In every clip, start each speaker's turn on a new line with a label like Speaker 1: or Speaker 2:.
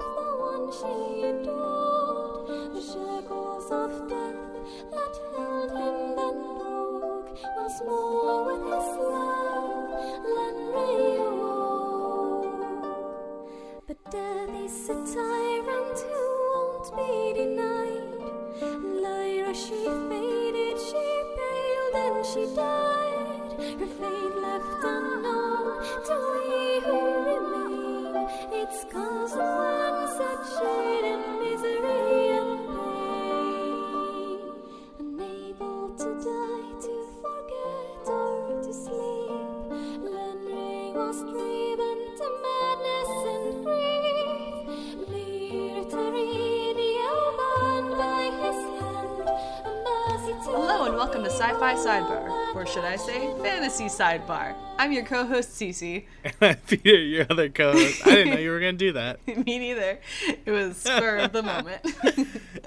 Speaker 1: when she adored the shackles of death that held him then broke once more with his love. Lenry awoke, but death is a tyrant who won't be denied. Lyra, she faded, she paled, and she died. Her fate left unknown to we who remain. Its consequence that shade and misery and pain. Unable to die, to forget, or to sleep. Lenry was driven to madness and grief. Leartari, the Alban by his hand, a mercy to
Speaker 2: Hello and welcome to Sci-Fi Sidebar, or should I say, Fantasy Sidebar. I'm your co-host Cece.
Speaker 3: Peter, your other co-host. I didn't know you were gonna do that.
Speaker 2: Me neither. It was spur of the moment.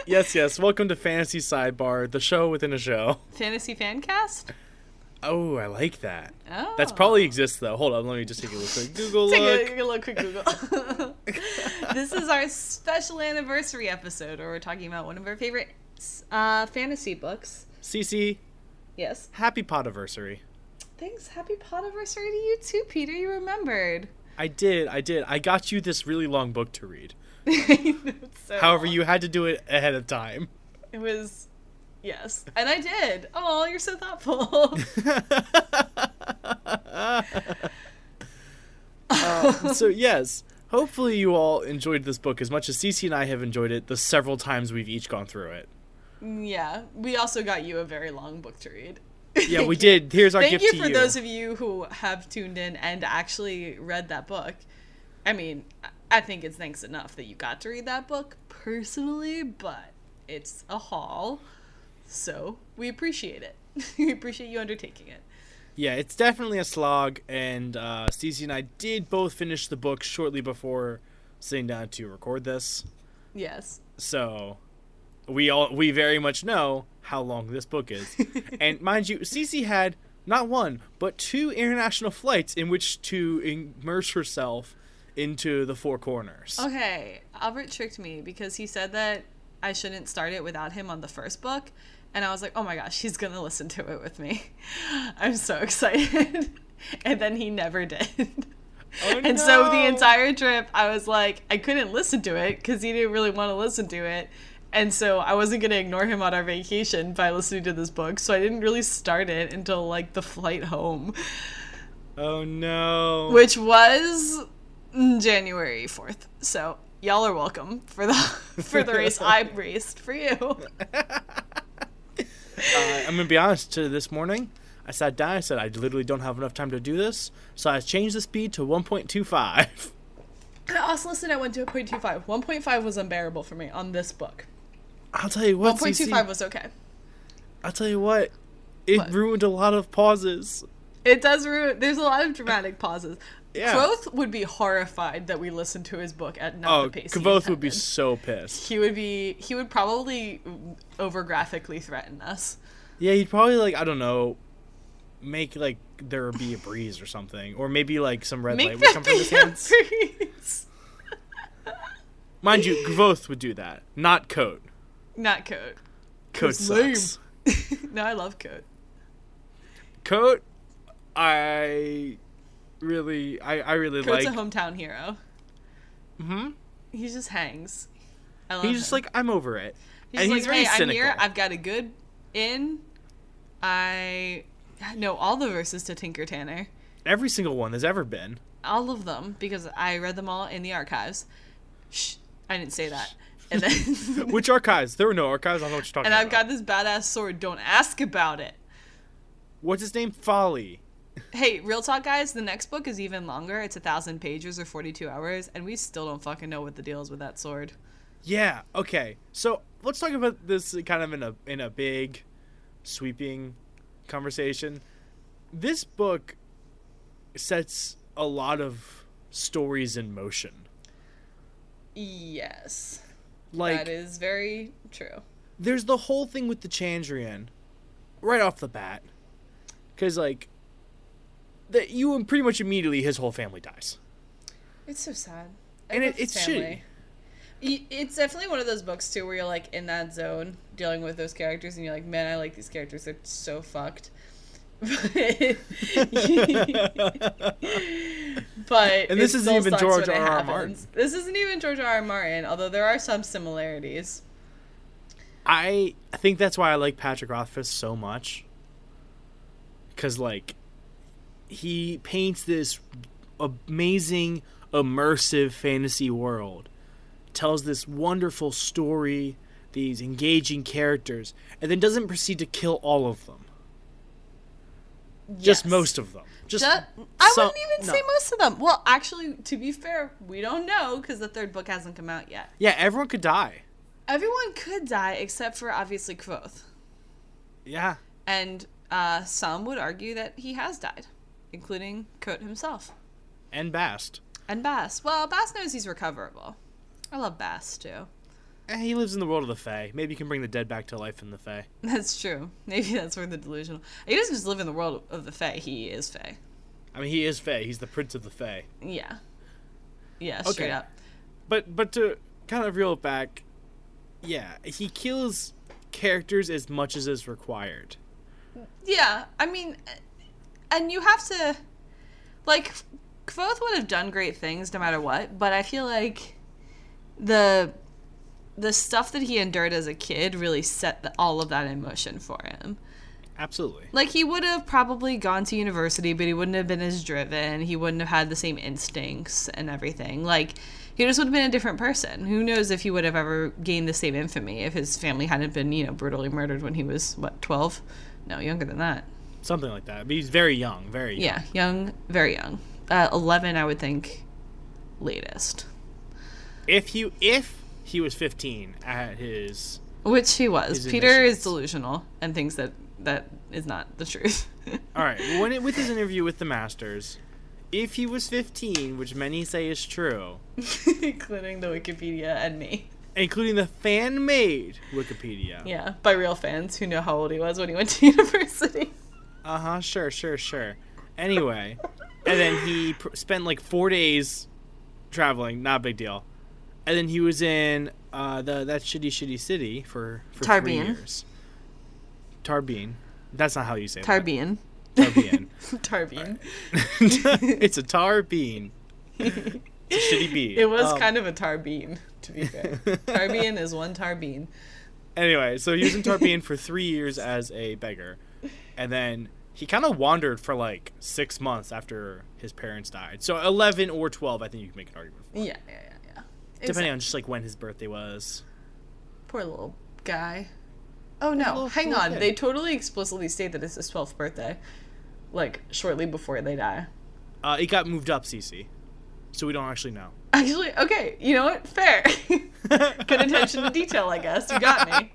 Speaker 3: Yes, yes. Welcome to Fantasy Sidebar, the show within a show.
Speaker 2: Fantasy Fancast.
Speaker 3: Oh, I like that.
Speaker 2: Oh,
Speaker 3: That's probably exists though. Hold on, let me just take a little quick Google
Speaker 2: take
Speaker 3: look.
Speaker 2: a, take a little quick Google. this is our special anniversary episode, where we're talking about one of our favorite uh, fantasy books.
Speaker 3: Cece,
Speaker 2: Yes.
Speaker 3: happy podiversary.
Speaker 2: Thanks. Happy Podiversary to you too, Peter. You remembered.
Speaker 3: I did, I did. I got you this really long book to read.
Speaker 2: It's so
Speaker 3: However,
Speaker 2: long.
Speaker 3: you had to do it ahead of time.
Speaker 2: It was. Yes, and I did. Oh, you're so thoughtful.
Speaker 3: Um, so yes, hopefully you all enjoyed this book as much as Cece and I have enjoyed it the several times we've each gone through it.
Speaker 2: Yeah, we also got you a very long book to read.
Speaker 3: Yeah, we did. Here's our
Speaker 2: Thank
Speaker 3: gift
Speaker 2: you
Speaker 3: to
Speaker 2: for those of you who have tuned in and actually read that book. I mean, I- I think it's thanks enough that you got to read that book personally, but it's a haul, so we appreciate it. we appreciate you undertaking it.
Speaker 3: Yeah, it's definitely a slog, and uh, Cece and I did both finish the book shortly before sitting down to record this.
Speaker 2: Yes.
Speaker 3: So we all we very much know how long this book is, and mind you, Cece had not one but two international flights in which to immerse herself into the Four Corners.
Speaker 2: Oh, Okay, Albert tricked me because he said that I shouldn't start it without him on the first book, and I was like, "Oh my gosh, he's gonna listen to it with me." I'm so excited, and then he never did.
Speaker 3: Oh,
Speaker 2: And so the
Speaker 3: no.
Speaker 2: entire trip, I was like, I couldn't listen to it because he didn't really want to listen to it. And so I wasn't going to ignore him on our vacation by listening to this book. So I didn't really start it until like the flight home,
Speaker 3: oh no.
Speaker 2: which was mm, January 4th. So y'all are welcome for the for the race I raced for you.
Speaker 3: I- Uh, I'm gonna be honest. To this morning, I sat down. I said, I literally don't have enough time to do this, so I changed the speed to 1.25.
Speaker 2: I also listened at 1.25. 1.5 was unbearable for me on this book.
Speaker 3: I'll tell you what,
Speaker 2: 1.25
Speaker 3: CC,
Speaker 2: was okay.
Speaker 3: I'll tell you what, it
Speaker 2: What?
Speaker 3: ruined a lot of pauses.
Speaker 2: It does ruin. There's a lot of dramatic pauses.
Speaker 3: Yeah.
Speaker 2: Quoth would be horrified that we listened to his book at not
Speaker 3: Oh,
Speaker 2: the pace. he
Speaker 3: Kavoth would be
Speaker 2: intended.
Speaker 3: so pissed.
Speaker 2: He would be. He would probably over graphically threaten us.
Speaker 3: Yeah, he'd probably like I don't know, make like there be a breeze or something, or maybe like some red light
Speaker 2: Make
Speaker 3: would come
Speaker 2: that
Speaker 3: from his
Speaker 2: be a
Speaker 3: hands.
Speaker 2: breeze.
Speaker 3: Mind you, Kavoth would do that, not Coat.
Speaker 2: Not Coat.
Speaker 3: Coat
Speaker 2: It's lame.
Speaker 3: sucks.
Speaker 2: no, I love Coat.
Speaker 3: Coat, I really, I, I really
Speaker 2: Coat's
Speaker 3: like.
Speaker 2: a hometown hero.
Speaker 3: Mhm.
Speaker 2: He just hangs. I love
Speaker 3: He's just
Speaker 2: him.
Speaker 3: like I'm over it.
Speaker 2: He's
Speaker 3: and
Speaker 2: like,
Speaker 3: he's very
Speaker 2: hey, I'm here.
Speaker 3: cynical."
Speaker 2: I've got a good in. I know all the verses to Tinker Tanner.
Speaker 3: Every single one there's ever been.
Speaker 2: all of them because I read them all in the archives. Shh, I didn't say that. And then,
Speaker 3: Which archives? There were no archives. I don't know what you're
Speaker 2: and
Speaker 3: talking about.
Speaker 2: I've got this badass sword. Don't ask about it.
Speaker 3: what's his name? Folly.
Speaker 2: Hey, real talk, guys. The next book is even longer. It's a thousand pages or forty-two hours, and we still don't fucking know what the deal is with that sword.
Speaker 3: Yeah. Okay. So let's talk about this kind of in a in a big, sweeping conversation. This book sets a lot of stories in motion.
Speaker 2: Yes,
Speaker 3: Like
Speaker 2: that is very true.
Speaker 3: there's the whole thing with the Chandrian, right off the bat, because like that you pretty much immediately his whole family dies.
Speaker 2: It's so sad.
Speaker 3: And it- it's shitty.
Speaker 2: Y- It's definitely one of those books too, where you're like in that zone dealing with those characters, and you're like, man, I like these characters. They're so fucked. but
Speaker 3: And this
Speaker 2: it
Speaker 3: isn't
Speaker 2: still
Speaker 3: even
Speaker 2: sucks
Speaker 3: George
Speaker 2: when it
Speaker 3: R.R.
Speaker 2: happens.
Speaker 3: Martin.
Speaker 2: This isn't even George R. R. Martin, although there are some similarities.
Speaker 3: I think that's why I like Patrick Rothfuss so much. Cause like he paints this amazing, immersive fantasy world, tells this wonderful story, these engaging characters, and then doesn't proceed to kill all of them. Just
Speaker 2: Yes.
Speaker 3: most of them. Just
Speaker 2: Ju- I
Speaker 3: some-
Speaker 2: wouldn't even
Speaker 3: no.
Speaker 2: say most of them. Well, actually, to be fair, we don't know because the third book hasn't come out yet.
Speaker 3: Yeah, everyone could die.
Speaker 2: Everyone could die except for obviously Quoth.
Speaker 3: Yeah.
Speaker 2: And uh, some would argue that he has died, including Coate himself.
Speaker 3: And Bast.
Speaker 2: And Bass. Well, Bass knows he's recoverable. I love Bass too.
Speaker 3: Eh, he lives in the world of the Fae. Maybe you can bring the dead back to life in the Fae.
Speaker 2: That's true. Maybe that's where the delusional. He doesn't just live in the world of the Fae, he is Fae.
Speaker 3: I mean, he is Fae. He's the prince of the Fae.
Speaker 2: Yeah. Yeah, straight
Speaker 3: Okay.
Speaker 2: up.
Speaker 3: But but to kind of reel it back, yeah, he kills characters as much as is required.
Speaker 2: Yeah, I mean, and you have to, like, Kvoth would have done great things no matter what, but I feel like the the stuff that he endured as a kid really set the, all of that in motion for him.
Speaker 3: Absolutely.
Speaker 2: Like he would have probably gone to university, but he wouldn't have been as driven. He wouldn't have had the same instincts and everything. Like he just would have been a different person. Who knows if he would have ever gained the same infamy if his family hadn't been, you know, brutally murdered when he was what, 12? No, younger than that.
Speaker 3: Something like that. But he's very young, very young.
Speaker 2: Yeah, young, very young. Uh, 11, I would think, latest.
Speaker 3: If he if he was 15 at his
Speaker 2: Which he was.
Speaker 3: His
Speaker 2: Peter is
Speaker 3: initials.
Speaker 2: delusional and thinks that that is not the truth.
Speaker 3: All right, when it, with his interview with the masters, if he was 15, which many say is true,
Speaker 2: Including the Wikipedia and me.
Speaker 3: including the fan-made Wikipedia.
Speaker 2: Yeah, by real fans who know how old he was when he went to university.
Speaker 3: Uh huh. Sure. Sure. Sure. Anyway, and then he pr- spent like four days traveling. Not a big deal. And then he was in uh, the that shitty shitty city for for three
Speaker 2: Tarbian.
Speaker 3: years. Tarbian. That's not how you say that.
Speaker 2: Tarbian.
Speaker 3: Tarbian.
Speaker 2: Tarbian.
Speaker 3: it's a tar bean. It's a shitty bean.
Speaker 2: It was
Speaker 3: Um,
Speaker 2: kind of a tarbean, to be fair. tarbean is one tarbean.
Speaker 3: Anyway, so he was in Tarpeen for three years as a beggar, and then he kind of wandered for like six months after his parents died. So eleven or twelve, I think you can make an argument, for.
Speaker 2: Yeah, yeah, yeah, yeah.
Speaker 3: depending on just like when his birthday was.
Speaker 2: Poor little guy. Oh no,
Speaker 3: little-
Speaker 2: hang
Speaker 3: little
Speaker 2: on.
Speaker 3: kid.
Speaker 2: They totally explicitly state that it's his 12th birthday. Like, shortly before they die.
Speaker 3: Uh, it got moved up, CC, so we don't actually know.
Speaker 2: Actually, okay, you know what? Fair. Good attention to detail, I guess. You got me.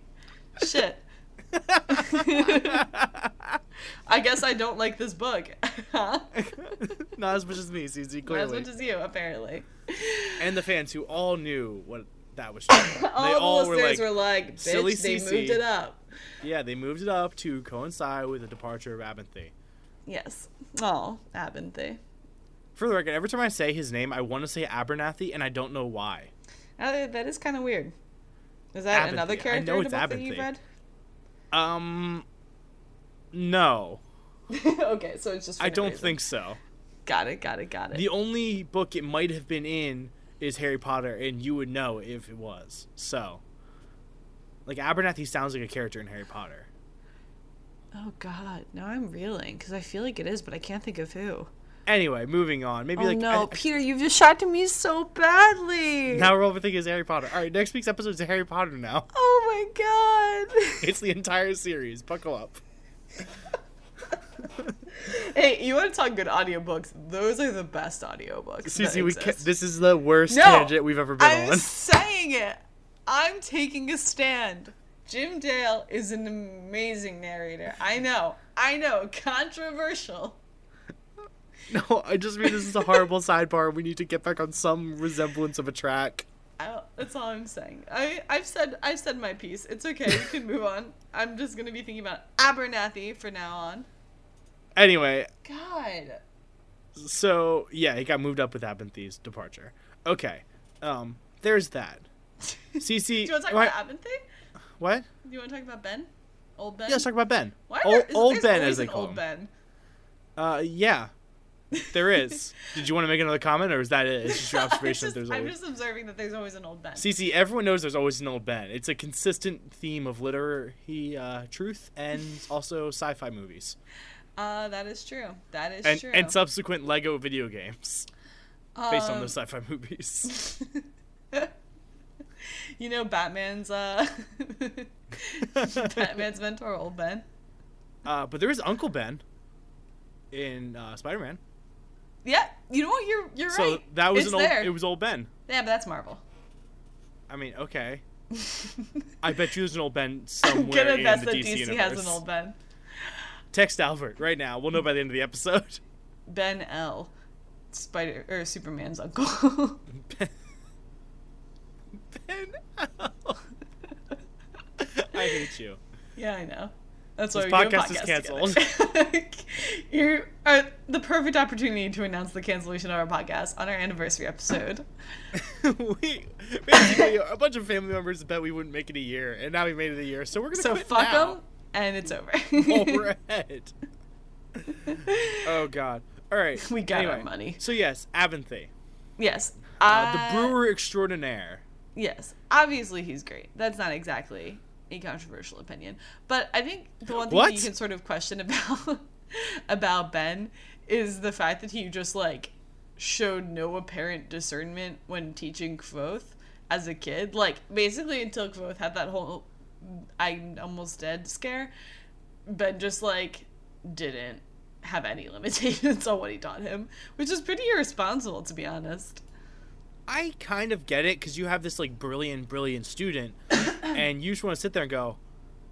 Speaker 2: Shit. I guess I don't like this book. huh?
Speaker 3: Not as much as me, CC,
Speaker 2: Not As
Speaker 3: clearly,
Speaker 2: much as you, apparently.
Speaker 3: and the fans who all knew what that was. True. they
Speaker 2: All the
Speaker 3: all were
Speaker 2: listeners
Speaker 3: like,
Speaker 2: were like, bitch,
Speaker 3: "Silly
Speaker 2: they
Speaker 3: CC."
Speaker 2: moved it up.
Speaker 3: yeah, they moved it up to coincide with the departure of Abinthe.
Speaker 2: Yes. Oh, Abinthe.
Speaker 3: For the record, every time I say his name, I want to say Abernathy, and I don't know why.
Speaker 2: Uh, that is kind of weird. Is that another
Speaker 3: Abinthe. I
Speaker 2: character
Speaker 3: know
Speaker 2: in a
Speaker 3: it's
Speaker 2: book that you've
Speaker 3: Abinthe.
Speaker 2: read?
Speaker 3: Um, no,
Speaker 2: okay, so it's just. for
Speaker 3: I
Speaker 2: no
Speaker 3: don't
Speaker 2: reason.
Speaker 3: think so.
Speaker 2: Got it. Got it. Got it.
Speaker 3: The only book it might have been in is Harry Potter, and you would know if it was. So, like Abernathy sounds like a character in Harry Potter.
Speaker 2: oh God! Now I'm reeling because I feel like it is, but I can't think of who.
Speaker 3: Anyway, moving on. Maybe
Speaker 2: oh
Speaker 3: like
Speaker 2: no,
Speaker 3: I-
Speaker 2: Peter! You've just shot to me so badly.
Speaker 3: now we're overthinking is Harry Potter. All right, next week's episode is Harry Potter. Now
Speaker 2: Oh my
Speaker 3: it's the entire series. Buckle up.
Speaker 2: God! hey, you want to talk good audiobooks? Those are the best audiobooks. that
Speaker 3: Cece, we ca-
Speaker 2: exist.
Speaker 3: this is the worst
Speaker 2: No,
Speaker 3: tangent we've ever been
Speaker 2: I'm
Speaker 3: on.
Speaker 2: saying it. I'm taking a stand. Jim Dale is an amazing narrator. I know. I know. Controversial.
Speaker 3: No, I just mean this is a horrible sidebar. We need to get back on some resemblance of a track.
Speaker 2: I, that's all I'm saying. I, I've said I've said my piece. It's okay. We can move on. I'm just gonna be thinking about Abernathy for now on.
Speaker 3: Anyway,
Speaker 2: God.
Speaker 3: so yeah, he got moved up with Abenthe's departure. Okay, um, there's that.
Speaker 2: Do
Speaker 3: Cece.
Speaker 2: you want to talk
Speaker 3: why-
Speaker 2: about the Abin thing?
Speaker 3: what?
Speaker 2: Do you want to talk about Ben? Old Ben?
Speaker 3: Yeah, let's talk about Ben.
Speaker 2: Why
Speaker 3: Ol-
Speaker 2: is-
Speaker 3: old
Speaker 2: there's
Speaker 3: Ben,
Speaker 2: always
Speaker 3: as they
Speaker 2: an
Speaker 3: call
Speaker 2: old
Speaker 3: him.
Speaker 2: Ben.
Speaker 3: Uh, yeah, there is. Did you want to make another comment, or is that it? It's just your
Speaker 2: It's
Speaker 3: observation
Speaker 2: just-
Speaker 3: that there's
Speaker 2: I'm
Speaker 3: always.
Speaker 2: just observing that there's always an old Ben.
Speaker 3: Cece, everyone knows there's always an old Ben. It's a consistent theme of literary uh, truth and also sci-fi movies
Speaker 2: Uh, that is true. That is
Speaker 3: and
Speaker 2: true.
Speaker 3: and subsequent Lego video games based on
Speaker 2: Um,
Speaker 3: those sci-fi movies.
Speaker 2: you know Batman's uh Batman's mentor old Ben.
Speaker 3: Uh, but there is Uncle Ben in uh, Spider-Man.
Speaker 2: Yeah, you know what? You're you're
Speaker 3: So
Speaker 2: right.
Speaker 3: that was
Speaker 2: It's
Speaker 3: an old.
Speaker 2: there.
Speaker 3: It was old Ben.
Speaker 2: yeah, but that's Marvel.
Speaker 3: I mean, okay. I bet you there's an old Ben
Speaker 2: I'm
Speaker 3: somewhere
Speaker 2: gonna
Speaker 3: in
Speaker 2: bet
Speaker 3: the
Speaker 2: that
Speaker 3: DC,
Speaker 2: DC
Speaker 3: universe.
Speaker 2: has an old Ben.
Speaker 3: Text Albert right now. We'll know by the end of the episode.
Speaker 2: Ben L. Spider or Superman's uncle.
Speaker 3: Ben. ben. L. I hate you.
Speaker 2: yeah, I know. That's
Speaker 3: This
Speaker 2: why we do a
Speaker 3: podcast is
Speaker 2: canceled. you are uh, the perfect opportunity to announce the cancellation of our podcast on our anniversary episode.
Speaker 3: we basically a bunch of family members bet we wouldn't make it a year, and now we made it a year. So we're gonna
Speaker 2: so
Speaker 3: quit
Speaker 2: fuck
Speaker 3: now.
Speaker 2: them, and it's over.
Speaker 3: While we're ahead. Oh God. All right.
Speaker 2: We got our
Speaker 3: anyway.
Speaker 2: money.
Speaker 3: So yes, Aventhy,
Speaker 2: Yes.
Speaker 3: uh,
Speaker 2: I-
Speaker 3: the brewer extraordinaire.
Speaker 2: Yes. Obviously, he's great. That's not exactly a controversial opinion, but I think the one thing that
Speaker 3: What?
Speaker 2: you can sort of question about about Ben is the fact that he just like showed no apparent discernment when teaching Kvoth as a kid. Like basically until Kvoth had that whole "I'm almost dead" scare, Ben just like didn't have any limitations on what he taught him, which is pretty irresponsible to be honest.
Speaker 3: I kind of get it because you have this like brilliant, brilliant student, and you just want to sit there and go,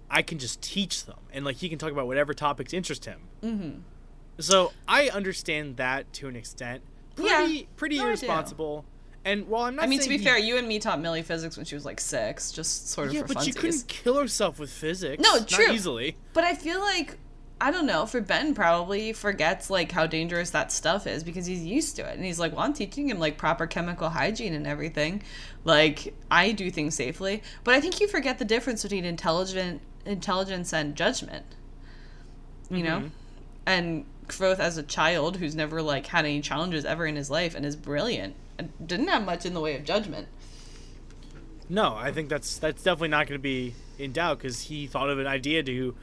Speaker 3: I can just teach them, and like he can talk about whatever topics interest him. Mm-hmm. So I understand that to an extent.
Speaker 2: Yeah.
Speaker 3: Pretty, pretty
Speaker 2: No, I do.
Speaker 3: irresponsible. And while I'm not,
Speaker 2: I mean, to be
Speaker 3: saying he-
Speaker 2: fair, you and me taught Millie physics when she was like six, just sort of
Speaker 3: yeah,
Speaker 2: for
Speaker 3: but
Speaker 2: funsies.
Speaker 3: she couldn't kill herself with physics.
Speaker 2: No,
Speaker 3: not
Speaker 2: true.
Speaker 3: easily.
Speaker 2: But I feel like I don't know. For Ben, probably forgets like how dangerous that stuff is because he's used to it, and he's like, "Well, I'm teaching him like proper chemical hygiene and everything. Like I do things safely." But I think you forget the difference between intelligent intelligence and judgment. You know,
Speaker 3: Mm-hmm.
Speaker 2: and Kvothe as a child who's never like had any challenges ever in his life and is brilliant and didn't have much in the way of judgment.
Speaker 3: No, I think that's that's definitely not going to be in doubt because he thought of an idea to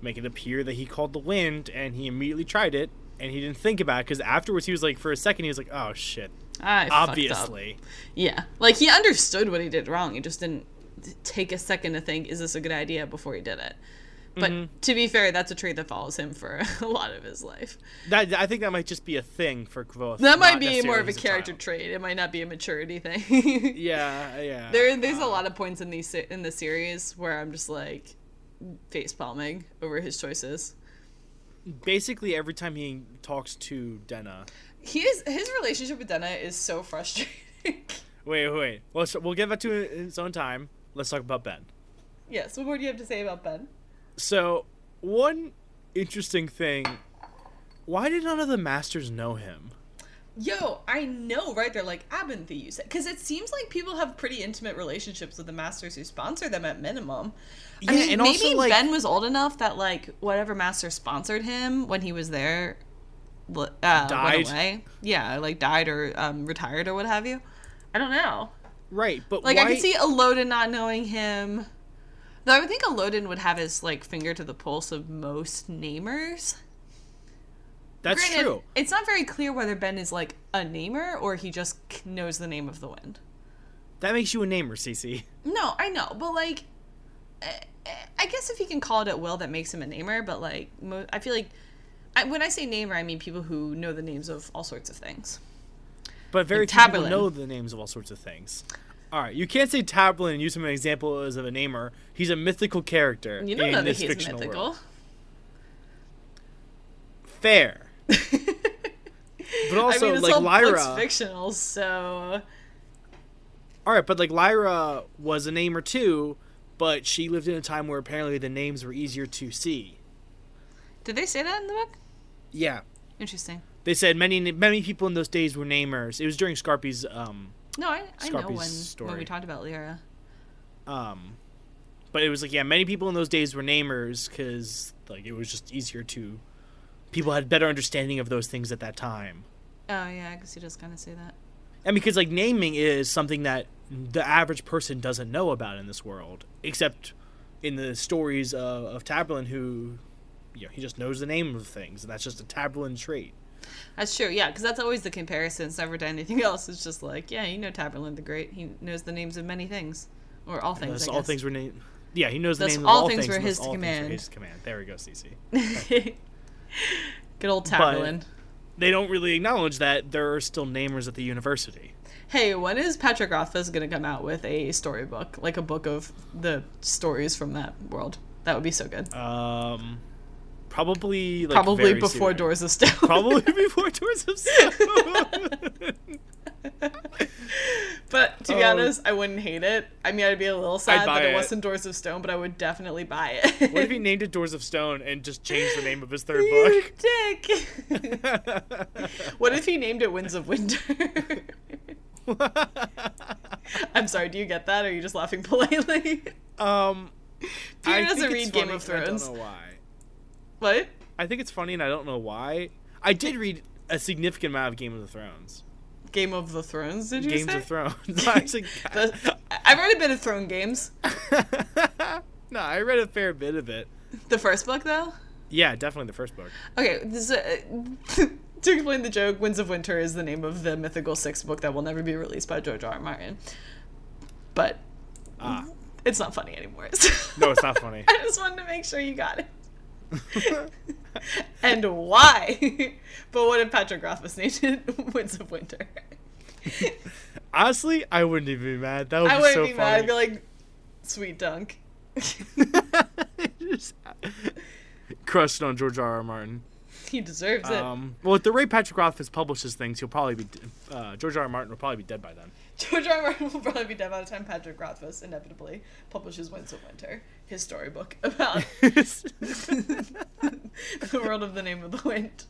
Speaker 3: make it appear that he called the wind, and he immediately tried it, and he didn't think about it because afterwards he was like, for a second he was like, oh shit,
Speaker 2: I fucked up.
Speaker 3: obviously.
Speaker 2: Yeah. Like he understood what he did wrong. He just didn't t- take a second to think, is this a good idea before he did it? But
Speaker 3: Mm-hmm.
Speaker 2: to be fair, that's a trait that follows him for a lot of his life.
Speaker 3: That I think that might just be a thing for Kvoth.
Speaker 2: That might
Speaker 3: not
Speaker 2: be more of
Speaker 3: necessarily
Speaker 2: a
Speaker 3: as
Speaker 2: character
Speaker 3: child.
Speaker 2: trait. It might not be a maturity thing.
Speaker 3: yeah, Uh-huh. yeah.
Speaker 2: there, there's a lot of points in these se- in the series where I'm just like face palming over his choices.
Speaker 3: Basically, every time he talks to Denna.
Speaker 2: He is his relationship with Denna is so frustrating.
Speaker 3: Wait, wait. Let's, we'll get that to it in its own time. Let's talk about Ben.
Speaker 2: yes. What more do you have to say about Ben?
Speaker 3: So, one interesting thing why did none of the masters know him?
Speaker 2: Yo, I know, right? They're like Abinthy, you said, because it seems like people have pretty intimate relationships with the masters who sponsor them at minimum. I
Speaker 3: Yeah,
Speaker 2: mean,
Speaker 3: and
Speaker 2: maybe
Speaker 3: also, like-
Speaker 2: Ben was old enough that like whatever master sponsored him when he was there, l- uh,
Speaker 3: Died.
Speaker 2: went away. Yeah, like died or um, retired or what have you. I don't know.
Speaker 3: Right, but
Speaker 2: Like I
Speaker 3: why-
Speaker 2: could see Elodin not knowing him. Though I would think Elodin would have his like finger to the pulse of most namers.
Speaker 3: that's
Speaker 2: Granted,
Speaker 3: true.
Speaker 2: It's not very clear whether Ben is like a namer or he just k- knows the name of the wind.
Speaker 3: That makes you a namer, CC.
Speaker 2: No, I know, but like, eh, eh, I guess if he can call it at will, that makes him a namer. But like, mo- I feel like I, when I say namer, I mean people who know the names of all sorts of things.
Speaker 3: But very
Speaker 2: And
Speaker 3: few people
Speaker 2: Taberlin.
Speaker 3: know the names of all sorts of things. All right, you can't say Tablin and use him as an example as of a namer. He's a mythical character
Speaker 2: You don't
Speaker 3: in
Speaker 2: know that
Speaker 3: this
Speaker 2: he's
Speaker 3: fictional
Speaker 2: mythical.
Speaker 3: world. Fair, but also
Speaker 2: I mean, this
Speaker 3: like
Speaker 2: whole book's
Speaker 3: Lyra.
Speaker 2: fictional, so
Speaker 3: All right, but like Lyra was a namer too, but she lived in a time where apparently the names were easier to see.
Speaker 2: did they say that in the book?
Speaker 3: Yeah,
Speaker 2: Interesting.
Speaker 3: they said many many people in those days were namers. It was during Scarpy's um
Speaker 2: No, I, I know
Speaker 3: Scarpy's
Speaker 2: when when
Speaker 3: story.
Speaker 2: we talked about Lyra.
Speaker 3: Um, but it was like, yeah, many people in those days were namers because like it was just easier to. People had better understanding of those things at that time.
Speaker 2: Oh yeah, I guess you just kind of say that.
Speaker 3: And because like naming is something that the average person doesn't know about in this world, except in the stories of, of Taberlin, who you know he just knows the name of things, and that's just a Taberlin trait.
Speaker 2: That's true, yeah, because that's always the comparison. It's never done anything else. It's just like, yeah, you know Taberlin the Great. He knows the names of many things, or all things.
Speaker 3: Thus
Speaker 2: I
Speaker 3: all
Speaker 2: guess.
Speaker 3: things were named. Yeah, he knows the
Speaker 2: Thus
Speaker 3: name of
Speaker 2: all
Speaker 3: all
Speaker 2: things
Speaker 3: things.
Speaker 2: were
Speaker 3: and
Speaker 2: his
Speaker 3: thus all things
Speaker 2: command.
Speaker 3: his command. There we go, Cece.
Speaker 2: Good old Taberlin.
Speaker 3: They don't really acknowledge that there are still namers at the university.
Speaker 2: Hey, when is Patrick Rothfuss going to come out with a storybook, like a book of the stories from that world? That would be so good.
Speaker 3: Um, probably like
Speaker 2: Probably
Speaker 3: very
Speaker 2: before
Speaker 3: soon.
Speaker 2: Doors of Stone.
Speaker 3: Probably before Doors of Stone.
Speaker 2: but to be
Speaker 3: Um,
Speaker 2: honest, I wouldn't hate it. I mean, I'd be a little sad
Speaker 3: buy
Speaker 2: that it,
Speaker 3: it.
Speaker 2: wasn't Doors of Stone, but I would definitely buy it.
Speaker 3: what if he named it Doors of Stone and just changed the name of his third
Speaker 2: You
Speaker 3: book?
Speaker 2: dick. what if he named it Winds of Winter? I'm sorry, do you get that? Or are you just laughing politely?
Speaker 3: um,
Speaker 2: Peter
Speaker 3: I
Speaker 2: doesn't
Speaker 3: think
Speaker 2: read
Speaker 3: it's
Speaker 2: Game
Speaker 3: funny,
Speaker 2: of
Speaker 3: I
Speaker 2: Thrones.
Speaker 3: don't know why.
Speaker 2: What?
Speaker 3: I think it's funny, and I don't know why. I did read a significant amount of Game of the Thrones.
Speaker 2: Game of the Thrones, did you
Speaker 3: Games
Speaker 2: say?
Speaker 3: of Thrones. I actually-
Speaker 2: The- I've already been to Throne Games.
Speaker 3: no, I read a fair bit of it.
Speaker 2: The first book, though?
Speaker 3: Yeah, definitely the first book.
Speaker 2: Okay, this, uh, to explain the joke, Winds of Winter is the name of the mythical sixth book that will never be released by George R. R. Martin. But
Speaker 3: Ah,
Speaker 2: it's not funny anymore.
Speaker 3: no, it's not funny.
Speaker 2: I just wanted to make sure you got it. and why? but what if Patrick Rothfuss named it Winds of Winter?
Speaker 3: Honestly, I wouldn't even be mad. That would
Speaker 2: I
Speaker 3: be
Speaker 2: wouldn't
Speaker 3: so
Speaker 2: be
Speaker 3: funny.
Speaker 2: mad. I'd be like, sweet dunk.
Speaker 3: Just crushed on George R. R. Martin.
Speaker 2: He deserves it.
Speaker 3: Um, well, at the rate Patrick Rothfuss publishes things, he'll probably be uh, George R. R. Martin will probably be dead by then.
Speaker 2: George R. R. Martin will probably be dead by the time Patrick Rothfuss inevitably publishes Winds of Winter, his storybook about the world of the name of the wind.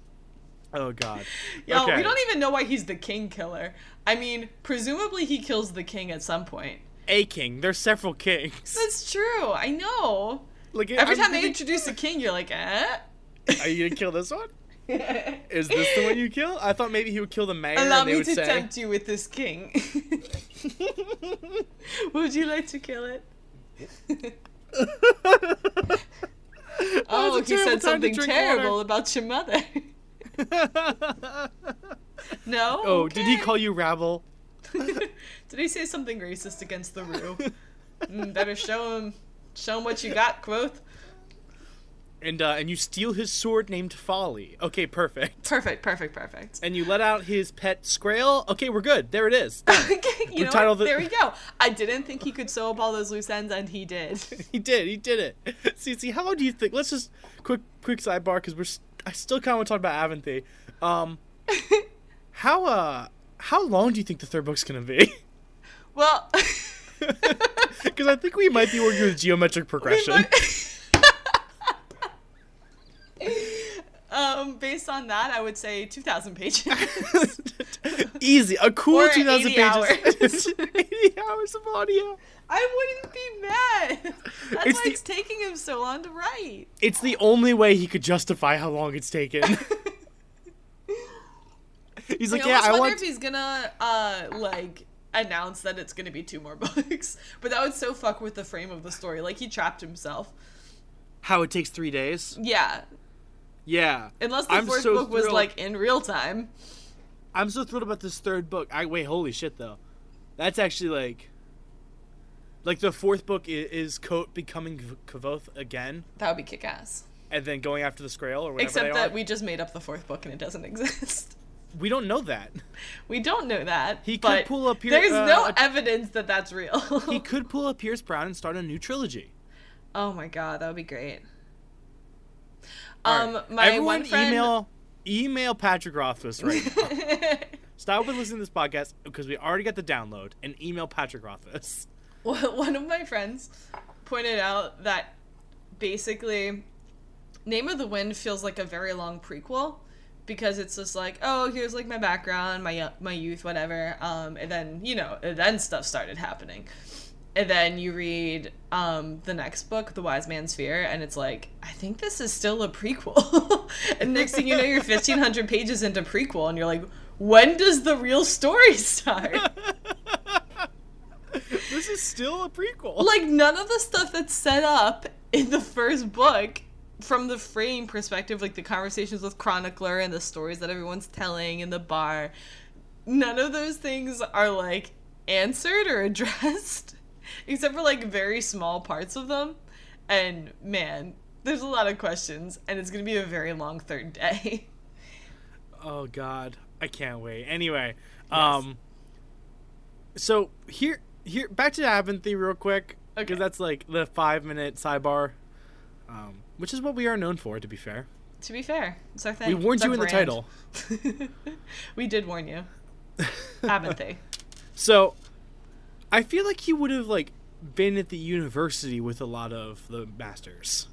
Speaker 3: oh God.
Speaker 2: Yo,
Speaker 3: Okay.
Speaker 2: we don't even know why he's the king killer. I mean, presumably he kills the king at some point.
Speaker 3: A king. There's several kings.
Speaker 2: That's true. I know.
Speaker 3: Like
Speaker 2: Every
Speaker 3: I'm
Speaker 2: time they
Speaker 3: thinking,
Speaker 2: introduce a king, you're like, eh?
Speaker 3: are you gonna kill this one? Is this the one you kill? I thought maybe he would kill the mayor.
Speaker 2: Allow
Speaker 3: and they
Speaker 2: me
Speaker 3: would
Speaker 2: to
Speaker 3: say,
Speaker 2: tempt you with this king. Would you like to kill it? oh,
Speaker 3: was a
Speaker 2: he
Speaker 3: terrible time
Speaker 2: said
Speaker 3: to
Speaker 2: something
Speaker 3: drink
Speaker 2: terrible
Speaker 3: water.
Speaker 2: about your mother. no.
Speaker 3: oh, did he
Speaker 2: Okay.
Speaker 3: call you rabble?
Speaker 2: Did he say something racist against the Roo? Mm, better show him, show him what you got, Quoth.
Speaker 3: And uh, and you steal his sword named Folly. Okay, perfect.
Speaker 2: Perfect, perfect, perfect.
Speaker 3: And you let out his pet Scrail. Okay, we're good. There it is.
Speaker 2: Okay, you know
Speaker 3: title
Speaker 2: what?
Speaker 3: of the-
Speaker 2: There we go. I didn't think he could sew up all those loose ends, and he did.
Speaker 3: He did. He did it. Cece, how do you think? Let's just quick quick sidebar because we're s- I still kind of want to talk about Aventhy. Um, how uh how long do you think the third book's gonna be?
Speaker 2: Well,
Speaker 3: Because I think we might be working with geometric progression.
Speaker 2: um, based on that, I would say 2,000 pages.
Speaker 3: Easy, a cool
Speaker 2: Or
Speaker 3: 2,000
Speaker 2: 80
Speaker 3: pages. 80 hours of audio.
Speaker 2: I wouldn't be mad. That's
Speaker 3: It's
Speaker 2: why
Speaker 3: the-
Speaker 2: it's taking him so long to write.
Speaker 3: It's the only way he could justify how long it's taken. He's like,
Speaker 2: I
Speaker 3: yeah,
Speaker 2: almost
Speaker 3: I
Speaker 2: wonder
Speaker 3: want.
Speaker 2: if he's gonna uh like announce that it's gonna be two more books, but that would so fuck with the frame of the story. Like he trapped himself.
Speaker 3: How it takes three days.
Speaker 2: Yeah,
Speaker 3: Yeah.
Speaker 2: unless the
Speaker 3: I'm
Speaker 2: fourth
Speaker 3: so
Speaker 2: book was
Speaker 3: thrilled.
Speaker 2: like in real time.
Speaker 3: I'm so thrilled about this third book. I wait, holy shit though. That's actually like like the fourth book is, is Coat becoming V- Kavoth again
Speaker 2: That would be kick ass.
Speaker 3: and then going after the Scrail or whatever
Speaker 2: Except
Speaker 3: they
Speaker 2: that
Speaker 3: are.
Speaker 2: we just made up the fourth book and it doesn't exist.
Speaker 3: we don't know that.
Speaker 2: We don't know that.
Speaker 3: He could
Speaker 2: but
Speaker 3: pull up here,
Speaker 2: There's
Speaker 3: uh,
Speaker 2: no
Speaker 3: a-
Speaker 2: evidence that that's real.
Speaker 3: He could pull up Pierce Brown and start a new trilogy.
Speaker 2: oh my god, that would be great.
Speaker 3: All
Speaker 2: Um,
Speaker 3: right.
Speaker 2: my
Speaker 3: Everyone
Speaker 2: one friend.
Speaker 3: email email Patrick Rothfuss right now. Stop with listening to this podcast because we already got the download and email Patrick Rothfuss.
Speaker 2: One one of my friends pointed out that basically Name of the Wind feels like a very long prequel because it's just like, oh, here's like my background, my my youth, whatever. Um, and then you know, and then stuff started happening. and then you read um, the next book, The Wise Man's Fear, and it's like, I think this is still a prequel. and next thing you know, you're 1,500 pages into prequel, and you're like, when does the real story start?
Speaker 3: this is still a prequel.
Speaker 2: like, none of the stuff that's set up in the first book, from the frame perspective, like the conversations with Chronicler and the stories that everyone's telling in the bar, none of those things are like answered or addressed except for like very small parts of them and man there's a lot of questions and it's going to be a very long third day
Speaker 3: Oh God, I can't wait. Anyway, um, so here, here, back to Abernathy real quick, because
Speaker 2: Okay.
Speaker 3: that's like the five-minute sidebar, um, which is what we are known for. To be fair,
Speaker 2: to be fair it's our thing
Speaker 3: we warned
Speaker 2: It's our
Speaker 3: you in
Speaker 2: brand.
Speaker 3: the
Speaker 2: we did warn you
Speaker 3: title.
Speaker 2: haven't they
Speaker 3: So, I feel like he would have like been at the university with a lot of the masters,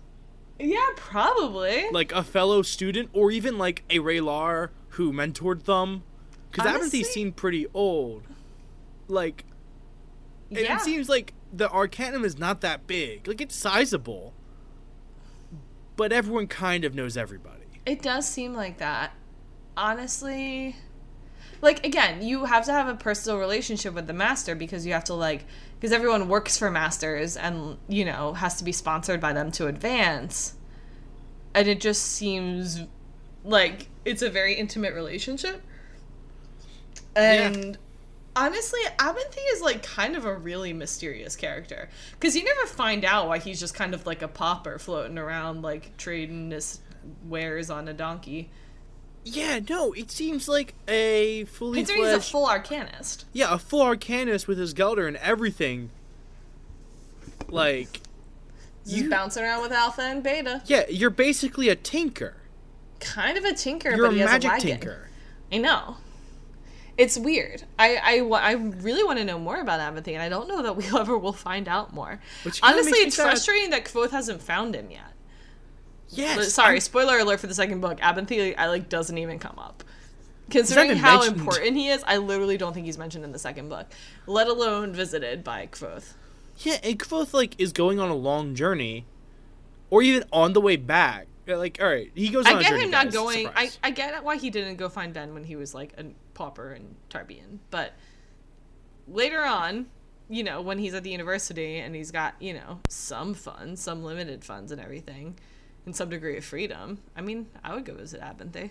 Speaker 2: yeah probably
Speaker 3: like a fellow student, or even like a Raylar who mentored them, because
Speaker 2: Honestly-
Speaker 3: Abernathy seemed pretty old. Like, And
Speaker 2: yeah
Speaker 3: it seems like the Arcanum is not that big. Like it's sizable. But everyone kind of knows everybody.
Speaker 2: It does seem like that. Honestly, like again, you have to have a personal relationship with the master because you have to like because everyone works for masters and you know has to be sponsored by them to advance. And it just seems like it's a very intimate relationship. And honestly, Abinthy is like kind of a really mysterious character because you never find out why he's just kind of like a pauper floating around, like trading his wares on a donkey.
Speaker 3: Yeah, no, it seems like a fully
Speaker 2: Considering he's a
Speaker 3: fledged
Speaker 2: full arcanist,
Speaker 3: Yeah, a full Arcanus with his Gelder and everything. Like
Speaker 2: he's just
Speaker 3: You-
Speaker 2: bouncing around with alpha and beta,
Speaker 3: yeah, you're basically a tinker.
Speaker 2: kind of a tinker,
Speaker 3: You're
Speaker 2: but
Speaker 3: a
Speaker 2: he has a
Speaker 3: magic
Speaker 2: wagon.
Speaker 3: tinker.
Speaker 2: I know. It's weird. I, I, wa- I really want to know more about Abinthy, and I don't know that we ever will find out more.
Speaker 3: Which kinda
Speaker 2: Honestly,
Speaker 3: makes me
Speaker 2: it's
Speaker 3: sad.
Speaker 2: frustrating that Kvoth hasn't found him yet. But
Speaker 3: Yes.
Speaker 2: sorry,
Speaker 3: I'm-
Speaker 2: spoiler alert for the second book. Abinthy, I like doesn't even come up. Considering how
Speaker 3: mentioned.
Speaker 2: important he is, I literally don't think he's mentioned in the second book, let alone visited by Quoth.
Speaker 3: Yeah, and Kvoth like is going on a long journey. Or even on the way back. Yeah, Like, all right, he goes on
Speaker 2: I
Speaker 3: a
Speaker 2: get
Speaker 3: journey,
Speaker 2: him not
Speaker 3: guys.
Speaker 2: going. I,
Speaker 3: Surprise.
Speaker 2: I get why he didn't go find Ben when he was like a pauper and Tarbian, but later on, you know, when he's at the university and he's got you know some funds, some limited funds, and everything, and some degree of freedom. I mean, I would go visit Abinthy.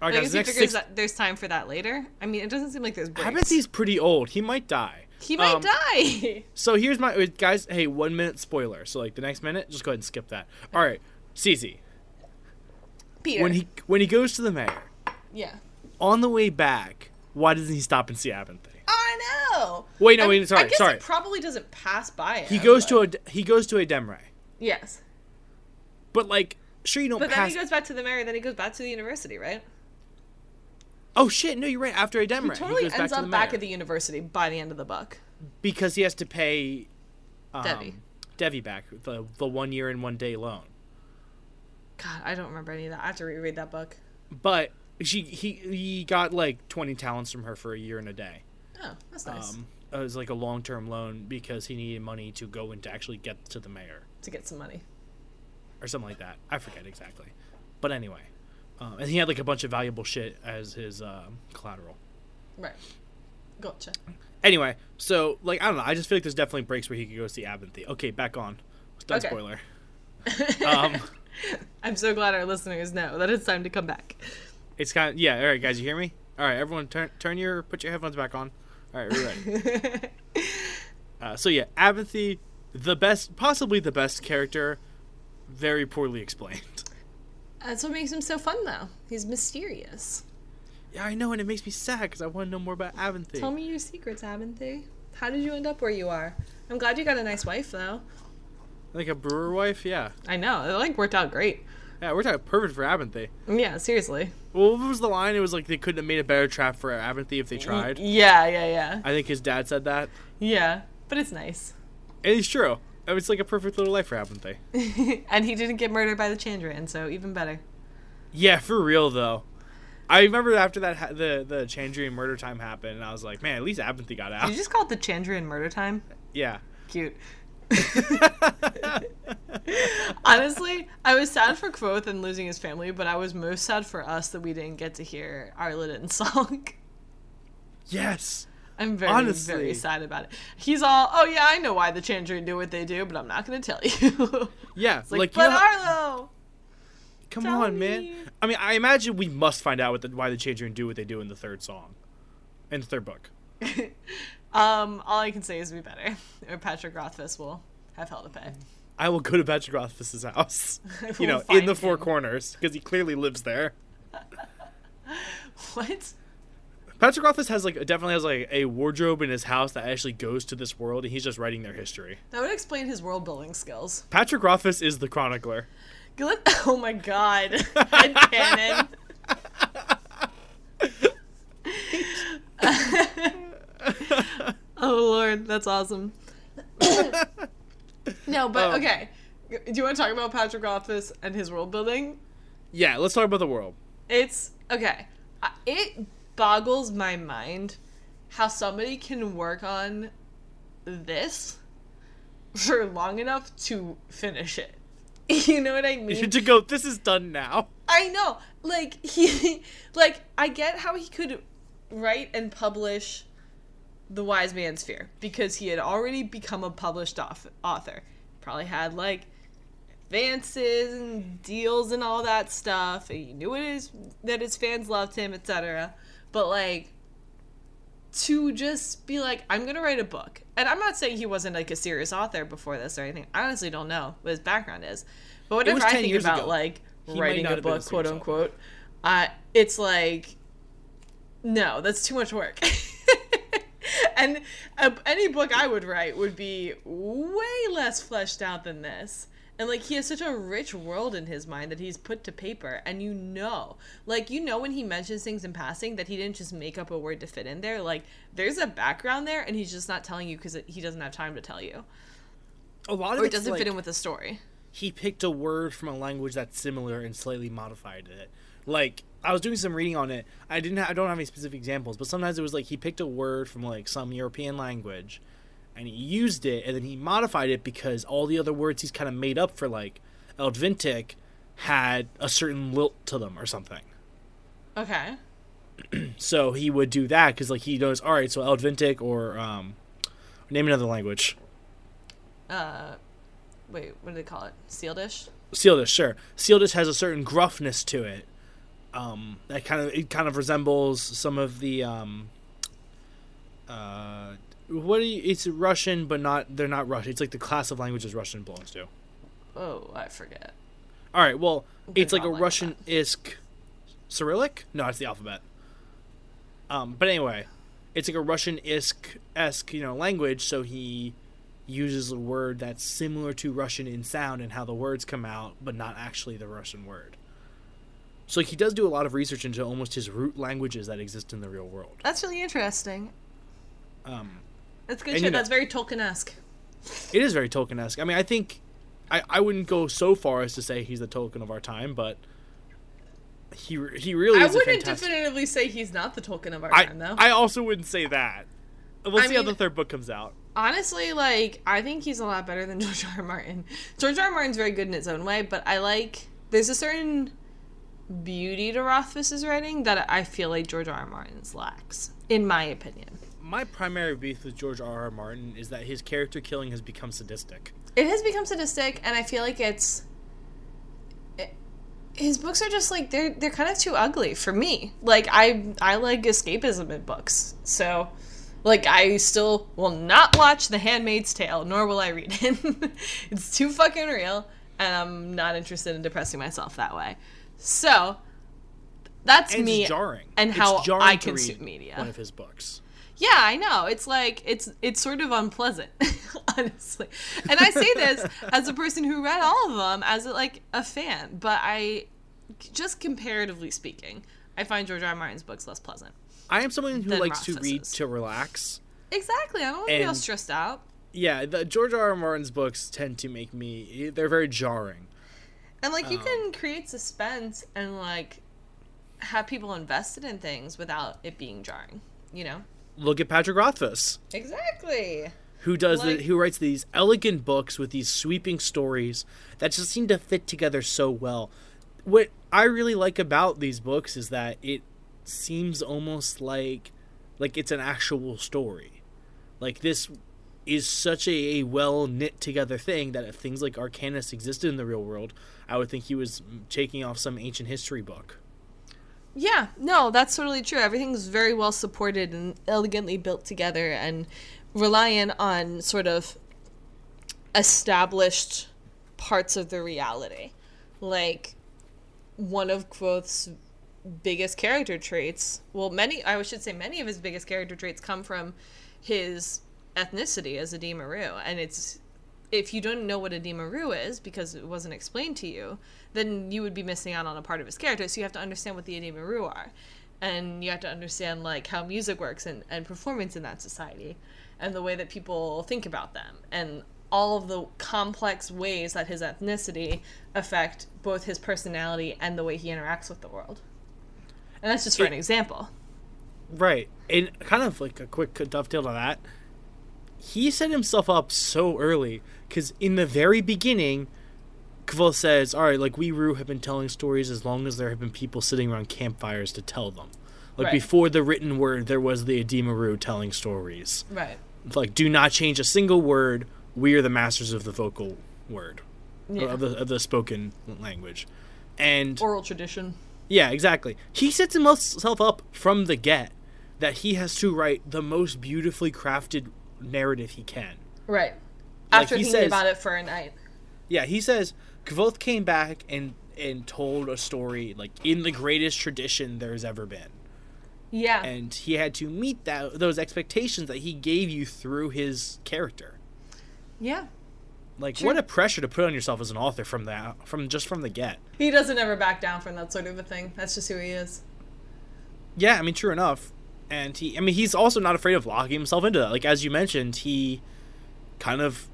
Speaker 3: All
Speaker 2: Like,
Speaker 3: right, guys,
Speaker 2: if he
Speaker 3: next
Speaker 2: figures
Speaker 3: six-
Speaker 2: that there's time for that later, I mean, it doesn't seem like there's breaks.
Speaker 3: Habithy's pretty old. He might die.
Speaker 2: He might
Speaker 3: Um,
Speaker 2: die.
Speaker 3: So here's my wait, guys. Hey, one minute spoiler. So like the next minute, just go ahead and skip that. All right, CZ.
Speaker 2: Peter.
Speaker 3: When he when he goes to the mayor
Speaker 2: yeah.
Speaker 3: on the way back, why doesn't he stop and see Abinthy?
Speaker 2: I know.
Speaker 3: Wait, no,
Speaker 2: I-
Speaker 3: wait, sorry,
Speaker 2: I guess
Speaker 3: sorry.
Speaker 2: He probably doesn't pass by it.
Speaker 3: He goes to a he goes to a Demre,
Speaker 2: yes,
Speaker 3: but like sure you don't
Speaker 2: but then
Speaker 3: pass.
Speaker 2: he goes back to the mayor. Then he goes back to the university, right?
Speaker 3: oh shit! No, you're right. After a Demre, he
Speaker 2: Totally
Speaker 3: goes
Speaker 2: ends
Speaker 3: back
Speaker 2: up
Speaker 3: to the
Speaker 2: back
Speaker 3: mayor
Speaker 2: at the university by the end of the book.
Speaker 3: because he has to pay um,
Speaker 2: Devi.
Speaker 3: Devi back the the one year and one day loan.
Speaker 2: God, I don't remember any of that. I have to reread that book.
Speaker 3: But she he he got like twenty talents from her for a year and a day.
Speaker 2: Oh, that's nice
Speaker 3: um, it was like a long term loan because he needed money to go and to actually get to the mayor
Speaker 2: to get some money.
Speaker 3: or something like that. I forget exactly, but anyway, um, and he had like a bunch of valuable shit as his um, collateral.
Speaker 2: Right. Gotcha.
Speaker 3: Anyway, so like I don't know. I just feel like there's definitely breaks where he could go see Abinthy. Okay, back on. Done
Speaker 2: Okay.
Speaker 3: spoiler. Um,
Speaker 2: I'm so glad our listeners know that it's time to come back.
Speaker 3: it's kind of yeah. All right, guys, you hear me? All right, everyone, turn turn your put your headphones back on. All right, we're ready. Uh, so yeah, Abinthy, the best, possibly the best character, very poorly explained.
Speaker 2: That's what makes him so fun, though. He's mysterious.
Speaker 3: Yeah, I know, and it makes me sad because I want to know more about Aventhy.
Speaker 2: Tell me your secrets, Abinthy. How did you end up where you are? I'm glad you got a nice wife, though.
Speaker 3: Like a brewer wife, yeah,
Speaker 2: I know. It, like, worked out great.
Speaker 3: yeah, we're talking perfect for Aventhy.
Speaker 2: Yeah, seriously.
Speaker 3: Well, what was the line? It was like they couldn't have made a better trap for Aventhy if they tried.
Speaker 2: Yeah, yeah, yeah.
Speaker 3: I think his dad said that,
Speaker 2: Yeah. But it's nice.
Speaker 3: and it's true. I mean, It's like a perfect little life for Aventhy.
Speaker 2: and he didn't get murdered by the Chandran, so even better.
Speaker 3: Yeah, for real though. I remember after that ha- the the Chandrian murder time happened, and I was like, man, at least Aventhy got out.
Speaker 2: Did you just call it the Chandran murder time?
Speaker 3: yeah,
Speaker 2: Cute. Honestly, I was sad for Quoth and losing his family, but I was most sad for us that we didn't get to hear our Lydon song.
Speaker 3: yes.
Speaker 2: I'm very, very
Speaker 3: Honestly.
Speaker 2: sad about it. He's all, oh yeah, I know why the Chandrine do what they do, but I'm not gonna tell you.
Speaker 3: Yeah.
Speaker 2: It's like,
Speaker 3: Like, you
Speaker 2: but
Speaker 3: know-
Speaker 2: Arlo.
Speaker 3: come
Speaker 2: tell
Speaker 3: on,
Speaker 2: me."
Speaker 3: man. I mean, I imagine we must find out what the, why the Changeling do what they do in the third song, in the third book.
Speaker 2: Um, all I can say is be better, or Patrick Rothfuss will have hell to pay.
Speaker 3: I will go to Patrick Rothfuss's house,
Speaker 2: will
Speaker 3: you know, in
Speaker 2: find
Speaker 3: the Four
Speaker 2: him.
Speaker 3: Corners, because he clearly lives there.
Speaker 2: What?
Speaker 3: Patrick Rothfuss has like definitely has like a wardrobe in his house that actually goes to this world, and he's just writing their history.
Speaker 2: That would explain his world building skills.
Speaker 3: Patrick Rothfuss is the chronicler.
Speaker 2: Gil- Oh my god. Headcanon. oh lord, that's awesome. no, but
Speaker 3: Oh.
Speaker 2: okay. Do you want to talk about Patrick Rothfuss and his world building?
Speaker 3: Yeah, let's talk about the world.
Speaker 2: It's okay. I- It boggles my mind how somebody can work on this for long enough to finish it. You know what I mean?
Speaker 3: to go, this is done now.
Speaker 2: I know. Like he like I get how he could write and publish The Wise Man's Fear because he had already become a published auth- author. Probably had like advances and deals and all that stuff. And he knew it is that his fans loved him, etc. But like to just be like, I'm gonna write a book. And I'm not saying he wasn't like a serious author before this or anything. I honestly don't know what his background is. But whatever
Speaker 3: was
Speaker 2: I
Speaker 3: 10
Speaker 2: think
Speaker 3: years
Speaker 2: about
Speaker 3: ago.
Speaker 2: like
Speaker 3: He might
Speaker 2: writing
Speaker 3: not
Speaker 2: a
Speaker 3: have been a
Speaker 2: book, quote
Speaker 3: serious author.
Speaker 2: unquote, uh, it's like no, that's too much work. and uh, any book I would write would be way less fleshed out than this. And like he has such a rich world in his mind that he's put to paper, and you know, like you know when he mentions things in passing that he didn't just make up a word to fit in there. Like there's a background there, and he's just not telling you because he doesn't have time to tell you,
Speaker 3: A lot of
Speaker 2: or it
Speaker 3: it's
Speaker 2: doesn't
Speaker 3: like,
Speaker 2: fit in with the story.
Speaker 3: he picked a word from a language that's similar and slightly modified it. Like I was doing some reading on it. I didn't. Ha- I don't have any specific examples, but sometimes it was like he picked a word from like some European language, and he used it, and then he modified it because all the other words he's kind of made up for like Eldvintic had a certain lilt to them or something.
Speaker 2: Okay.
Speaker 3: So he would do that because like he knows. All right, so Eldvintic or um, name another language.
Speaker 2: Uh, wait, what do they call it? Seal dish.
Speaker 3: seal dish sure seal dish has a certain gruffness to it um that kind of it kind of resembles some of the um uh what do you, it's russian but not they're not russian it's like the class of languages russian belongs to all
Speaker 2: Oh, I forget.
Speaker 3: right well it's
Speaker 2: not
Speaker 3: like a
Speaker 2: like
Speaker 3: russian isk cyrillic no it's the alphabet um but anyway it's like a russian isk esque you know language so he uses a word that's similar to Russian in sound and how the words come out, but not actually the Russian word. So he does do a lot of research into almost his root languages that exist in the real world.
Speaker 2: That's really interesting.
Speaker 3: Um,
Speaker 2: That's good
Speaker 3: And,
Speaker 2: shit.
Speaker 3: you know-
Speaker 2: That's very Tolkien-esque.
Speaker 3: it is very Tolkien-esque. I mean, I think I, I wouldn't go so far as to say he's the Tolkien of our time, but he re- he really
Speaker 2: I
Speaker 3: is a
Speaker 2: wouldn't
Speaker 3: fantastic.
Speaker 2: definitively say he's not the Tolkien of our
Speaker 3: I
Speaker 2: time, though.
Speaker 3: I also wouldn't say that. We'll
Speaker 2: I
Speaker 3: see how
Speaker 2: mean-
Speaker 3: the third book comes out.
Speaker 2: Honestly, like I think he's a lot better than George R. R. Martin. George R. R. Martin's very good in his own way, but I like there's a certain beauty to Rothfuss's writing that I feel like George R. R. Martin's lacks, in my opinion.
Speaker 3: My primary beef with George R. R. Martin is that his character killing has become sadistic.
Speaker 2: it has become sadistic and i feel like it's it- his books are just like they're they're kind of too ugly for me like i i like escapism in books so like i still will not watch the handmaid's tale nor will i read it it's too fucking real and i'm not interested in depressing myself that way so that's
Speaker 3: and
Speaker 2: me
Speaker 3: it's jarring
Speaker 2: and
Speaker 3: It's
Speaker 2: how
Speaker 3: jarring
Speaker 2: i
Speaker 3: to read
Speaker 2: consume media
Speaker 3: one of his books
Speaker 2: yeah, I know. It's like it's it's sort of unpleasant, honestly. And I say this as a person who read all of them, as like a fan. But I, just comparatively speaking, I find George R. R. Martin's books less pleasant.
Speaker 3: i am someone who
Speaker 2: Than
Speaker 3: likes to
Speaker 2: Rothfuss's.
Speaker 3: read to relax
Speaker 2: Exactly. I don't want to be all
Speaker 3: And-
Speaker 2: stressed out.
Speaker 3: yeah the george r r martin's books tend to make me they're very jarring
Speaker 2: And like you can create suspense and like have people invested in things without it being jarring. You know.
Speaker 3: look at patrick rothfuss
Speaker 2: Exactly.
Speaker 3: who does
Speaker 2: Like-
Speaker 3: the, who writes these elegant books with these sweeping stories that just seem to fit together so well. What I really like about these books is that it seems almost like like it's an actual story. Like this is such a, a well knit together thing that if things like Arcanus existed in the real world, I would think he was taking off some ancient history book.
Speaker 2: Yeah, no, that's totally true. Everything's very well supported and elegantly built together and relying on sort of established parts of the reality. Like one of Quoth's biggest character traits, well, many, I should say, many of his biggest character traits come from his ethnicity as a Demaru. And it's, if you don't know what a Demaru is because it wasn't explained to you, then you would be missing out on a part of his character. So you have to understand what the Adimaru are. And you have to understand like how music works and, and performance in that society and the way that people think about them and all of the complex ways that his ethnicity affect both his personality and the way he interacts with the world. And that's just for an example.
Speaker 3: Right. And kind of like a quick dovetail to that, he set himself up so early because in the very beginning, Kvothe says, All right, like we Rue have been telling stories as long as there have been people sitting around campfires to tell them. Like
Speaker 2: Right.
Speaker 3: before the written word, there was the Adimaru telling stories.
Speaker 2: Right.
Speaker 3: Like, do not change a single word. We are the masters of the vocal word, or
Speaker 2: Yeah.
Speaker 3: of, the, of the spoken language. And
Speaker 2: Oral tradition.
Speaker 3: yeah, exactly. He sets himself up from the get that he has to write the most beautifully crafted narrative he can.
Speaker 2: Right.
Speaker 3: Like,
Speaker 2: After
Speaker 3: he
Speaker 2: thinking
Speaker 3: says-
Speaker 2: about it for a night.
Speaker 3: Yeah, he says Kvoth came back and and told a story like in the greatest tradition there's ever been.
Speaker 2: Yeah.
Speaker 3: And he had to meet that those expectations that he gave you through his character.
Speaker 2: yeah.
Speaker 3: Like
Speaker 2: Sure.
Speaker 3: what a pressure to put on yourself as an author from that from just from the get.
Speaker 2: He doesn't ever back down from that sort of a thing. That's just who he is.
Speaker 3: Yeah, I mean, true enough. And he, I mean, he's also not afraid of locking himself into that. Like as you mentioned, he kind of,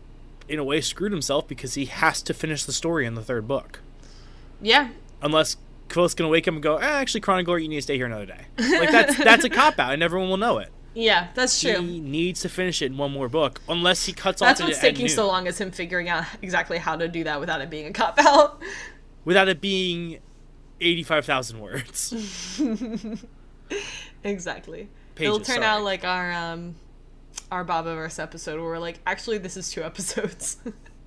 Speaker 3: in a way, screwed himself because he has to finish the story in the third book,
Speaker 2: Yeah.
Speaker 3: unless Quill's gonna wake him and go, "Ah, "Actually, Chronicler, you need to stay here another day." Like that's that's a cop out, and everyone will know it.
Speaker 2: Yeah, that's true.
Speaker 3: He needs to finish it in one more book, unless he cuts
Speaker 2: That's
Speaker 3: off.
Speaker 2: what's
Speaker 3: at- at
Speaker 2: taking
Speaker 3: noon.
Speaker 2: so long is him figuring out exactly how to do that without it being a cop out.
Speaker 3: without it being eighty-five thousand words.
Speaker 2: exactly.
Speaker 3: Pages,
Speaker 2: It'll turn
Speaker 3: sorry.
Speaker 2: out like our um our Bobaverse episode where we're like, actually this is two episodes.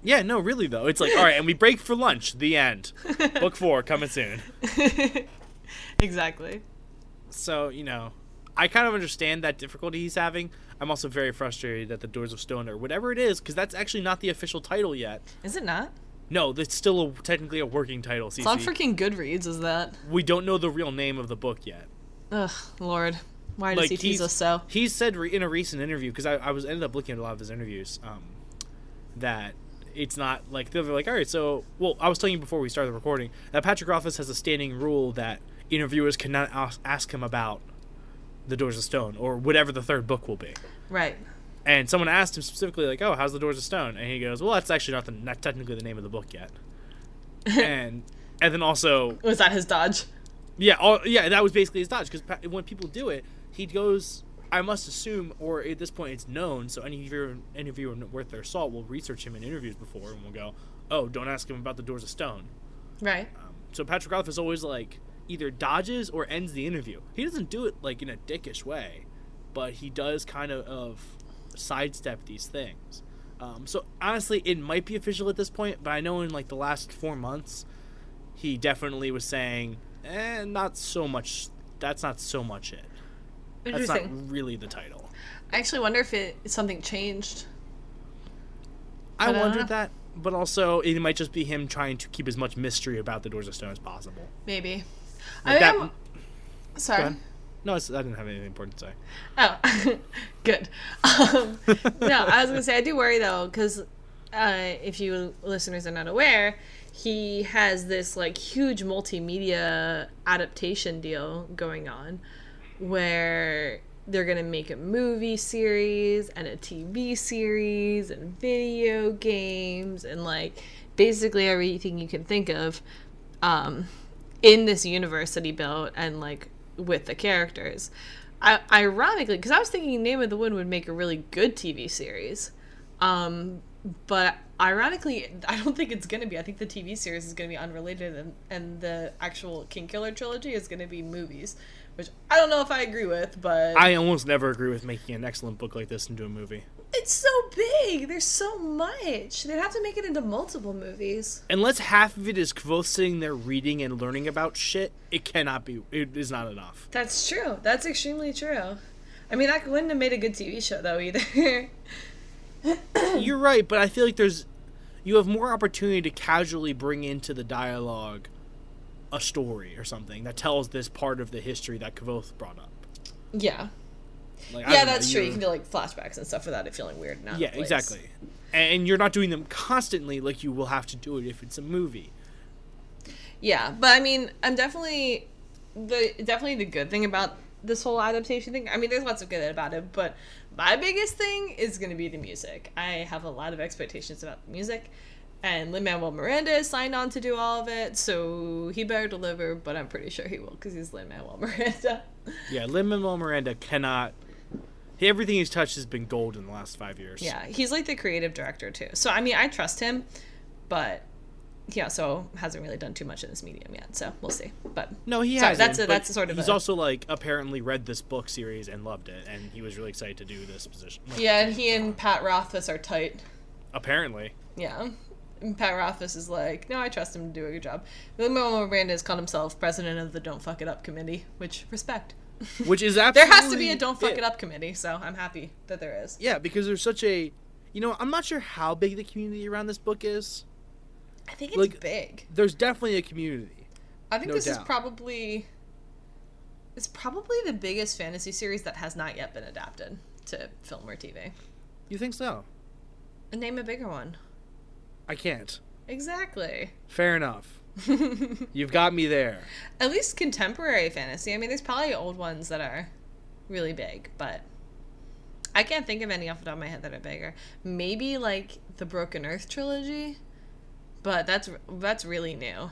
Speaker 3: yeah, no, really though, it's like all right, and we break for lunch. The end. Book four coming soon.
Speaker 2: exactly.
Speaker 3: So, you know, I kind of understand that difficulty he's having. I'm also very frustrated that the Doors of Stone or whatever it is, because that's actually not the official title yet.
Speaker 2: Is it not?
Speaker 3: No, that's still a, technically a working title.
Speaker 2: It's on
Speaker 3: CC.
Speaker 2: freaking Goodreads, is that?
Speaker 3: we don't know the real name of the book yet.
Speaker 2: Ugh, Lord. Why does
Speaker 3: Like,
Speaker 2: he tease
Speaker 3: he's-
Speaker 2: us so?
Speaker 3: He said re- in a recent interview, because I, I was ended up looking at a lot of his interviews, um, that it's not like they're like, all right, so well, I was telling you before we started the recording that Patrick Rothfuss has a standing rule that interviewers cannot ask, ask him about the Doors of Stone or whatever the third book will be.
Speaker 2: Right.
Speaker 3: And someone asked him specifically, like, "Oh, how's the Doors of Stone?" And he goes, "Well, that's actually not the not technically the name of the book yet." and and then also,
Speaker 2: Was that his dodge?
Speaker 3: yeah, all, yeah, that was basically his dodge because when people do it, he goes, "I must assume," or at this point, it's known. So any interviewer, any interviewer worth their salt will research him in interviews before and will go, "Oh, don't ask him about the Doors of Stone."
Speaker 2: Right.
Speaker 3: Um, so Patrick Roth is always like either dodges or ends the interview. He doesn't do it like in a dickish way, but he does kind of, of sidestep these things. Um, so honestly, it might be official at this point, but I know in like the last four months, he definitely was saying, "Eh, not so much. That's not so much it. That's
Speaker 2: Interesting.
Speaker 3: not really the title."
Speaker 2: I actually wonder if it something changed.
Speaker 3: I
Speaker 2: But I don't
Speaker 3: wondered
Speaker 2: know.
Speaker 3: that, but also it might just be him trying to keep as much mystery about the Doors of Stone as possible.
Speaker 2: Maybe.
Speaker 3: Like
Speaker 2: I
Speaker 3: that.
Speaker 2: mean, I'm- sorry.
Speaker 3: ahead. No, it's, I didn't have anything important to say.
Speaker 2: Oh, good. Um, no, I was gonna say I do worry though, because uh, if you listeners are not aware, he has this like huge multimedia adaptation deal going on, where they're gonna make a movie series and a TV series and video games and like basically everything you can think of. Um, in this universe that he built and like with the characters. I, ironically, because I was thinking Name of the Wind would make a really good TV series, Um, but ironically, I don't think it's going to be. I think the TV series is going to be unrelated, and, and the actual King Killer trilogy is going to be movies, which I don't know if I agree with, but
Speaker 3: I almost never agree with making an excellent book like this into a movie.
Speaker 2: it's so big. There's so much. They'd have to make it into multiple movies.
Speaker 3: Unless half of it is Kvoth sitting there reading and learning about shit, it cannot be. It is not enough.
Speaker 2: That's true. That's extremely true. I mean, that wouldn't have made a good TV show, though, either.
Speaker 3: You're right, but I feel like there's. You have more opportunity to casually bring into the dialogue a story or something that tells this part of the history that Kvoth brought up.
Speaker 2: yeah.
Speaker 3: Like, I
Speaker 2: Yeah,
Speaker 3: don't know,
Speaker 2: that's true. You
Speaker 3: you're-
Speaker 2: can do, like, flashbacks and stuff without it feeling weird. and out of
Speaker 3: Yeah,
Speaker 2: place.
Speaker 3: exactly. And you're not doing them constantly like you will have to do it if it's a movie.
Speaker 2: Yeah, but I mean, I'm definitely the definitely the good thing about this whole adaptation thing. I mean, there's lots of good about it, but my biggest thing is going to be the music. I have a lot of expectations about the music, and Lin Manuel Miranda is signed on to do all of it, so he better deliver. But I'm pretty sure he will because he's Lin Manuel Miranda.
Speaker 3: Yeah, Lin Manuel Miranda cannot. Everything he's touched has been gold in the last five years.
Speaker 2: yeah, he's like the creative director too. So I mean, I trust him, but he also hasn't really done too much in this medium yet. So we'll see. But
Speaker 3: No, he
Speaker 2: Sorry,
Speaker 3: has.
Speaker 2: that's a- that's a sort of
Speaker 3: He's
Speaker 2: a-
Speaker 3: also like apparently read this book series and loved it, and he was really excited to do this position. Like,
Speaker 2: yeah, and he and Pat Rothfuss are tight.
Speaker 3: Apparently,
Speaker 2: Yeah. And Pat Rothfuss is like, no, I trust him to do a good job. Lin Manuel Miranda has called himself president of the Don't Fuck It Up committee, which respect.
Speaker 3: which is absolutely
Speaker 2: There has to be a Don't Fuck It Up committee, so I'm happy that there is.
Speaker 3: Yeah, because there's such a, you know, I'm not sure how big the community around this book is.
Speaker 2: I think it's
Speaker 3: Like-
Speaker 2: big.
Speaker 3: There's definitely a community.
Speaker 2: I think
Speaker 3: no
Speaker 2: this is
Speaker 3: doubt.
Speaker 2: probably it's probably the biggest fantasy series that has not yet been adapted to film or TV.
Speaker 3: You think so?
Speaker 2: Name a bigger one.
Speaker 3: I can't.
Speaker 2: Exactly.
Speaker 3: Fair enough. You've got me there.
Speaker 2: At least contemporary fantasy. I mean, there's probably old ones that are really big, but I can't think of any off the top of my head that are bigger. Maybe like the Broken Earth trilogy, but that's that's really new.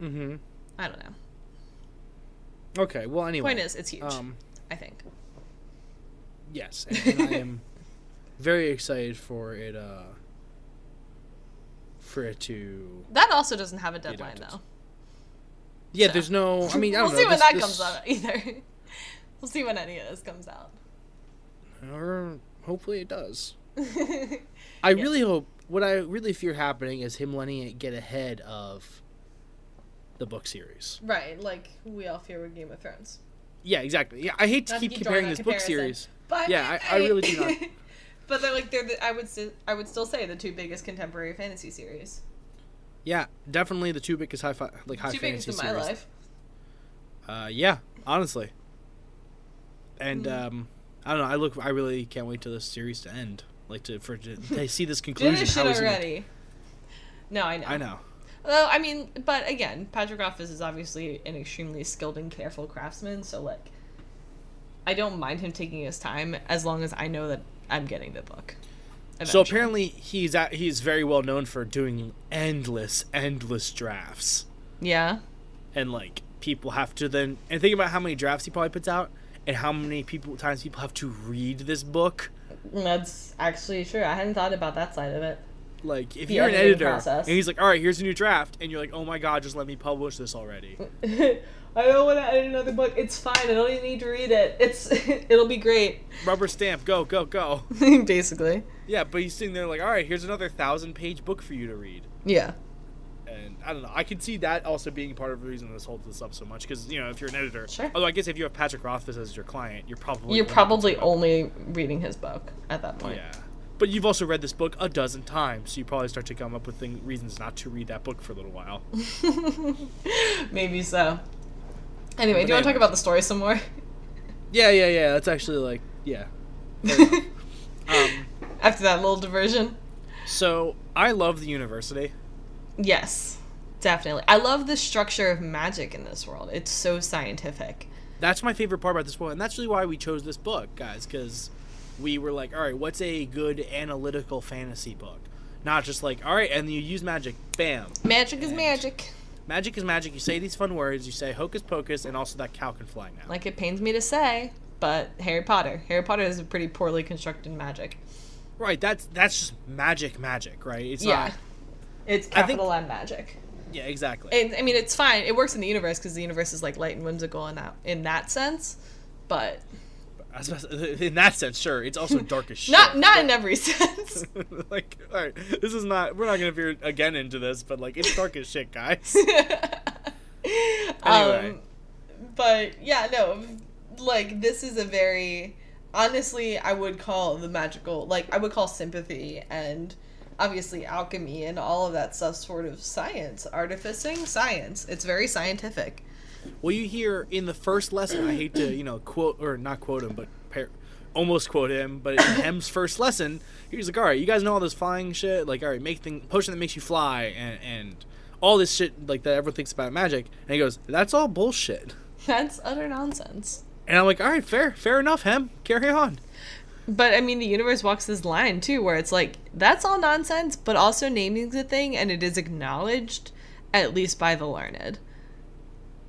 Speaker 3: Mm-hmm.
Speaker 2: I don't know.
Speaker 3: Okay. Well, anyway.
Speaker 2: Point is, it's huge.
Speaker 3: um,
Speaker 2: I think.
Speaker 3: yes, and, and I am very excited for it. Uh, for it to.
Speaker 2: That also doesn't have a deadline
Speaker 3: adapted.
Speaker 2: though.
Speaker 3: Yeah, there's no. I mean, I
Speaker 2: we'll
Speaker 3: don't know.
Speaker 2: see when
Speaker 3: this-
Speaker 2: that
Speaker 3: this-
Speaker 2: comes out either. we'll see when any of this comes out.
Speaker 3: Or hopefully it does. I really hope. What I really fear happening is him letting it get ahead of the book series.
Speaker 2: right, like we all fear with Game of Thrones.
Speaker 3: Yeah, exactly. Yeah, I hate to
Speaker 2: Not
Speaker 3: keep
Speaker 2: keep drawing
Speaker 3: comparing
Speaker 2: that
Speaker 3: this book
Speaker 2: comparison.
Speaker 3: series.
Speaker 2: But
Speaker 3: Yeah, I- I really do not-
Speaker 2: but they're like they're the, I would s- I would still say the two biggest contemporary fantasy series.
Speaker 3: Yeah, definitely the two biggest high fi- like high
Speaker 2: two biggest
Speaker 3: fantasy
Speaker 2: in my
Speaker 3: series.
Speaker 2: life.
Speaker 3: Uh, yeah, honestly.
Speaker 2: Mm.
Speaker 3: And um, I don't know. I look. I really can't wait till this series to end. Like to for to, to see this conclusion.
Speaker 2: Did this shit
Speaker 3: How is it-
Speaker 2: already. No, I know.
Speaker 3: I know.
Speaker 2: Well, I mean, but again, Patrick Rothfuss is obviously an extremely skilled and careful craftsman, so like, I don't mind him taking his time as long as I know that I'm getting the book.
Speaker 3: So
Speaker 2: eventually.
Speaker 3: apparently he's at, he's very well known for doing endless, endless drafts,
Speaker 2: yeah.
Speaker 3: and like people have to then and think about how many drafts he probably puts out and how many people times people have to read this book.
Speaker 2: That's actually true. I hadn't thought about that side of it.
Speaker 3: Like if
Speaker 2: The
Speaker 3: you're an
Speaker 2: editing
Speaker 3: editor
Speaker 2: process.
Speaker 3: and he's like, all right, here's a new draft, and you're like, oh my god, just let me publish this already.
Speaker 2: I don't want to edit another book. It's fine. I don't even need to read it. It's it'll be great.
Speaker 3: Rubber stamp, go go go.
Speaker 2: Basically.
Speaker 3: yeah, but he's sitting there like, all right, here's another thousand page book for you to read.
Speaker 2: Yeah.
Speaker 3: and I don't know. I could see that also being part of the reason this holds this up so much because you know if you're an editor,
Speaker 2: Sure.
Speaker 3: although I guess if you have Patrick Rothfuss as your client, you're probably
Speaker 2: You're
Speaker 3: gonna
Speaker 2: probably
Speaker 3: pick it up.
Speaker 2: only reading his book at that point.
Speaker 3: yeah. But you've also read this book a dozen times, so you probably start to come up with thing, reasons not to read that book for a little while.
Speaker 2: Maybe so. Anyway, do you want to
Speaker 3: anyway.
Speaker 2: talk about the story some more?
Speaker 3: yeah, yeah, yeah. That's actually like yeah. Um,
Speaker 2: After that little diversion?
Speaker 3: so I love the university.
Speaker 2: Yes. Definitely. I love the structure of magic in this world. It's so scientific.
Speaker 3: That's my favorite part about this book, and that's really why we chose this book, guys, because we were like, all right, what's a good analytical fantasy book? Not just like, all right, and you use magic, bam.
Speaker 2: Magic is
Speaker 3: And-
Speaker 2: magic.
Speaker 3: Magic is magic. You say these fun words. You say hocus pocus, and also that cow can fly now.
Speaker 2: Like it pains me to say, but Harry Potter. Harry Potter is a pretty poorly constructed magic.
Speaker 3: Right. That's that's just magic, magic. Right. It's
Speaker 2: yeah.
Speaker 3: not.
Speaker 2: It's
Speaker 3: I think-
Speaker 2: capital M magic.
Speaker 3: Yeah. Exactly.
Speaker 2: And I mean, it's fine. It works in the universe because the universe is like light and whimsical in that in that sense, but
Speaker 3: I suppose- in that sense, sure. It's also dark as shit.
Speaker 2: not not in every sense.
Speaker 3: like, all right, this is not. We're not gonna veer again into this, but like, it's dark as shit, guys. Anyway.
Speaker 2: Um, but yeah, no, like this is a very honestly, I would call the magical like I would call sympathy and obviously alchemy and all of that stuff sort of science, artificing science. It's very scientific.
Speaker 3: Well, you hear in the first lesson, I hate to, you know, quote, or not quote him, but par- almost quote him, but in M's first lesson, he's like, all right, you guys know all this flying shit? Like, all right, make thing, potion that makes you fly, and, and all this shit, like, that everyone thinks about magic. And he goes, that's all bullshit.
Speaker 2: That's utter nonsense.
Speaker 3: And I'm like, all right, fair, fair enough, Hem, carry on.
Speaker 2: But I mean, the universe walks this line too, where it's like that's all nonsense, but also naming's a thing, and it is acknowledged, at least by the learned.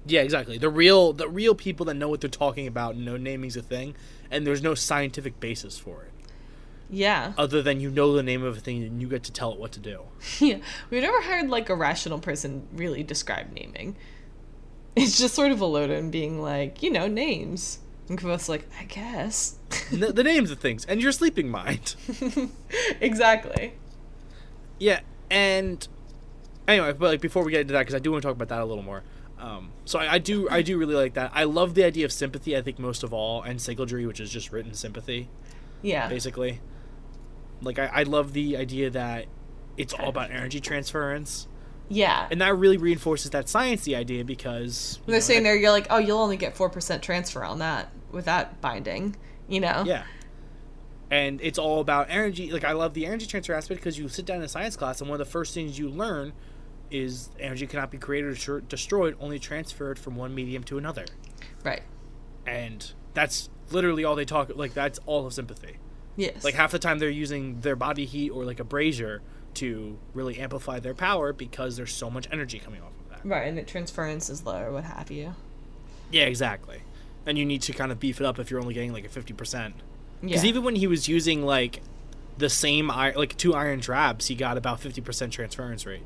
Speaker 3: Yeah, exactly. The real, the real people that know what they're talking about know naming's a thing, and there's no scientific basis for it,
Speaker 2: Yeah,
Speaker 3: other than you know the name of a thing and you get to tell it what to do.
Speaker 2: yeah. We've never heard like a rational person really describe naming. It's just sort of a load in being like, you know, names. And Kvot's like, I guess.
Speaker 3: the, the names of things and your sleeping mind.
Speaker 2: exactly.
Speaker 3: Yeah, and anyway, but like before we get into that, because I do want to talk about that a little more. Um, so I, I do, I do really like that. I love the idea of sympathy. I think most of all, and sigilgery, which is just written sympathy,
Speaker 2: Yeah.
Speaker 3: basically. Like I, I love the idea that it's all about energy transference,
Speaker 2: Yeah.
Speaker 3: and that really reinforces that sciencey idea because you
Speaker 2: They're
Speaker 3: know,
Speaker 2: saying
Speaker 3: I-
Speaker 2: there, you're like, oh, you'll only get 4% transfer on that without binding, you know?
Speaker 3: yeah. And it's all about energy. Like I love the energy transfer aspect because you sit down in science class, and one of the first things you learn is energy cannot be created or tr- destroyed, only transferred from one medium to another.
Speaker 2: Right.
Speaker 3: And that's literally all they talk. Like that's all of sympathy.
Speaker 2: Yes.
Speaker 3: Like half the time they're using their body heat or like a brazier to really amplify their power because there's so much energy coming off of that.
Speaker 2: Right, and it transference is low, what have you.
Speaker 3: Yeah, exactly. And you need to kind of beef it up if you're only getting like a fifty percent.
Speaker 2: Yeah.
Speaker 3: Because even when he was using like the same ir- like two iron traps, he got about fifty percent transference rate.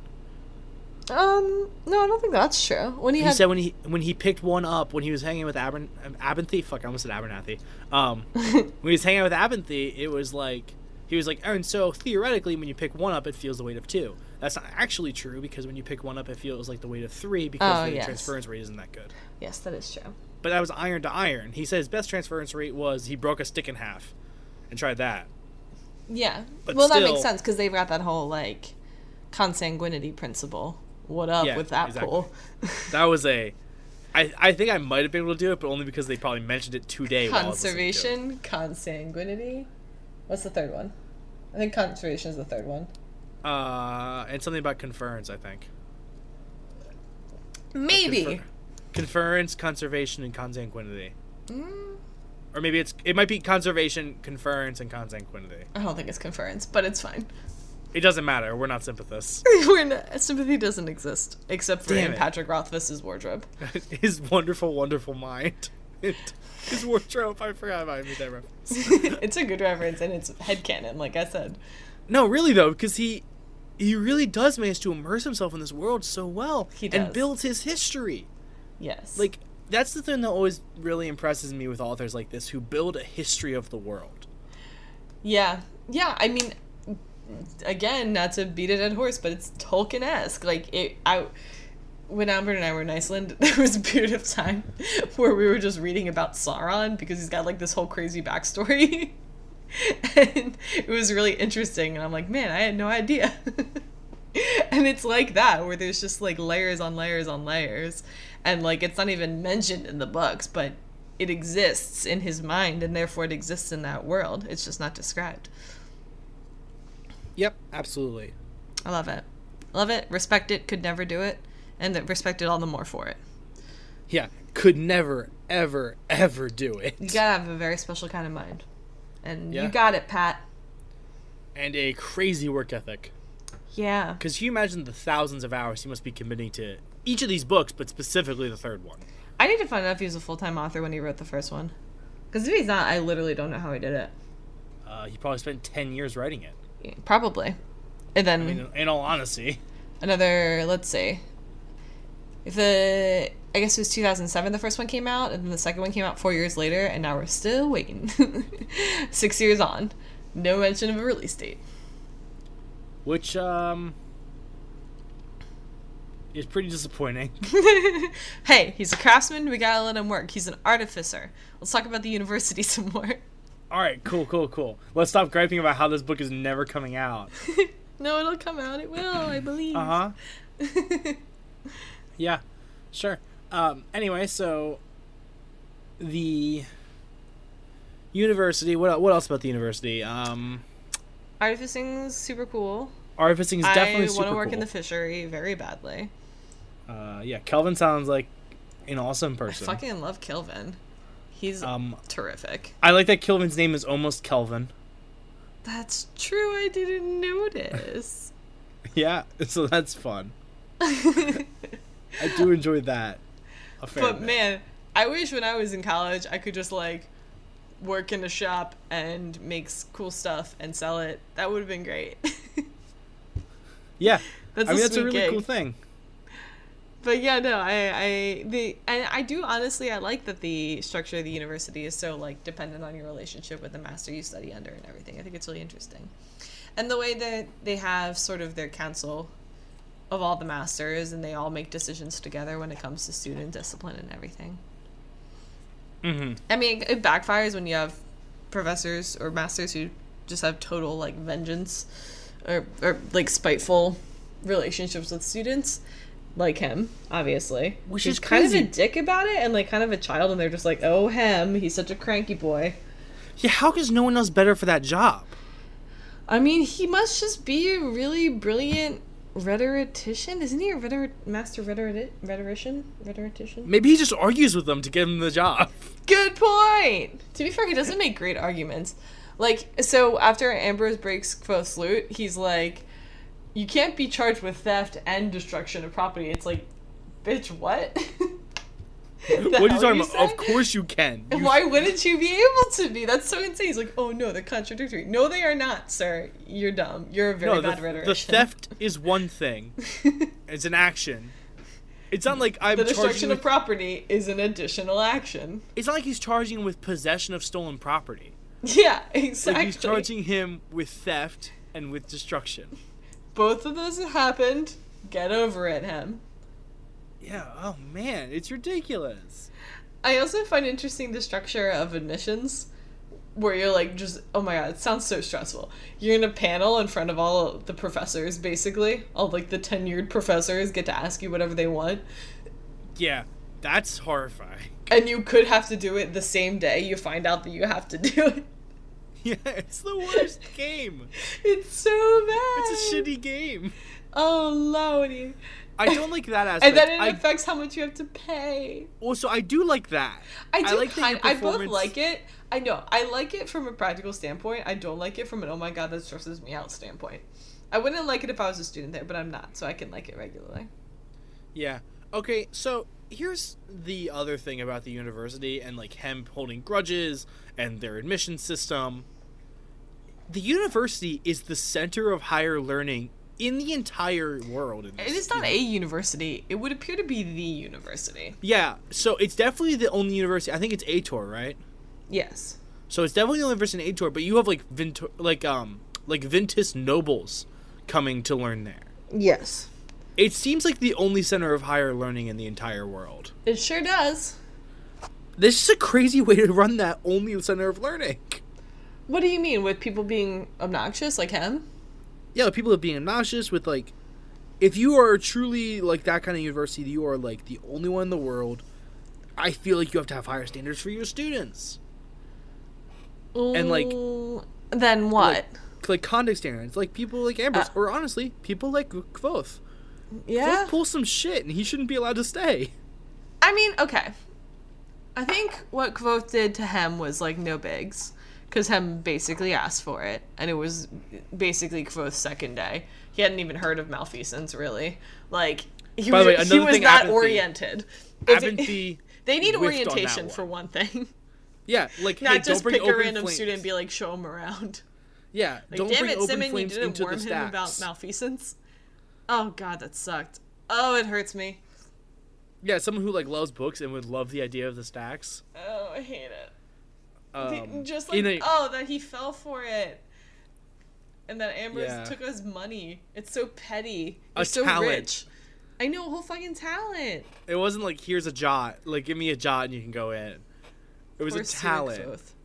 Speaker 2: um, no, I don't think that's true. When he,
Speaker 3: He
Speaker 2: had
Speaker 3: said when he when he picked one up when he was hanging with Abern um, Abernathy, fuck, I almost said Abernathy. Um, when he was hanging out with Abernathy, it was like he was like, and so theoretically, when you pick one up, it feels the weight of two. That's not actually true because when you pick one up, it feels like the weight of three because
Speaker 2: Oh,
Speaker 3: the
Speaker 2: yes.
Speaker 3: transference rate isn't that good.
Speaker 2: yes, that is true.
Speaker 3: But that was iron to iron. He said his best transference rate was he broke a stick in half, and tried that.
Speaker 2: Yeah.
Speaker 3: But
Speaker 2: well, that makes
Speaker 3: still-
Speaker 2: sense because they've got that whole like consanguinity principle. What up
Speaker 3: Yeah,
Speaker 2: with that
Speaker 3: exactly.
Speaker 2: pool?
Speaker 3: That was a. I, I think I might have been able to do it, but only because they probably mentioned it today. while I was listening to it.
Speaker 2: Conservation, consanguinity. What's the third one? I think conservation is the third one.
Speaker 3: Uh, and something about conference, I think.
Speaker 2: Maybe.
Speaker 3: Confer- conference, conservation, and consanguinity.
Speaker 2: Mm,
Speaker 3: Or maybe it's it might be conservation, conference, and consanguinity.
Speaker 2: I don't think it's conference, but it's fine.
Speaker 3: It doesn't matter. We're not sympathists.
Speaker 2: We're not, sympathy doesn't exist except for
Speaker 3: Damn
Speaker 2: in
Speaker 3: it.
Speaker 2: Patrick Rothfuss's wardrobe.
Speaker 3: His wonderful, wonderful mind. His wardrobe. I forgot about I made that reference.
Speaker 2: it's a good reference and it's headcanon, like I said.
Speaker 3: No, really though, because he he really does manage to immerse himself in this world so well,
Speaker 2: He
Speaker 3: and
Speaker 2: does.
Speaker 3: builds his history.
Speaker 2: Yes.
Speaker 3: like that's the thing that always really impresses me with authors like this who build a history of the world
Speaker 2: Yeah. Yeah, I mean again, not to beat a dead horse, but it's Tolkien esque. Like it I when Albert and I were in Iceland, there was a period of time where we were just reading about Sauron because he's got like this whole crazy backstory. and it was really interesting and I'm like, man, I had no idea. and it's like that where there's just like layers on layers on layers and like it's not even mentioned in the books, but it exists in his mind and therefore it exists in that world. It's just not described.
Speaker 3: yep absolutely
Speaker 2: I love it. Love it. Respect it. Could never do it. And that respect it all the more for it.
Speaker 3: yeah could never ever ever do it
Speaker 2: You gotta have a very special kind of mind. And
Speaker 3: Yeah.
Speaker 2: you got it, Pat.
Speaker 3: and a crazy work ethic
Speaker 2: Yeah.
Speaker 3: because you imagine the thousands of hours he must be committing to each of these books but specifically the third one
Speaker 2: I need to find out if he was a full time author when he wrote the first one. Because if he's not, I literally don't know how he did it.
Speaker 3: Uh, he probably spent ten years writing it.
Speaker 2: Probably. And then
Speaker 3: I mean, in, in all honesty,
Speaker 2: another, let's see. If the I guess it was 2007 the first one came out and then the second one came out 4 years later and now we're still waiting. 6 years on. No mention of a release date.
Speaker 3: which um, is pretty disappointing.
Speaker 2: hey, he's a craftsman, we gotta let him work. He's an artificer. Let's talk about the university some more.
Speaker 3: all right, cool, cool, cool. Let's stop griping about how this book is never coming out.
Speaker 2: no, it'll come out. It will, I believe.
Speaker 3: Uh huh. Yeah, sure. Um, anyway, so the university. What what else about the university? Um,
Speaker 2: Artificing's super cool.
Speaker 3: artificing is definitely
Speaker 2: I want
Speaker 3: super
Speaker 2: to work
Speaker 3: cool.
Speaker 2: in the fishery very badly.
Speaker 3: uh, yeah, Kelvin sounds like an awesome
Speaker 2: I
Speaker 3: person.
Speaker 2: fucking love Kelvin. He's
Speaker 3: um,
Speaker 2: terrific.
Speaker 3: I like that Kelvin's name is almost Kelvin.
Speaker 2: That's true. I didn't notice.
Speaker 3: Yeah, so that's fun.
Speaker 2: but
Speaker 3: I do enjoy that. A fair bit.
Speaker 2: man, I wish when I was in college I could just like work in a shop and make s- cool stuff and sell it. That would have been great.
Speaker 3: yeah,
Speaker 2: that's
Speaker 3: I mean
Speaker 2: a
Speaker 3: that's a
Speaker 2: sweet
Speaker 3: really
Speaker 2: gig.
Speaker 3: cool thing.
Speaker 2: But yeah, no, I, I the and I do honestly I like that the structure of the university is so like dependent on your relationship with the master you study under and everything. I think it's really interesting. And the way that they have sort of their council of all the masters and they all make decisions together when it comes to student discipline and everything.
Speaker 3: Mm-hmm.
Speaker 2: I mean, it backfires when you have professors or masters who just have total like vengeance or, or like spiteful relationships with students, like him, obviously.
Speaker 3: Which
Speaker 2: He's
Speaker 3: is
Speaker 2: kind of a
Speaker 3: crazy.
Speaker 2: dick about it and like kind of a child, and they're just like, oh, him, he's such a cranky boy.
Speaker 3: Yeah, how is no one else better for that job?
Speaker 2: I mean, he must just be a really brilliant rhetorician. Isn't he a rhetor- master rhetoric- rhetorician? Rhetorician?
Speaker 3: Maybe he just argues with them to get him the job.
Speaker 2: Good point. To be fair, he doesn't make great arguments. Like, so after Ambrose breaks Quoth's loot, he's like, "You can't be charged with theft and destruction of property." It's like, bitch, what?
Speaker 3: what are you talking about? Of course you can. You
Speaker 2: Why wouldn't you be able to be? That's so insane. He's like, "Oh no, they're contradictory." No, they are not, sir. You're dumb. You're a very
Speaker 3: no,
Speaker 2: bad
Speaker 3: the, the
Speaker 2: rhetorician.
Speaker 3: theft is one thing. It's an action. It's not like I'm
Speaker 2: the
Speaker 3: charging.
Speaker 2: destruction
Speaker 3: With,
Speaker 2: of property is an additional action.
Speaker 3: it's not like he's charging with possession of stolen property.
Speaker 2: Yeah,
Speaker 3: Like
Speaker 2: exactly.
Speaker 3: he's charging him with theft and with destruction.
Speaker 2: Both of those happened. Get over it, him.
Speaker 3: Yeah. Oh man, it's ridiculous.
Speaker 2: I also find interesting the structure of admissions where you're like just oh my god it sounds so stressful you're in a panel in front of all the professors basically all like the tenured professors get to ask you whatever they want
Speaker 3: Yeah, that's horrifying.
Speaker 2: and you could have to do it the same day you find out that you have to do it
Speaker 3: Yeah, it's the worst game.
Speaker 2: it's so bad
Speaker 3: It's a shitty game.
Speaker 2: oh lordy
Speaker 3: I don't like that aspect.
Speaker 2: and then it
Speaker 3: I,
Speaker 2: affects how much you have to pay
Speaker 3: also, I do like that.
Speaker 2: I do
Speaker 3: like that
Speaker 2: kind.
Speaker 3: your
Speaker 2: I both
Speaker 3: performance-
Speaker 2: like it. I know. I like it from a practical standpoint. I don't like it from an oh my god that stresses me out standpoint. I wouldn't like it if I was a student there, but I'm not, so I can like it regularly.
Speaker 3: Yeah. Okay, so here's the other thing about the university and like him holding grudges and their admission system. The university is the center of higher learning in the entire world. In
Speaker 2: It
Speaker 3: this-
Speaker 2: is not a university. It would appear to be the university.
Speaker 3: Yeah, so it's definitely the only university. I think it's Ator, right?
Speaker 2: Yes.
Speaker 3: So it's definitely the only university in Ator, but you have like Vint- like um like Ventus nobles coming to learn there.
Speaker 2: Yes.
Speaker 3: It seems like the only center of higher learning in the entire world.
Speaker 2: It sure does.
Speaker 3: This is a crazy way to run that only center of learning.
Speaker 2: What do you mean with people being obnoxious like him?
Speaker 3: yeah, like, people are being obnoxious with like, if you are truly like that kind of university, you are like the only one in the world. I feel like you have to have higher standards for your students, And, like-
Speaker 2: Ooh, Mm, then what?
Speaker 3: like conduct standards, like people like Ambrose,
Speaker 2: Uh,
Speaker 3: or honestly, people like Quoth.
Speaker 2: yeah.
Speaker 3: Quoth pulls some shit, and he shouldn't be allowed to stay.
Speaker 2: I mean, okay. I think what Kvoth did to Hem was like no bigs, because Hem basically asked for it, and it was basically Kvoth's second day. He hadn't even heard of malfeasance, really. Like he
Speaker 3: By
Speaker 2: was,
Speaker 3: the way,
Speaker 2: he
Speaker 3: another
Speaker 2: was
Speaker 3: thing,
Speaker 2: not
Speaker 3: apathy-
Speaker 2: oriented. If it-
Speaker 3: Abinthe
Speaker 2: they need
Speaker 3: whiffed on that
Speaker 2: orientation
Speaker 3: one.
Speaker 2: for one thing.
Speaker 3: Yeah, like
Speaker 2: Not
Speaker 3: hey,
Speaker 2: just
Speaker 3: don't bring
Speaker 2: pick a
Speaker 3: open
Speaker 2: random
Speaker 3: flames.
Speaker 2: student and be like, show him around.
Speaker 3: Yeah,
Speaker 2: Like,
Speaker 3: don't
Speaker 2: damn
Speaker 3: bring
Speaker 2: it,
Speaker 3: open
Speaker 2: Simon, you
Speaker 3: flames
Speaker 2: didn't
Speaker 3: into
Speaker 2: warn
Speaker 3: the
Speaker 2: him
Speaker 3: stacks.
Speaker 2: about malfeasance. Oh god, that sucked. Oh, it hurts me.
Speaker 3: Yeah, someone who like loves books and would love the idea of the stacks.
Speaker 2: Oh, I hate it. The-
Speaker 3: Um,
Speaker 2: just like
Speaker 3: in a-
Speaker 2: oh, that he fell for it, and that Ambrose
Speaker 3: Yeah.
Speaker 2: took his money. It's so petty.
Speaker 3: A
Speaker 2: You're so
Speaker 3: talent.
Speaker 2: rich. I know a whole fucking talent.
Speaker 3: it wasn't like here's a jot, like give me a jot and you can go in. It was
Speaker 2: Poor
Speaker 3: a
Speaker 2: Cyrix
Speaker 3: talent.
Speaker 2: Oath.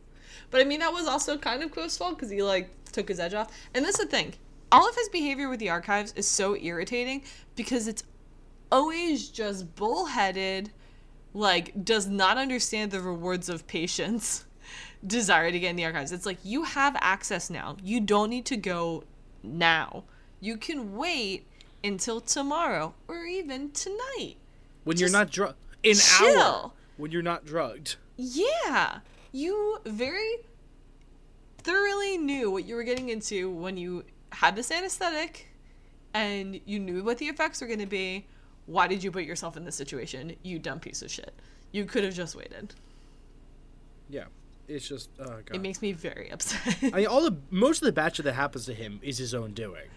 Speaker 2: But I mean, that was also kind of Quoth's fault because he like took his edge off. And that's the thing. All of his behavior with the archives is so irritating because it's always just bullheaded, like does not understand the rewards of patience, desire to get in the archives. It's like you have access now. You don't need to go now. You can wait until tomorrow or even tonight.
Speaker 3: When you're
Speaker 2: Just
Speaker 3: not drunk, an hour.
Speaker 2: chill.
Speaker 3: When you're not drugged.
Speaker 2: Yeah. You very thoroughly knew what you were getting into when you had this anesthetic and you knew what the effects were going to be. Why did you put yourself in this situation, you dumb piece of shit? You could have just waited.
Speaker 3: Yeah, it's just oh god.
Speaker 2: It makes me very upset.
Speaker 3: I mean, all the most of the batcher that happens to him is his own doing.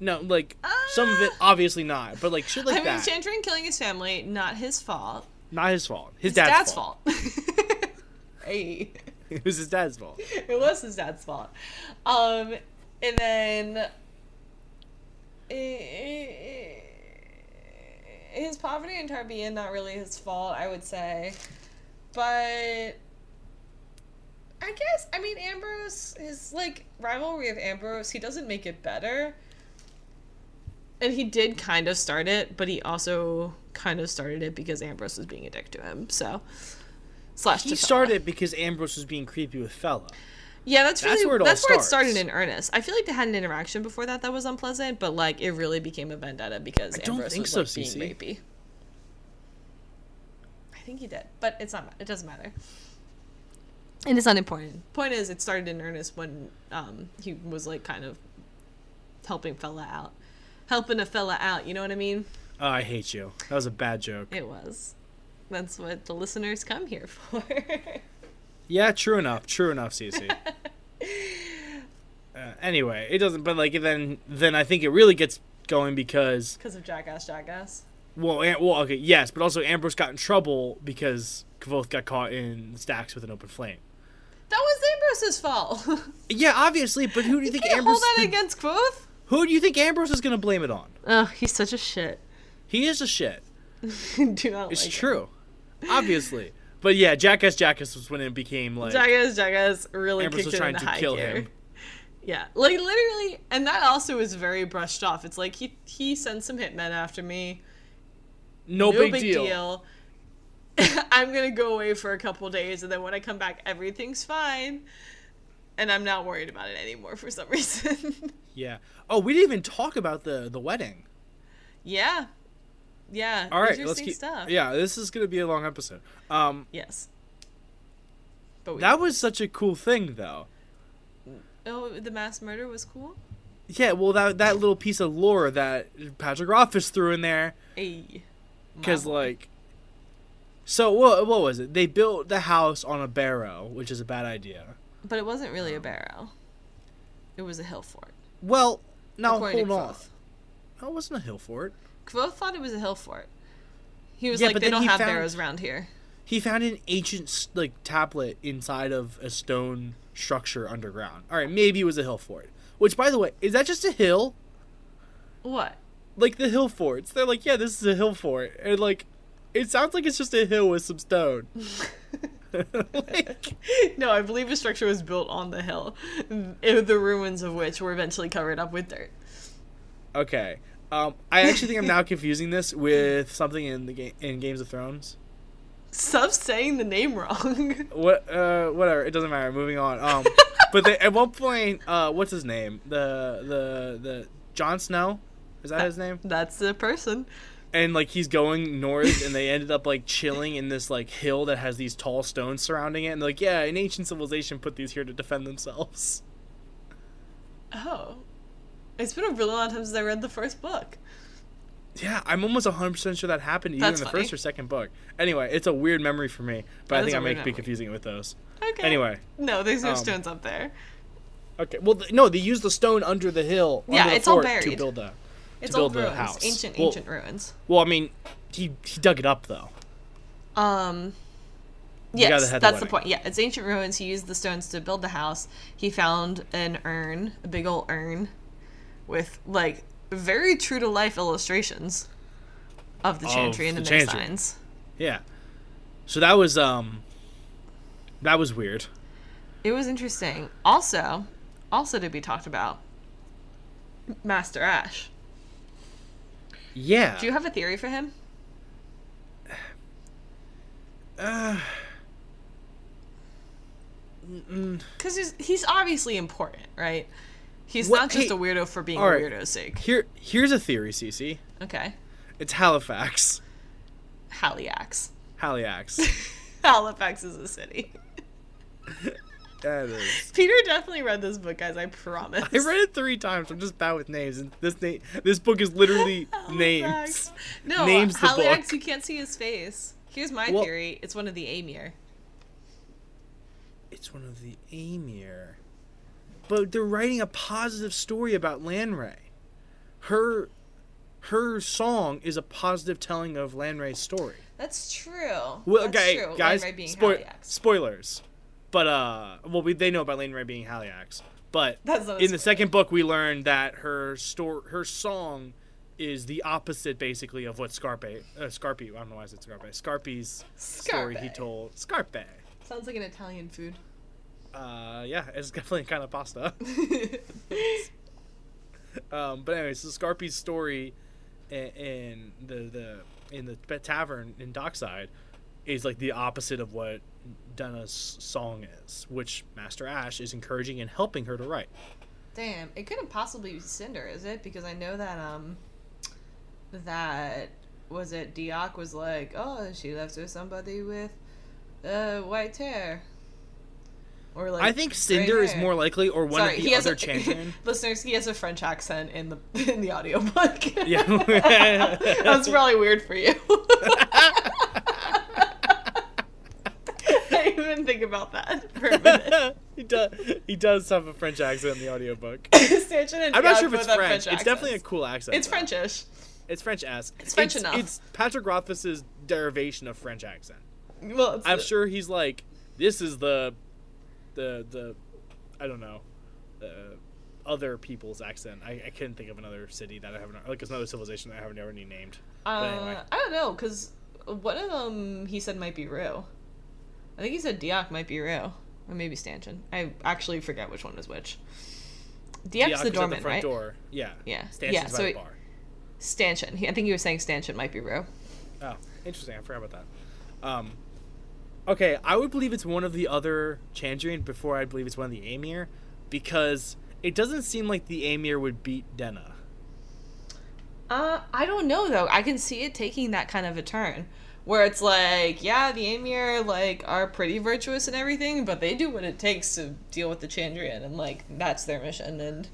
Speaker 3: No, like some of it, obviously not, but like shit
Speaker 2: Ah. I mean,
Speaker 3: like that,
Speaker 2: Chandran killing his family, not his fault.
Speaker 3: not his fault. His,
Speaker 2: His
Speaker 3: dad's,
Speaker 2: dad's,
Speaker 3: fault.
Speaker 2: fault. hey.
Speaker 3: It was his dad's fault.
Speaker 2: it was his dad's fault. Um, and then eh, his poverty in Tarbian, not really his fault, I would say. But I guess I mean Ambrose, his like rivalry of Ambrose, he doesn't make it better. And he did kind of start it, but he also kind of started it because Ambrose was being a dick to him. So, slash
Speaker 3: He
Speaker 2: to Fella.
Speaker 3: started because Ambrose was being creepy with Fella.
Speaker 2: Yeah, that's really
Speaker 3: That's
Speaker 2: that's
Speaker 3: where
Speaker 2: where,
Speaker 3: it all
Speaker 2: it started
Speaker 3: starts.
Speaker 2: in earnest. I feel like they had an interaction before that that was unpleasant, but like it really became a vendetta because
Speaker 3: don't
Speaker 2: Ambrose
Speaker 3: think
Speaker 2: was
Speaker 3: so,
Speaker 2: like, being
Speaker 3: Cece.
Speaker 2: rapey. I think he did, but it's not. It doesn't matter. And it's not important. Point is, it started in earnest when um, he was like kind of helping fella out, helping a fella out. You know what I mean?
Speaker 3: Oh, I hate you. That was a bad joke.
Speaker 2: It was. That's what the listeners come here for.
Speaker 3: Yeah, true enough. True enough, Cece. uh, anyway, it doesn't. But like then, then I think it really gets going because
Speaker 2: Because of jackass, jackass.
Speaker 3: well, Am- well, okay, yes, but also Ambrose got in trouble because Kvoth got caught in stacks with an open flame.
Speaker 2: That was Ambrose's fault.
Speaker 3: Yeah, obviously, but who do you, think
Speaker 2: can't
Speaker 3: Ambrose?
Speaker 2: hold that
Speaker 3: the-
Speaker 2: against Quoth.
Speaker 3: who do you think Ambrose is gonna blame it on?
Speaker 2: Oh, he's such a shit.
Speaker 3: He is a shit.
Speaker 2: Do not
Speaker 3: It's
Speaker 2: like him.
Speaker 3: true, obviously. But yeah, Jackass Jackass was when it became like
Speaker 2: Jagas Jagas really
Speaker 3: Ambrose was
Speaker 2: kicked it
Speaker 3: trying
Speaker 2: into
Speaker 3: to
Speaker 2: high
Speaker 3: kill
Speaker 2: gear.
Speaker 3: him.
Speaker 2: Yeah, like literally, and that also is very brushed off. It's like he he sends some hitmen after me.
Speaker 3: No,
Speaker 2: No big, deal. I'm gonna go away for a couple days, and then when I come back, everything's fine, and I'm not worried about it anymore for some reason.
Speaker 3: Yeah. Oh, we didn't even talk about the the wedding.
Speaker 2: yeah, yeah.
Speaker 3: All right, let's
Speaker 2: interesting
Speaker 3: keep.
Speaker 2: stuff.
Speaker 3: Yeah, this is gonna be a long episode. Um,
Speaker 2: Yes. But we,
Speaker 3: that was such a cool thing, though.
Speaker 2: oh, the mass murder was cool.
Speaker 3: Yeah, well, that that little piece of lore that Patrick Rothfuss threw in there,
Speaker 2: Ay.
Speaker 3: because
Speaker 2: Wow.
Speaker 3: like, so what? What was it? They built the house on a barrow, which is a bad idea.
Speaker 2: But it wasn't really a barrow. It was a hill fort.
Speaker 3: Well, now
Speaker 2: according
Speaker 3: hold on.
Speaker 2: to
Speaker 3: That wasn't a hill fort.
Speaker 2: Kvoth thought it was a hill fort. He was
Speaker 3: Yeah,
Speaker 2: like,
Speaker 3: but
Speaker 2: they
Speaker 3: then
Speaker 2: don't
Speaker 3: he
Speaker 2: have
Speaker 3: found-
Speaker 2: barrows around here.
Speaker 3: He found an ancient s- like tablet inside of a stone structure underground. All right, maybe it was a hill fort. Which, by the way, is that just a hill?
Speaker 2: What?
Speaker 3: like the hill forts. They're like, yeah, this is a hill fort, and like, it sounds like it's just a hill with some stone. like,
Speaker 2: no, I believe the structure was built on the hill, i- the ruins of which were eventually covered up with dirt.
Speaker 3: okay, um, I actually think I'm now confusing this with something in the game in Games of Thrones.
Speaker 2: Stop saying the name wrong.
Speaker 3: What, uh, whatever. It doesn't matter. Moving on. Um, but they, at one point, uh, what's his name? The the the Jon Snow. Is
Speaker 2: Uh,
Speaker 3: that his name?
Speaker 2: That's the person.
Speaker 3: And like he's going north, and they ended up like chilling in this like hill that has these tall stones surrounding it. And they're like, yeah, an ancient civilization put these here to defend themselves.
Speaker 2: Oh. It's been a really long time since I read the first book.
Speaker 3: Yeah, I'm almost 100% sure that happened either
Speaker 2: That's
Speaker 3: in the
Speaker 2: funny.
Speaker 3: first or second book. Anyway, it's a weird memory for me, but
Speaker 2: That
Speaker 3: I
Speaker 2: is
Speaker 3: think
Speaker 2: a
Speaker 3: I
Speaker 2: weird
Speaker 3: might be
Speaker 2: memory.
Speaker 3: confusing it with those.
Speaker 2: Okay.
Speaker 3: Anyway.
Speaker 2: No, there's no
Speaker 3: Um,
Speaker 2: stones up there.
Speaker 3: Okay. Well, th- no, they used the stone under the hill.
Speaker 2: Yeah,
Speaker 3: under the
Speaker 2: it's all
Speaker 3: fort To
Speaker 2: buried.
Speaker 3: build a.
Speaker 2: It's
Speaker 3: to
Speaker 2: all
Speaker 3: build a
Speaker 2: ruins.
Speaker 3: house.
Speaker 2: Ancient,
Speaker 3: Well-
Speaker 2: ancient ruins.
Speaker 3: Well, I mean, he he dug it up though.
Speaker 2: Um,
Speaker 3: You gotta
Speaker 2: yes,
Speaker 3: head the
Speaker 2: that's the
Speaker 3: wedding.
Speaker 2: point. Yeah, it's ancient ruins. He used the stones to build the house. He found an urn, a big old urn, with like very true to life illustrations of the
Speaker 3: Of
Speaker 2: chantry and
Speaker 3: the
Speaker 2: the, many
Speaker 3: chantry.
Speaker 2: signs.
Speaker 3: Yeah. So that was um. That was weird.
Speaker 2: It was interesting. Also, also to be talked about, Master Ash.
Speaker 3: Yeah.
Speaker 2: Do you have a theory for him?
Speaker 3: Uh,
Speaker 2: Because he's he's obviously important, right? He's
Speaker 3: What-
Speaker 2: not just
Speaker 3: hey,
Speaker 2: a weirdo for being a
Speaker 3: all right.
Speaker 2: weirdo's sake.
Speaker 3: Here here's a theory, Cece.
Speaker 2: Okay,
Speaker 3: It's Halifax.
Speaker 2: Haliax.
Speaker 3: Halifax.
Speaker 2: Halifax is a city.
Speaker 3: that is.
Speaker 2: Peter definitely read this book, guys. I promise.
Speaker 3: I read it three times. I'm just bad with names, and this name, this book is literally names.
Speaker 2: Halifax. No,
Speaker 3: Names the
Speaker 2: Haliax.
Speaker 3: book.
Speaker 2: You can't see his face. Here's my
Speaker 3: Well-
Speaker 2: theory. It's one of the Amir.
Speaker 3: It's one of the Amir, but they're writing a positive story about Lanray. Her, her song is a positive telling of Lanray's story.
Speaker 2: That's true.
Speaker 3: Well,
Speaker 2: That's
Speaker 3: okay,
Speaker 2: true.
Speaker 3: guys,
Speaker 2: Landrae being
Speaker 3: spoil-
Speaker 2: Haliax.
Speaker 3: spoilers. But uh, well, we, they know about Lane Ray being Haliax. But in
Speaker 2: That's not a
Speaker 3: the
Speaker 2: spoiler.
Speaker 3: second book, we learned that her store, her song, is the opposite basically of what Scarpe, uh, Scarpe. I don't know why I said Scarpe. Scarpe's story he
Speaker 2: Scarpe.
Speaker 3: told. Scarpe.
Speaker 2: Sounds like an Italian food.
Speaker 3: Uh, yeah, it's definitely kind of pasta. Um, but anyway, so Scarpe's story in, in the the in the ta- tavern in Dockside is like the opposite of what Denna's song is, which Master Ash is encouraging and helping her to write.
Speaker 2: Damn, it couldn't possibly be Cinder, is it? Because I know that um, that was it. Dioc was like, oh, she left with somebody with uh white hair, or like
Speaker 3: I think
Speaker 2: gray
Speaker 3: Cinder is
Speaker 2: hair.
Speaker 3: more likely, or one
Speaker 2: Sorry,
Speaker 3: of
Speaker 2: he
Speaker 3: the
Speaker 2: has
Speaker 3: other
Speaker 2: a,
Speaker 3: champion.
Speaker 2: listeners. He has a French accent in the in the audiobook.
Speaker 3: Yeah.
Speaker 2: that's probably weird for you. I even think about that for a minute.
Speaker 3: he does. He does have a French accent in the audiobook.
Speaker 2: Stanchion and
Speaker 3: I'm not sure
Speaker 2: Dioc
Speaker 3: if it's
Speaker 2: both have
Speaker 3: French. it's definitely a
Speaker 2: accents.
Speaker 3: cool accent.
Speaker 2: It's
Speaker 3: though.
Speaker 2: Frenchish.
Speaker 3: It's French-esque. It's
Speaker 2: French enough.
Speaker 3: It's Patrick Rothfuss's derivation of French accent.
Speaker 2: Well, it's
Speaker 3: I'm
Speaker 2: the-
Speaker 3: sure he's like, this is the, the the, I don't know, uh, other people's accent. I, I couldn't think of another city that I haven't like it's another civilization that I haven't ever named.
Speaker 2: Uh,
Speaker 3: anyway.
Speaker 2: I don't know, cause one of them he said might be Rue. I think he said Dioc might be Rue, or maybe Stanchion. I actually forget which one is which. Dioc's
Speaker 3: Diac was
Speaker 2: the
Speaker 3: at
Speaker 2: doorman,
Speaker 3: front
Speaker 2: right?
Speaker 3: door. Yeah.
Speaker 2: Yeah.
Speaker 3: Stanchions
Speaker 2: Yeah,
Speaker 3: by
Speaker 2: so
Speaker 3: the
Speaker 2: he-
Speaker 3: bar.
Speaker 2: Stanchion. He, I think he was saying Stanchion might be Rue.
Speaker 3: Oh, interesting. I forgot about that. Um, okay, I would believe it's one of the other Chandrian before I believe it's one of the Amir, because it doesn't seem like the Amir would beat Denna.
Speaker 2: Uh, I don't know though. I can see it taking that kind of a turn where it's like, yeah, the Amir like are pretty virtuous and everything, but they do what it takes to deal with the Chandrian, and like that's their mission, and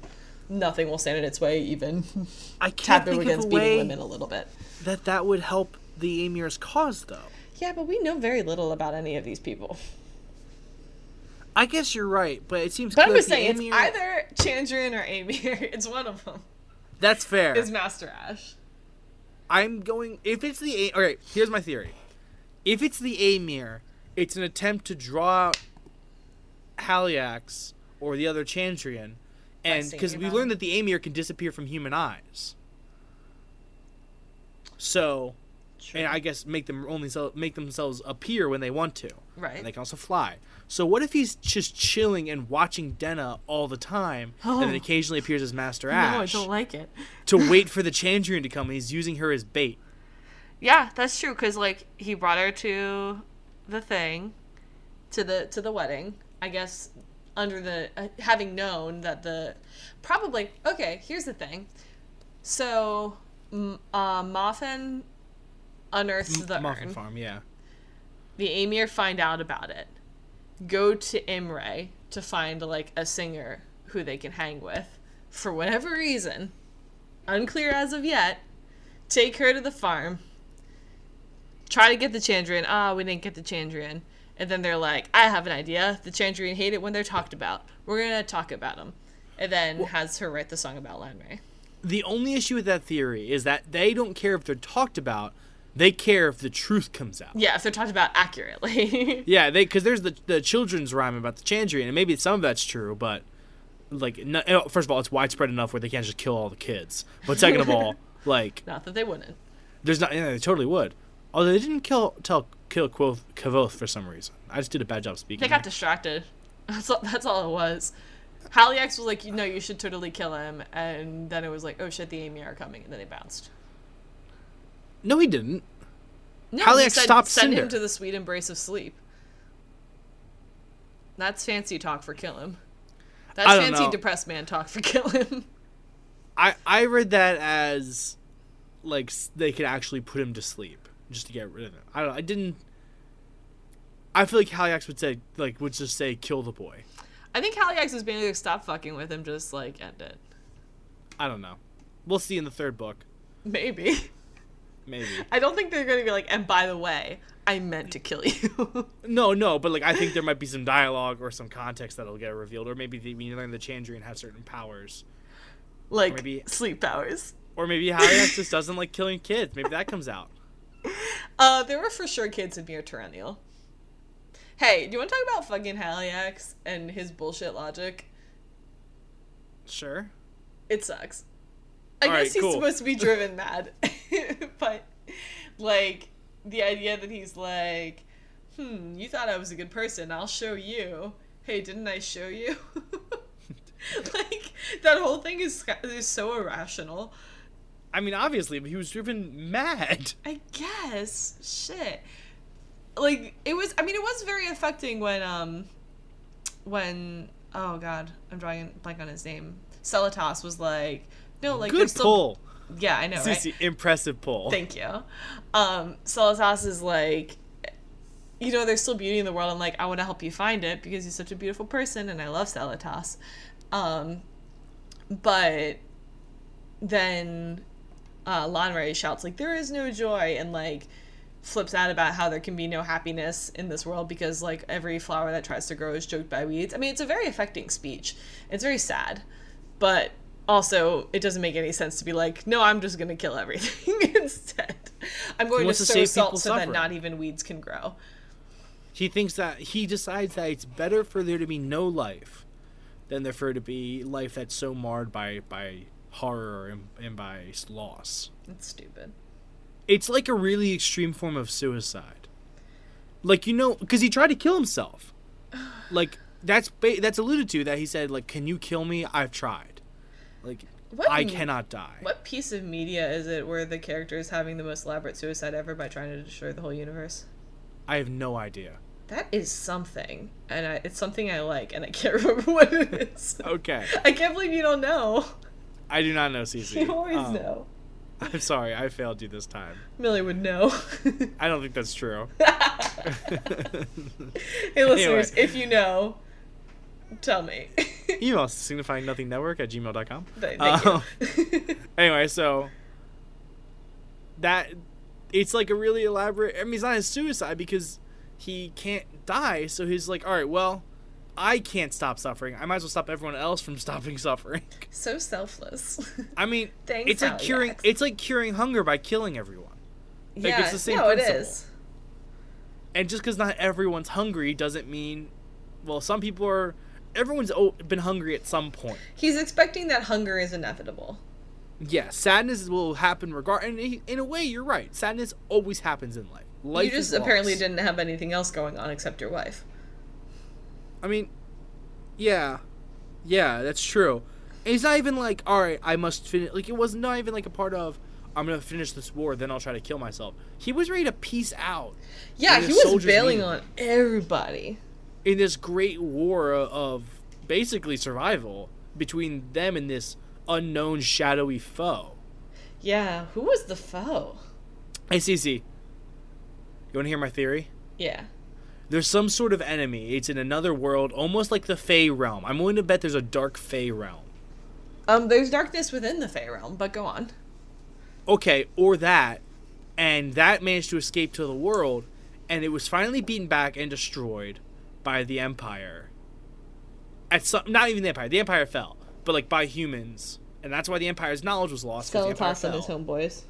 Speaker 2: nothing will stand in its way, even
Speaker 3: I can't
Speaker 2: taboo
Speaker 3: think of
Speaker 2: against
Speaker 3: a
Speaker 2: beating
Speaker 3: way
Speaker 2: women a little bit.
Speaker 3: that that would help the Amir's cause, though.
Speaker 2: Yeah, but we know very little about any of these people.
Speaker 3: I guess you're right, but it seems.
Speaker 2: But
Speaker 3: clear
Speaker 2: I'm just
Speaker 3: that the
Speaker 2: saying,
Speaker 3: Amir-
Speaker 2: it's either Chandrian or Amir. It's one of them.
Speaker 3: That's fair.
Speaker 2: Is Master Ash?
Speaker 3: I'm going. If it's the A- all right, here's my theory. If it's the Amir, it's an attempt to draw out Haliax or the other Chandrian, and
Speaker 2: see,
Speaker 3: because we
Speaker 2: yeah.
Speaker 3: learned that the Amir can disappear from human eyes, so and I guess make them only sel- make themselves appear when they want to.
Speaker 2: Right.
Speaker 3: And they can also fly. So what if he's just chilling and watching Denna all the time, and then
Speaker 2: Oh.
Speaker 3: occasionally appears as Master Ash
Speaker 2: like it.
Speaker 3: to wait for the Chandrian to come? And he's using her as bait.
Speaker 2: Yeah, that's true. Cause like he brought her to the thing, to the to the wedding. I guess under the uh, having known that the probably okay. Here's the thing. So, m- uh, Moffin unearths the
Speaker 3: Muffin
Speaker 2: urn.
Speaker 3: Farm, yeah.
Speaker 2: the Amir find out about it, go to Imre to find like a singer who they can hang with for whatever reason, unclear as of yet. Take her to the farm. Try to get the Chandrian. Ah, we didn't get the Chandrian. And then they're like, I have an idea. The Chandrian hate it when they're talked about. We're going to talk about them. And then has her write the song about Lanmei.
Speaker 3: The only issue with that theory is that they don't care if they're talked about; they care if the truth comes out.
Speaker 2: Yeah, if they're talked about accurately.
Speaker 3: Yeah, they because there's the the children's rhyme about the Chandrian, and maybe some of that's true, but like, no, oh, first of all, it's widespread enough where they can't just kill all the kids. But second of all, like,
Speaker 2: Not that they wouldn't.
Speaker 3: there's not. Yeah, they totally would. Although they didn't kill tell kill Quoth Kavoth for some reason. I just did a bad job speaking.
Speaker 2: They
Speaker 3: there.
Speaker 2: got distracted. That's all, that's all it was. Haliax was like, no, you should totally kill him. And then it was like, oh shit, the Amy are coming. And then they bounced.
Speaker 3: no, he didn't.
Speaker 2: No,
Speaker 3: Haliax
Speaker 2: he said,
Speaker 3: stopped
Speaker 2: send
Speaker 3: Cinder."
Speaker 2: him to the sweet embrace of sleep. That's fancy talk for kill him. That's
Speaker 3: I don't
Speaker 2: fancy
Speaker 3: know.
Speaker 2: depressed man talk for kill him.
Speaker 3: I I read that as like s- they could actually put him to sleep just to get rid of him. I don't. know. I didn't. I feel like Haliax would say like would just say kill the boy.
Speaker 2: I think Haliax was being like, stop fucking with him, just like end it.
Speaker 3: I don't know. We'll see in the third book.
Speaker 2: Maybe.
Speaker 3: Maybe.
Speaker 2: I don't think they're gonna be like, and by the way, I meant to kill you.
Speaker 3: No, no, but like I think there might be some dialogue or some context that'll get revealed, or maybe the, we learn the Chandrian have certain powers,
Speaker 2: like
Speaker 3: Maybe-
Speaker 2: sleep powers.
Speaker 3: or maybe Haliax just doesn't like killing kids. Maybe that comes out.
Speaker 2: Uh, there were for sure kids in Mere Terrennial. Hey, do you want to talk about fucking Haliax and his bullshit logic?
Speaker 3: Sure.
Speaker 2: It sucks. I
Speaker 3: All
Speaker 2: guess
Speaker 3: right,
Speaker 2: he's
Speaker 3: cool.
Speaker 2: supposed to be driven mad, but like the idea that he's like, "Hmm, you thought I was a good person. I'll show you. Hey, didn't I show you?" like that whole thing is is so irrational.
Speaker 3: I mean, obviously, but he was driven mad.
Speaker 2: I guess. Shit. Like it was I mean it was very affecting when um when oh god, I'm drawing a blank on his name. Celatos was like, no, like
Speaker 3: Good
Speaker 2: there's
Speaker 3: pull,
Speaker 2: still Yeah, I know, right?
Speaker 3: Cece. Impressive pull.
Speaker 2: Thank you. Um, Celatas is like, you know, there's still beauty in the world. I'm like, I want to help you find it because he's such a beautiful person, and I love Celatas. Um, but then uh, Lanre shouts like, "There is no joy," and like flips out about how there can be no happiness in this world because like every flower that tries to grow is choked by weeds. I mean, it's a very affecting speech. It's very sad, but also it doesn't make any sense to be like, no, I'm just gonna kill everything instead. I'm going to
Speaker 3: wants to
Speaker 2: sow
Speaker 3: save
Speaker 2: salt
Speaker 3: people
Speaker 2: so that
Speaker 3: suffering.
Speaker 2: not even weeds can grow.
Speaker 3: He thinks that he decides that it's better for there to be no life than there for it to be life that's so marred by by horror and, and by loss.
Speaker 2: It's stupid.
Speaker 3: It's like a really extreme form of suicide. Like you know, because he tried to kill himself. Like that's ba- that's alluded to that he said like, "Can you kill me? I've tried. Like
Speaker 2: What
Speaker 3: I
Speaker 2: m-
Speaker 3: cannot die."
Speaker 2: What piece of media is it where the character is having the most elaborate suicide ever by trying to destroy the whole universe?
Speaker 3: I have no idea.
Speaker 2: That is something, and I, it's something I like, and I can't remember what it is.
Speaker 3: Okay,
Speaker 2: I can't believe you don't know.
Speaker 3: I do not know CC.
Speaker 2: You always
Speaker 3: Um,
Speaker 2: know.
Speaker 3: I'm sorry, I failed you this time.
Speaker 2: Millie would know.
Speaker 3: I don't think that's true.
Speaker 2: hey, listeners,
Speaker 3: Anyway.
Speaker 2: if you know, tell me.
Speaker 3: email us signifying nothing network at gmail.com
Speaker 2: Th- Thank
Speaker 3: Um,
Speaker 2: you.
Speaker 3: anyway so that it's like a really elaborate i mean it's not his suicide because he can't die so he's like all right well i can't stop suffering i might as well stop everyone else from stopping suffering
Speaker 2: so selfless.
Speaker 3: i mean
Speaker 2: Thanks,
Speaker 3: it's like curing
Speaker 2: Haliax.
Speaker 3: it's like curing hunger by killing everyone
Speaker 2: yeah,
Speaker 3: it's the same
Speaker 2: no,
Speaker 3: principle.
Speaker 2: it is.
Speaker 3: and just because not everyone's hungry doesn't mean well some people are everyone's o- been hungry at some point
Speaker 2: He's expecting that hunger is inevitable.
Speaker 3: Yeah, sadness will happen regard, and he- in a way, you're right. Sadness always happens in life. life
Speaker 2: you just
Speaker 3: is
Speaker 2: apparently
Speaker 3: loss.
Speaker 2: didn't have anything else going on except your wife.
Speaker 3: I mean, yeah, yeah, that's true. And it's not even like, all right, I must finish. Like it was not even like a part of, I'm gonna finish this war, then I'll try to kill myself. He was ready to peace out
Speaker 2: Yeah,
Speaker 3: You're
Speaker 2: he
Speaker 3: a
Speaker 2: was
Speaker 3: soldier's
Speaker 2: bailing
Speaker 3: mule.
Speaker 2: on everybody.
Speaker 3: in this great war o- of basically survival between them and this unknown shadowy foe.
Speaker 2: Yeah, who was the foe?
Speaker 3: Hey, Cece, you wanna hear my theory?
Speaker 2: Yeah.
Speaker 3: There's some sort of enemy. It's in another world, almost like the Fey realm. I'm willing to bet there's a dark Fey realm.
Speaker 2: Um, there's darkness within the Fey realm, but go on.
Speaker 3: Okay, or that, and that managed to escape to the world, and it was finally beaten back and destroyed by the Empire. At some, not even the Empire. The Empire fell, but like by humans, and that's why the Empire's knowledge was lost. 'cause the Empire
Speaker 4: Skeletas and his
Speaker 3: fell.
Speaker 4: homeboys.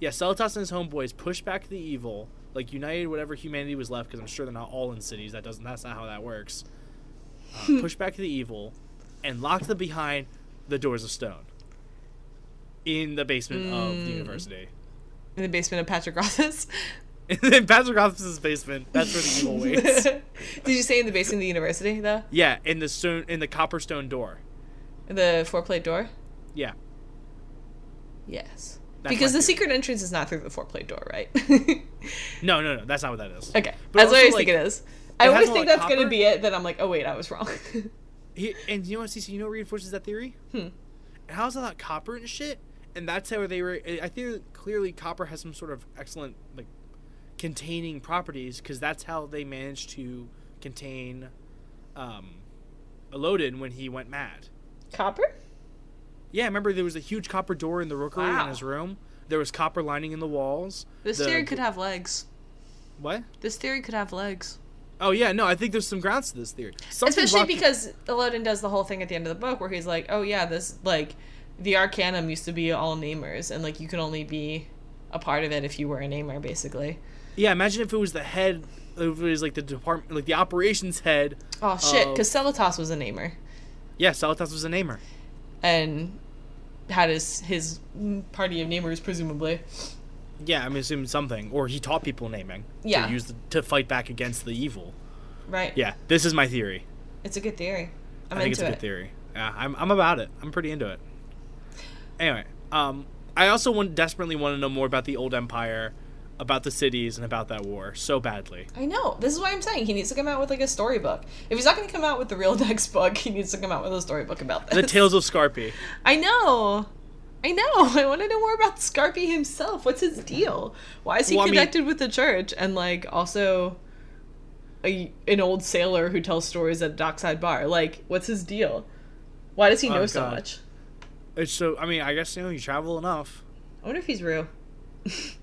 Speaker 3: Yeah, Celatas and his homeboys pushed back the evil, like united whatever humanity was left, because I'm sure they're not all in cities. That doesn't. That's not how that works. Uh, push back the evil, and locked them behind the doors of stone. In the basement of the
Speaker 4: Mm.
Speaker 3: university.
Speaker 2: in the basement of Patrick Roth's.
Speaker 3: in Patrick Rothfuss's basement. That's where the evil waits.
Speaker 2: Did you say in the basement of the university though?
Speaker 3: yeah, in the stone, in the copper stone door.
Speaker 2: The four plate door?
Speaker 3: Yeah,
Speaker 2: Yes.
Speaker 3: That's
Speaker 2: because
Speaker 3: my
Speaker 2: the
Speaker 3: theory.
Speaker 2: secret entrance is not through the four plate door, right?
Speaker 3: no, no, no. That's not what that is.
Speaker 2: okay. that's
Speaker 3: But
Speaker 2: what I
Speaker 3: also,
Speaker 2: always think
Speaker 3: like,
Speaker 2: it is. I
Speaker 3: has
Speaker 2: always
Speaker 3: all
Speaker 2: think
Speaker 3: that
Speaker 2: that's gonna
Speaker 3: copper.
Speaker 2: be it, then I'm like, oh wait, I was wrong.
Speaker 3: He, and you know what, Cece, you know what reinforces that theory? Hmm. How's all that copper and shit? And that's how they were. I think clearly copper has some sort of excellent like containing properties because that's how they managed to contain um, Elodin when he went mad.
Speaker 4: Copper?
Speaker 3: Yeah, remember there was a huge copper door in the rookery
Speaker 2: Wow.
Speaker 3: in his room. There was copper lining in the walls.
Speaker 2: this
Speaker 3: The-
Speaker 2: theory could have legs.
Speaker 3: what?
Speaker 2: This theory could have legs.
Speaker 3: Oh yeah, no, I think there's some grounds to this theory. Something
Speaker 2: Especially
Speaker 3: rocked-
Speaker 2: because Elodin does the whole thing at the end of the book where he's like, oh yeah, this, like, the Arcanum used to be all namers, and, like, you could only be a part of it if you were a namer, basically.
Speaker 3: yeah, imagine if it was the head, if it was like the department, like the operations head.
Speaker 2: Oh shit,
Speaker 3: Oh.
Speaker 2: because Celatas was a namer
Speaker 3: Yeah, Salatas was a namer.
Speaker 2: and had his, his party of namers, presumably.
Speaker 3: Yeah, I'm assuming something, or he taught people naming.
Speaker 2: Yeah.
Speaker 3: To use the, to fight back against the evil.
Speaker 2: Right.
Speaker 3: Yeah, this is my theory.
Speaker 2: It's a good theory. I'm
Speaker 3: i think
Speaker 2: into
Speaker 3: it's a
Speaker 2: it.
Speaker 3: good theory. Yeah, I'm I'm about it. I'm pretty into it. Anyway, um, I also want desperately want to know more about the old empire, about the cities, and about that war so badly.
Speaker 2: I know. This is why I'm saying he needs to come out with like a storybook. If he's not going to come out with the real next book, he needs to come out with a storybook about this.
Speaker 3: The tales of Scarpy.
Speaker 2: I know. I know. I want to know more about Scarpy himself. What's his deal? Why is he
Speaker 3: Well, I mean-
Speaker 2: connected with the church and like also a, an old sailor who tells stories at a dockside bar? Like, what's his deal? Why does he know so
Speaker 3: Oh, God.
Speaker 2: much?
Speaker 3: It's so. I mean, I guess you know you travel enough.
Speaker 2: I wonder if he's real. that's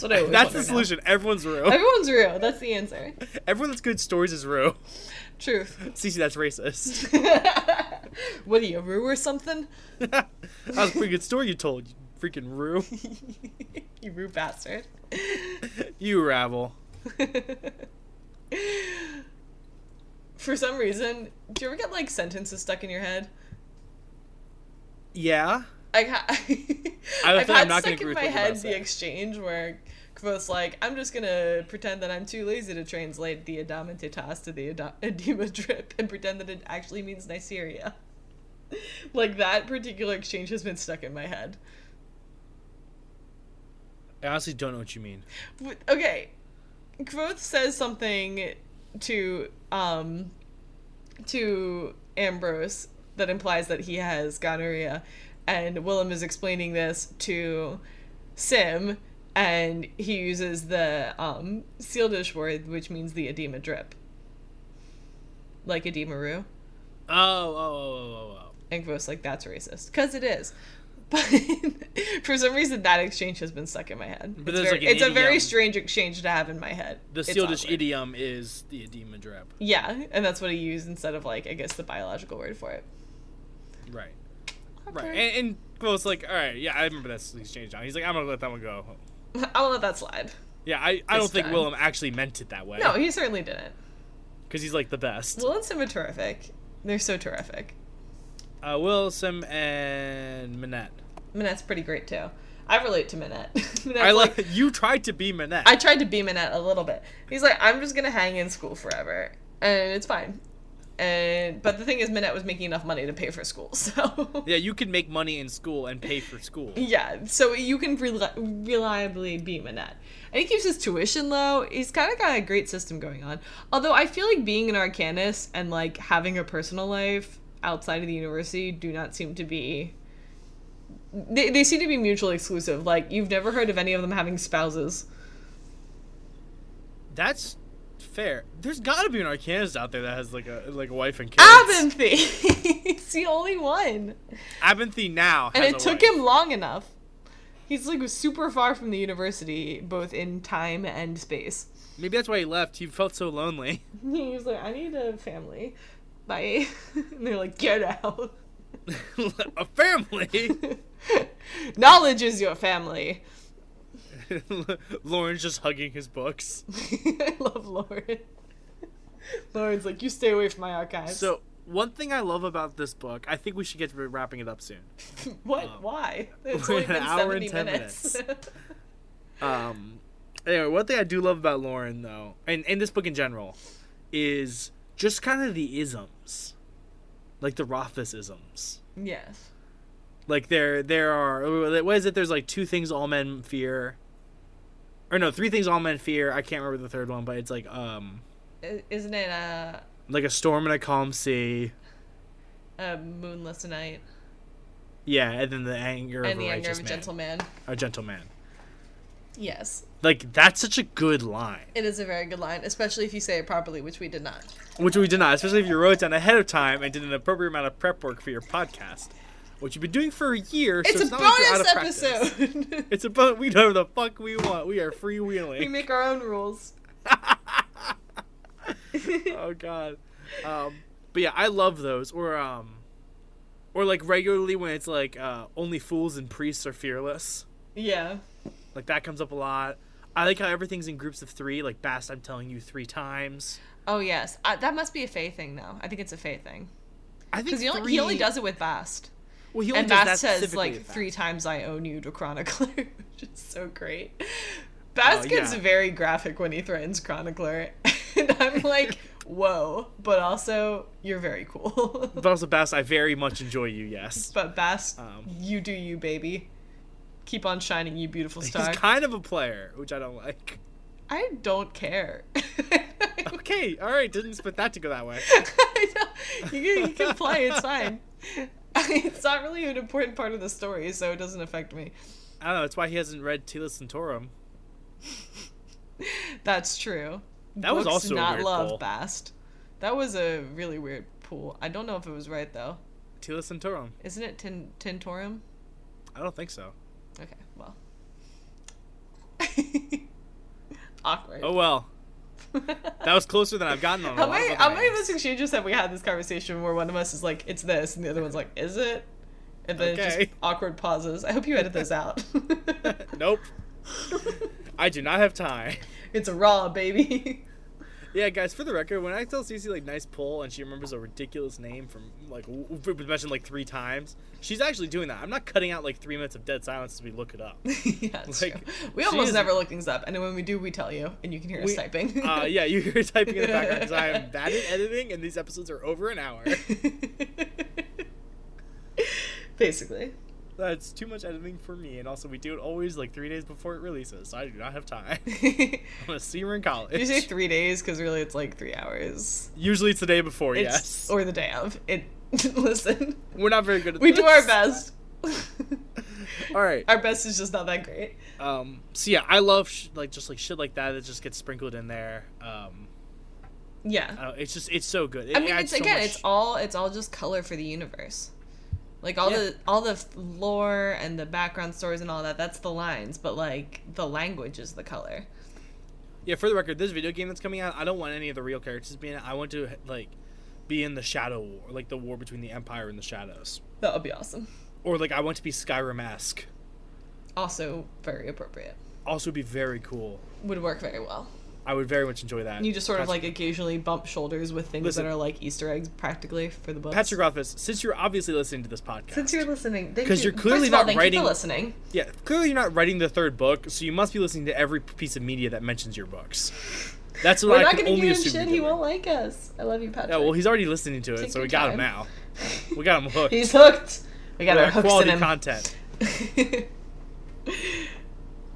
Speaker 2: what I. always
Speaker 3: That's
Speaker 2: wonder
Speaker 3: the
Speaker 2: now.
Speaker 3: solution. Everyone's Rue.
Speaker 2: Everyone's real. That's the answer.
Speaker 3: Everyone that's good stories is Rue.
Speaker 2: Truth.
Speaker 3: Cece, that's racist.
Speaker 2: what are you, a roo or something?
Speaker 3: that was a pretty good story you told. You freaking Rue.
Speaker 2: you roo bastard.
Speaker 3: You ravel.
Speaker 2: For some reason, do you ever get like sentences stuck in your head?
Speaker 3: Yeah.
Speaker 2: I ha-
Speaker 3: don't
Speaker 2: I've
Speaker 3: think- I'm
Speaker 2: had
Speaker 3: not gonna
Speaker 2: stuck
Speaker 3: agree
Speaker 2: in
Speaker 3: with
Speaker 2: my
Speaker 3: what you're
Speaker 2: head
Speaker 3: about to
Speaker 2: the
Speaker 3: say.
Speaker 2: exchange where Kvothe's like, I'm just gonna pretend that I'm too lazy to translate the Adamatitas to the Ada- Edema drip and pretend that it actually means Nigeria. like that particular exchange has been stuck in my head.
Speaker 3: I honestly don't know what you mean.
Speaker 2: W- okay Quoth says something to um to ambrose that implies that he has gonorrhea and willem is explaining this to sim and he uses the um seal dish word which means the edema drip like edema roo
Speaker 3: Oh, oh, oh, oh, oh, oh.
Speaker 2: and Quoth's like that's racist because it is but for some reason that exchange has been stuck in my head
Speaker 3: But
Speaker 2: it's,
Speaker 3: there's,
Speaker 2: very,
Speaker 3: like, an
Speaker 2: it's a very
Speaker 3: idiom.
Speaker 2: strange exchange to have in my head
Speaker 3: The
Speaker 2: It's
Speaker 3: seal dish
Speaker 2: awkward.
Speaker 3: idiom is the edema drip.
Speaker 2: yeah and that's what he used instead of like i guess the biological word for it
Speaker 3: Right. Right. And, and Quill's like, all right, yeah, I remember that's the exchange now. He's like, I'm going to let that one go.
Speaker 2: i'll let that slide
Speaker 3: Yeah, I, I
Speaker 2: This
Speaker 3: don't think
Speaker 2: time.
Speaker 3: Willem actually meant it that way.
Speaker 2: no he certainly didn't
Speaker 3: Because he's like the best.
Speaker 2: will and sim are terrific they're so terrific
Speaker 3: Uh, Wilson and Minette.
Speaker 2: minette's pretty great too i relate to minette Minette's
Speaker 3: I
Speaker 2: like-
Speaker 3: love you tried to be Minette.
Speaker 2: I tried to be Minette a little bit. He's like, I'm just gonna hang in school forever, and it's fine. And but the thing is, Minette was making enough money to pay for school, so
Speaker 3: yeah, you can make money in school and pay for school.
Speaker 2: Yeah, so you can reli- reliably be Manette. And he keeps his tuition low. He's kind of got a great system going on. Although I feel like being an arcanist and like having a personal life outside of the university do not seem to be. They, they seem to be mutually exclusive. Like, you've never heard of any of them having spouses.
Speaker 3: That's fair. There's got to be an arcanist out there that has like a like a wife and kids.
Speaker 2: Abinthy! He's the only one.
Speaker 3: Abinthy now.
Speaker 2: And
Speaker 3: has
Speaker 2: it
Speaker 3: a
Speaker 2: took
Speaker 3: wife.
Speaker 2: him long enough. He's like super far from the university, both in time and space.
Speaker 3: Maybe that's why he left. He felt so lonely.
Speaker 2: He was like, I need a family. Bye. and they're like, get out.
Speaker 3: a family.
Speaker 2: Knowledge is your family.
Speaker 3: Lauren's just hugging his books.
Speaker 2: I love Lauren. Lauren's like, you stay away from my archives.
Speaker 3: So one thing I love about this book, I think we should get to wrapping it up soon.
Speaker 2: what? Why? It's
Speaker 3: uh, we're
Speaker 2: only
Speaker 3: at an
Speaker 2: been
Speaker 3: hour
Speaker 2: 70
Speaker 3: and 10
Speaker 2: minutes.
Speaker 3: Um, anyway, one thing I do love about Lauren though, and and this book in general, is just kind of the isms, like the Rothfuss isms.
Speaker 2: yes.
Speaker 3: Like there, there are what is it? There's like two things all men fear, or no, three things all men fear. I can't remember the third one, but it's like um,
Speaker 2: I- Isn't it a,
Speaker 3: like a storm and a calm sea.
Speaker 2: a moonless night
Speaker 3: Yeah, and then the anger of
Speaker 2: and
Speaker 3: a
Speaker 2: the anger
Speaker 3: righteous
Speaker 2: of a
Speaker 3: man,
Speaker 2: gentleman?
Speaker 3: a gentleman.
Speaker 2: Yes.
Speaker 3: Like that's such a good line,
Speaker 2: It is a very good line, especially if you say it properly, which we did not.
Speaker 3: which we did not, especially if you wrote it down ahead of time and did an appropriate amount of prep work for your podcast, which you've been doing for a year.
Speaker 2: It's
Speaker 3: so
Speaker 2: a
Speaker 3: not like you're out
Speaker 2: bonus
Speaker 3: of practice.
Speaker 2: episode.
Speaker 3: It's a bonus. We do whatever the fuck we want. We are
Speaker 2: we
Speaker 3: freewheeling.
Speaker 2: make our own rules.
Speaker 3: oh god. Um, but yeah, I love those. Or um, or like regularly when it's like uh, only fools and priests are fearless.
Speaker 2: Yeah.
Speaker 3: Like that comes up a lot. I like how everything's in groups of three. Like Bast, I'm telling you three times.
Speaker 2: Oh yes, uh, that must be a Faye thing though. I think it's a Faye thing
Speaker 3: I think
Speaker 2: because he, only-
Speaker 3: three,
Speaker 2: he only does it with Bast,
Speaker 3: Well, he only
Speaker 2: and
Speaker 3: does
Speaker 2: Bast
Speaker 3: that
Speaker 2: says
Speaker 3: specifically
Speaker 2: like
Speaker 3: with Bast.
Speaker 2: three times "I own you" to Chronicler, which is so great. Bast
Speaker 3: Oh,
Speaker 2: gets
Speaker 3: yeah.
Speaker 2: very graphic when he threatens Chronicler, and I'm like, whoa! But also, you're very cool.
Speaker 3: But also Bast, I very much enjoy you. Yes,
Speaker 2: but Bast,
Speaker 3: Um.
Speaker 2: you do you, baby. Keep on shining, you beautiful star.
Speaker 3: he's kind of a player, which I don't like.
Speaker 2: I don't care.
Speaker 3: Okay, all right, didn't expect that to go that way.
Speaker 2: I know. you, can, you can play, it's fine. it's not really an important part of the story, so it doesn't affect me.
Speaker 3: I don't know. It's why he hasn't read Tila Santorum.
Speaker 2: That's true.
Speaker 3: That was
Speaker 2: Books
Speaker 3: also a
Speaker 2: not
Speaker 3: weird
Speaker 2: love
Speaker 3: poll.
Speaker 2: Bast. That was a really weird pool. I don't know if it was right though.
Speaker 3: Tila Santorum.
Speaker 2: Isn't it Tin Tintorum?
Speaker 3: I don't think so.
Speaker 2: Okay, well. Awkward.
Speaker 3: Oh well, that was closer than I've gotten on. a
Speaker 2: How
Speaker 3: lot
Speaker 2: many,
Speaker 3: of
Speaker 2: how
Speaker 3: other
Speaker 2: many of
Speaker 3: names.
Speaker 2: those exchanges have we had this conversation where one of us is like, it's this, and the other one's like, is it? And then it
Speaker 3: Okay.
Speaker 2: just awkward pauses. I hope you edit those out.
Speaker 3: nope, I do not have time.
Speaker 2: It's a raw, baby.
Speaker 3: Yeah, guys, for the record, when I tell Cece like nice pull and she remembers a ridiculous name from like w- w- was mentioned like three times, she's actually doing that. I'm not cutting out like three minutes of dead silence as we look it up.
Speaker 2: yeah, it's
Speaker 3: Like,
Speaker 2: true. We
Speaker 3: she
Speaker 2: almost
Speaker 3: is-
Speaker 2: never look things up, and then when we do, we tell you, and you can hear us
Speaker 3: We-
Speaker 2: typing.
Speaker 3: Uh, yeah, you hear typing in the background because I am bad at editing, and these episodes are over an hour.
Speaker 2: Basically.
Speaker 3: That's too much editing for me, and also we do it always like three days before it releases, so I do not have time. I'm
Speaker 2: you
Speaker 3: gonna see her in college.
Speaker 2: say three days because really it's like three hours.
Speaker 3: Usually it's the day before,
Speaker 2: It's-
Speaker 3: yes.
Speaker 2: Or the day of. It. Listen,
Speaker 3: We're not very good at
Speaker 2: we do our
Speaker 3: this.
Speaker 2: best.
Speaker 3: All right.
Speaker 2: our best is just not that great.
Speaker 3: Um. So yeah, I love sh- like just like shit like that that just gets sprinkled in there. Um.
Speaker 2: Yeah.
Speaker 3: I don't- it's just it's so good. Uh, It
Speaker 2: I mean,
Speaker 3: adds
Speaker 2: it's
Speaker 3: so
Speaker 2: again,
Speaker 3: much-
Speaker 2: it's all it's all just color for the universe. Like all
Speaker 3: Yeah.
Speaker 2: the all the lore and the background stories and all that. That's the lines, but like the language is the color.
Speaker 3: yeah. For the record, this video game that's coming out, I don't want any of the real characters being. in it. I want to like be in the Shadow War, like the war between the Empire and the Shadows,
Speaker 2: That would be awesome.
Speaker 3: or like I want to be Skyrim esque.
Speaker 2: Also, very appropriate.
Speaker 3: Also, would be very cool.
Speaker 2: Would work very well.
Speaker 3: I would very much enjoy that.
Speaker 2: You just sort of
Speaker 3: Patrick-
Speaker 2: like occasionally bump shoulders with things
Speaker 3: Listen.
Speaker 2: that are like Easter eggs, practically for the book.
Speaker 3: Patrick Rothfuss, since you're obviously listening to this podcast,
Speaker 2: since you're listening,
Speaker 3: Because
Speaker 2: because
Speaker 3: you're clearly
Speaker 2: First of all,
Speaker 3: not
Speaker 2: thank You
Speaker 3: writing-
Speaker 2: for listening.
Speaker 3: yeah, clearly you're not writing the third book, so you must be listening to every p- piece of media that mentions your books. That's what
Speaker 2: We're
Speaker 3: I
Speaker 2: not
Speaker 3: can
Speaker 2: gonna
Speaker 3: only
Speaker 2: give him
Speaker 3: assume.
Speaker 2: shit.
Speaker 3: you're
Speaker 2: He
Speaker 3: doing.
Speaker 2: won't like us. I love you, Patrick.
Speaker 3: No, well, he's already listening to it,
Speaker 2: Take
Speaker 3: so
Speaker 2: your
Speaker 3: we got him
Speaker 2: time.
Speaker 3: now. We got him hooked.
Speaker 2: he's hooked. We got
Speaker 3: We
Speaker 2: our
Speaker 3: got
Speaker 2: hooks
Speaker 3: quality
Speaker 2: in him.
Speaker 3: content.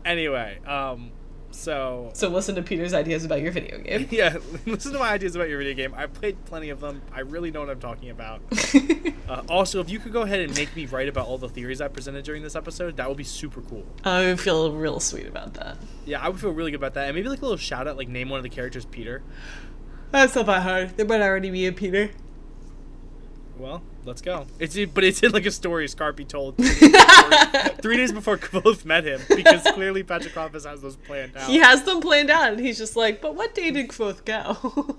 Speaker 3: Anyway, um, so
Speaker 2: so listen to Peter's ideas about your video game.
Speaker 3: yeah, listen to my ideas about your video game. I played plenty of them. I really know what I'm talking about. Uh, also, if you could go ahead and make me write about all the theories I presented during this episode, that would be super cool.
Speaker 2: I would feel real sweet about that.
Speaker 3: Yeah, I would feel really good about that. And maybe like a little shout out, like name one of the characters Peter.
Speaker 2: That's not that hard. There might already be a Peter.
Speaker 3: Well, let's go. It's but it's in like a story Scarpy told three days before- three days before Kvolf met him because clearly Patrick Rothfuss has those planned out.
Speaker 2: He has them planned out, and he's just like, but what day did Quoth go?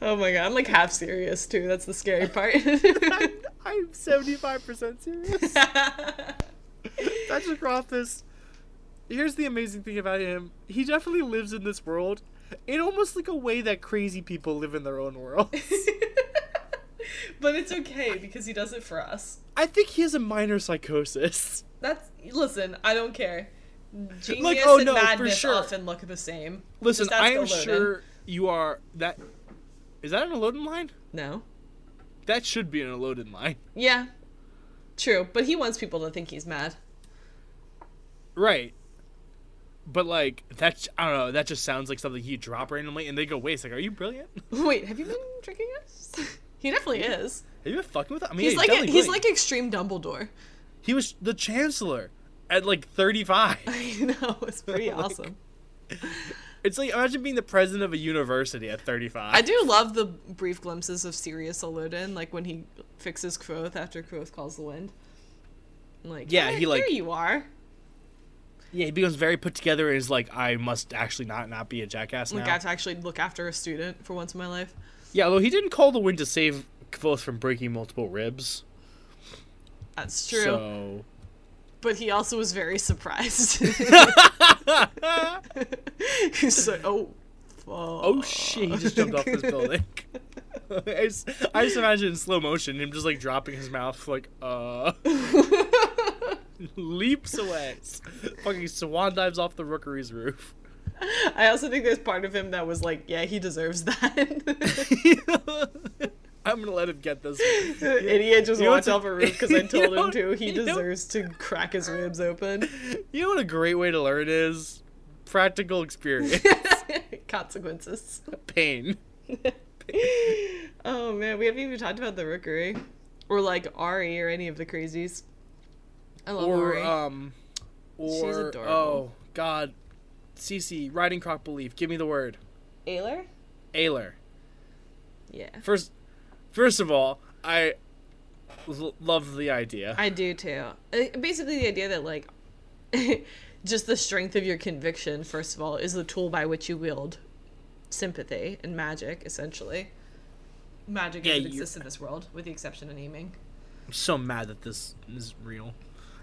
Speaker 2: oh my god, I'm like half serious too. That's the scary part.
Speaker 3: I'm seventy five percent serious. Patrick Rothfuss. Here's the amazing thing about him: he definitely lives in this world in almost like a way that crazy people live in their own world.
Speaker 2: but it's okay because he does it for us.
Speaker 3: I think he has a minor psychosis.
Speaker 2: That's listen, I don't care. Genius
Speaker 3: oh
Speaker 2: and
Speaker 3: no, for
Speaker 2: madness
Speaker 3: sure.
Speaker 2: often look the same.
Speaker 3: Listen,
Speaker 2: Just ask
Speaker 3: I am
Speaker 2: Olodin.
Speaker 3: sure you are that. Is that an Elodin line?
Speaker 2: No.
Speaker 3: That should be an Elodin line.
Speaker 2: Yeah. True, but he wants people to think he's mad.
Speaker 3: Right. But like that, I don't know. That just sounds like something he drop randomly, and they go, "Wait, it's like, are you brilliant?
Speaker 2: Wait, have you been drinking us? he definitely is.
Speaker 3: Have you been fucking with that?" I mean,
Speaker 2: He's
Speaker 3: yeah,
Speaker 2: like
Speaker 3: definitely
Speaker 2: he's
Speaker 3: brilliant.
Speaker 2: like extreme Dumbledore.
Speaker 3: he was the chancellor at like thirty-five.
Speaker 2: I know it's pretty
Speaker 3: Like-
Speaker 2: awesome.
Speaker 3: It's like imagine being the president of a university at
Speaker 2: I
Speaker 3: thirty-five.
Speaker 2: do love the brief glimpses of Sirius Olodin, like when he fixes Quoth after Quoth calls the wind. I'm like
Speaker 3: Yeah,
Speaker 2: "Here-
Speaker 3: he, like-
Speaker 2: here you are.
Speaker 3: yeah, he becomes very put together. And is like, I must actually not not be a jackass now.
Speaker 2: Like I have to actually look after a student for once in my life.
Speaker 3: Yeah, although he didn't call the wind to save Kvoth from breaking multiple ribs.
Speaker 2: That's true.
Speaker 3: So
Speaker 2: But he also was very surprised. He's like, oh, fuck.
Speaker 3: Oh shit! He just jumped off this building. I just, I just imagine in slow motion him just like dropping his mouth, like uh, leaps away, fucking swan dives off the rookery's roof.
Speaker 2: I also think there's part of him that was like, yeah, he deserves that.
Speaker 3: I'm gonna let him get this. one.
Speaker 2: Idiot just
Speaker 3: You know
Speaker 2: walked off
Speaker 3: what's-
Speaker 2: a roof because I
Speaker 3: you
Speaker 2: told
Speaker 3: know-
Speaker 2: him to. He
Speaker 3: you know-
Speaker 2: deserves to crack his ribs open.
Speaker 3: You know what a great way to learn is practical experience.
Speaker 2: Consequences.
Speaker 3: Pain.
Speaker 2: Oh man, we haven't even talked about the rookery. Or like Ari or any of the crazies. I love
Speaker 3: Or
Speaker 2: Ari.
Speaker 3: um, or
Speaker 2: adorable.
Speaker 3: oh god, Cece riding croc belief. Give me the word.
Speaker 2: Ayler?
Speaker 3: Ailer.
Speaker 2: Yeah.
Speaker 3: First, first of all, I l- love the idea.
Speaker 2: I do too. Uh, Basically, the idea that like just the strength of your conviction, first of all, is the tool by which you wield sympathy and magic, essentially. Magic
Speaker 3: Yeah,
Speaker 2: as it
Speaker 3: you-
Speaker 2: exists in this world, with the exception of aiming.
Speaker 3: I'm so mad that this is real.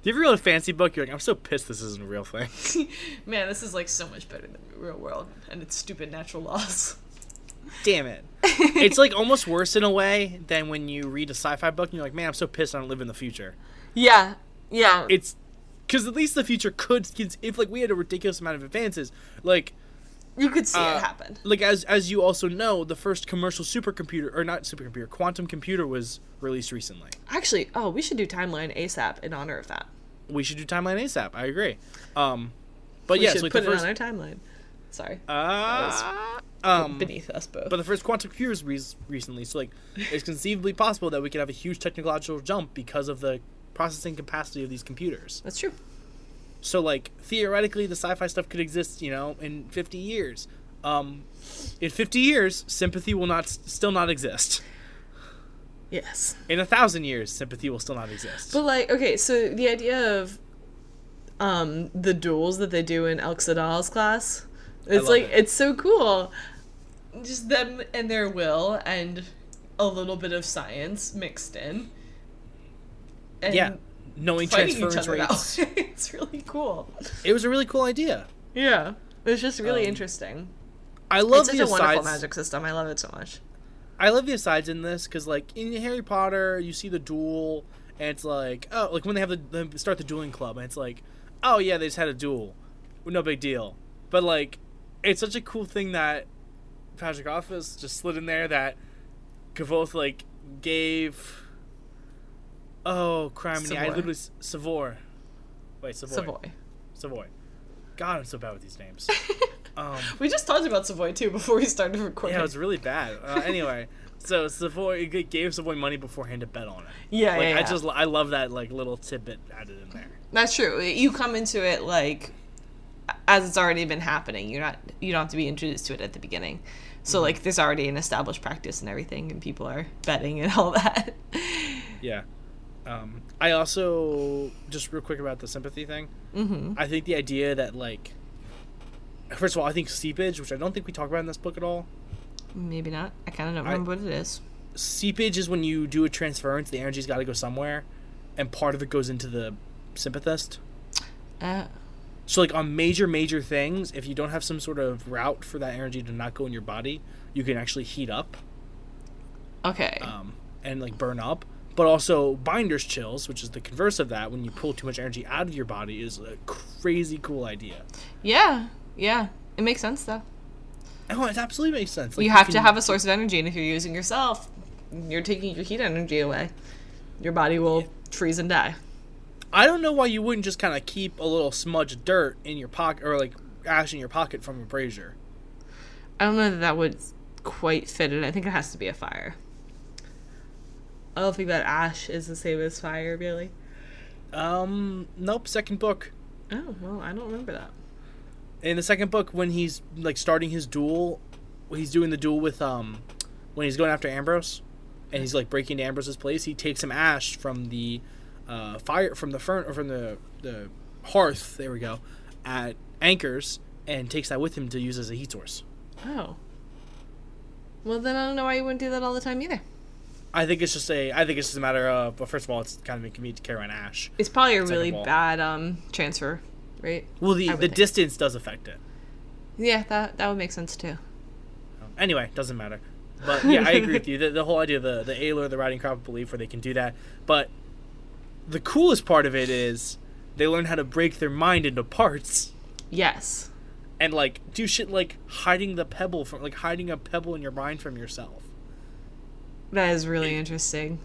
Speaker 3: Do you ever read a fancy book? You're like, I'm so pissed this isn't a real thing.
Speaker 2: Man, this is like so much better than the real world and its stupid natural laws.
Speaker 3: Damn it. it's like almost worse in a way than when you read a sci-fi book and you're like, man, I'm so pissed I don't live in the future.
Speaker 2: Yeah, yeah.
Speaker 3: It's because at least the future could, if like we had a ridiculous amount of advances, like
Speaker 2: you could see
Speaker 3: uh,
Speaker 2: it happen.
Speaker 3: Like as as you also know, the first commercial supercomputer or not supercomputer, quantum computer was released recently.
Speaker 2: Actually, oh, we should do timeline ASAP in honor of that.
Speaker 3: we should do timeline ASAP. I agree. Um, but
Speaker 2: We
Speaker 3: yeah,
Speaker 2: should
Speaker 3: so like the
Speaker 2: put it
Speaker 3: first
Speaker 2: on our timeline. Sorry,
Speaker 3: uh, um,
Speaker 2: beneath us both.
Speaker 3: but the first quantum computers re- recently. So like, it's conceivably possible that we could have a huge technological jump because of the processing capacity of these computers.
Speaker 2: That's true.
Speaker 3: So like, theoretically, the sci-fi stuff could exist, you know, in 50 years. Um, in 50 years, sympathy will not still not exist.
Speaker 2: Yes.
Speaker 3: In a thousand years, sympathy will still not exist.
Speaker 2: But like, okay, so the idea of um the duels that they do in Elxadal's class, it's
Speaker 3: love
Speaker 2: like
Speaker 3: it.
Speaker 2: it's so cool. Just them and their will and a little bit of science mixed in. And
Speaker 3: yeah, knowing
Speaker 2: fighting each
Speaker 3: transference
Speaker 2: other.
Speaker 3: rates.
Speaker 2: Out. it's really cool.
Speaker 3: It was a really cool idea.
Speaker 2: Yeah. It's just really
Speaker 3: Um,
Speaker 2: interesting.
Speaker 3: I love
Speaker 2: it's such
Speaker 3: the
Speaker 2: a wonderful
Speaker 3: asides-
Speaker 2: magic system. I love it so much.
Speaker 3: I love the asides in this because, like, in Harry Potter, you see the duel, and it's like, oh, like when they have the they start the dueling club, and it's like, oh yeah, they just had a duel, no big deal. But like, it's such a cool thing that Patrick Rothfuss just slid in there that Kavoth like gave. Oh, criminy! I
Speaker 2: Savoy.
Speaker 3: literally s- Savoy. Wait, Savoy. Savoy.
Speaker 2: Savoy.
Speaker 3: Savoy. God, I'm so bad with these names. um,
Speaker 2: We just talked about Savoy too before we started recording.
Speaker 3: yeah, it was really bad. Uh, anyway, so Savoy it gave Savoy money beforehand to bet on it.
Speaker 2: yeah,
Speaker 3: Like
Speaker 2: yeah,
Speaker 3: I
Speaker 2: yeah.
Speaker 3: just I love that like little tidbit added in there.
Speaker 2: That's true. You come into it like as it's already been happening. You're not you don't have to be introduced to it at the beginning. So like there's already an established practice and everything, and people are betting and all that.
Speaker 3: Yeah. Um, I also just real quick about the sympathy thing.
Speaker 2: mm-hmm.
Speaker 3: I think the idea that like, first of all, I think seepage, which I don't think we talk about in this book at all.
Speaker 2: Maybe not. I kind of don't
Speaker 3: I-
Speaker 2: remember what it is.
Speaker 3: Seepage is when you do a transference, the energy's got to go somewhere, and part of it goes into the sympathist.
Speaker 2: Uh,
Speaker 3: So like on major major things, if you don't have some sort of route for that energy to not go in your body, you can actually heat up
Speaker 2: okay.
Speaker 3: um, and like burn up. But also binder's chills, which is the converse of that, when you pull too much energy out of your body, is a crazy cool idea.
Speaker 2: yeah, yeah. It makes sense though.
Speaker 3: Oh, it absolutely makes sense. Like,
Speaker 2: you have to
Speaker 3: can-
Speaker 2: have a source of energy, and if you're using yourself, you're taking your heat energy away. Your body will freeze and die.
Speaker 3: I don't know why you wouldn't just kind of keep a little smudge of dirt in your pocket or like ash in your pocket from abrasion.
Speaker 2: I don't know that that would quite fit in. I think it has to be a fire. I don't think that ash is the same as fire, really.
Speaker 3: Um, nope. Second book.
Speaker 2: Oh well, I don't remember that.
Speaker 3: in the second book when he's like starting his duel when he's doing the duel with um when he's going after ambrose and he's like breaking into ambrose's place he takes some ash from the uh fire from the fern or from the the hearth there we go at anchors and takes that with him to use as a heat source
Speaker 2: Oh. Well, then I don't know why you wouldn't do that all the time either.
Speaker 3: i think it's just a i think it's just a matter of well first of all it's kind of inconvenient to carry on ash
Speaker 2: It's probably a
Speaker 3: like a
Speaker 2: really
Speaker 3: ball.
Speaker 2: bad um transfer, right?
Speaker 3: well the
Speaker 2: I
Speaker 3: the
Speaker 2: would think.
Speaker 3: distance does affect it
Speaker 2: Yeah, that that would make sense too.
Speaker 3: Anyway, doesn't matter. But yeah, I agree with you. The, the whole idea of the the Ailer, the riding crop of belief, where they can do that. But the coolest part of it is they learn how to break their mind into parts
Speaker 2: Yes.
Speaker 3: and like do shit like hiding the pebble from like hiding a pebble in your mind from yourself.
Speaker 2: That is really interesting.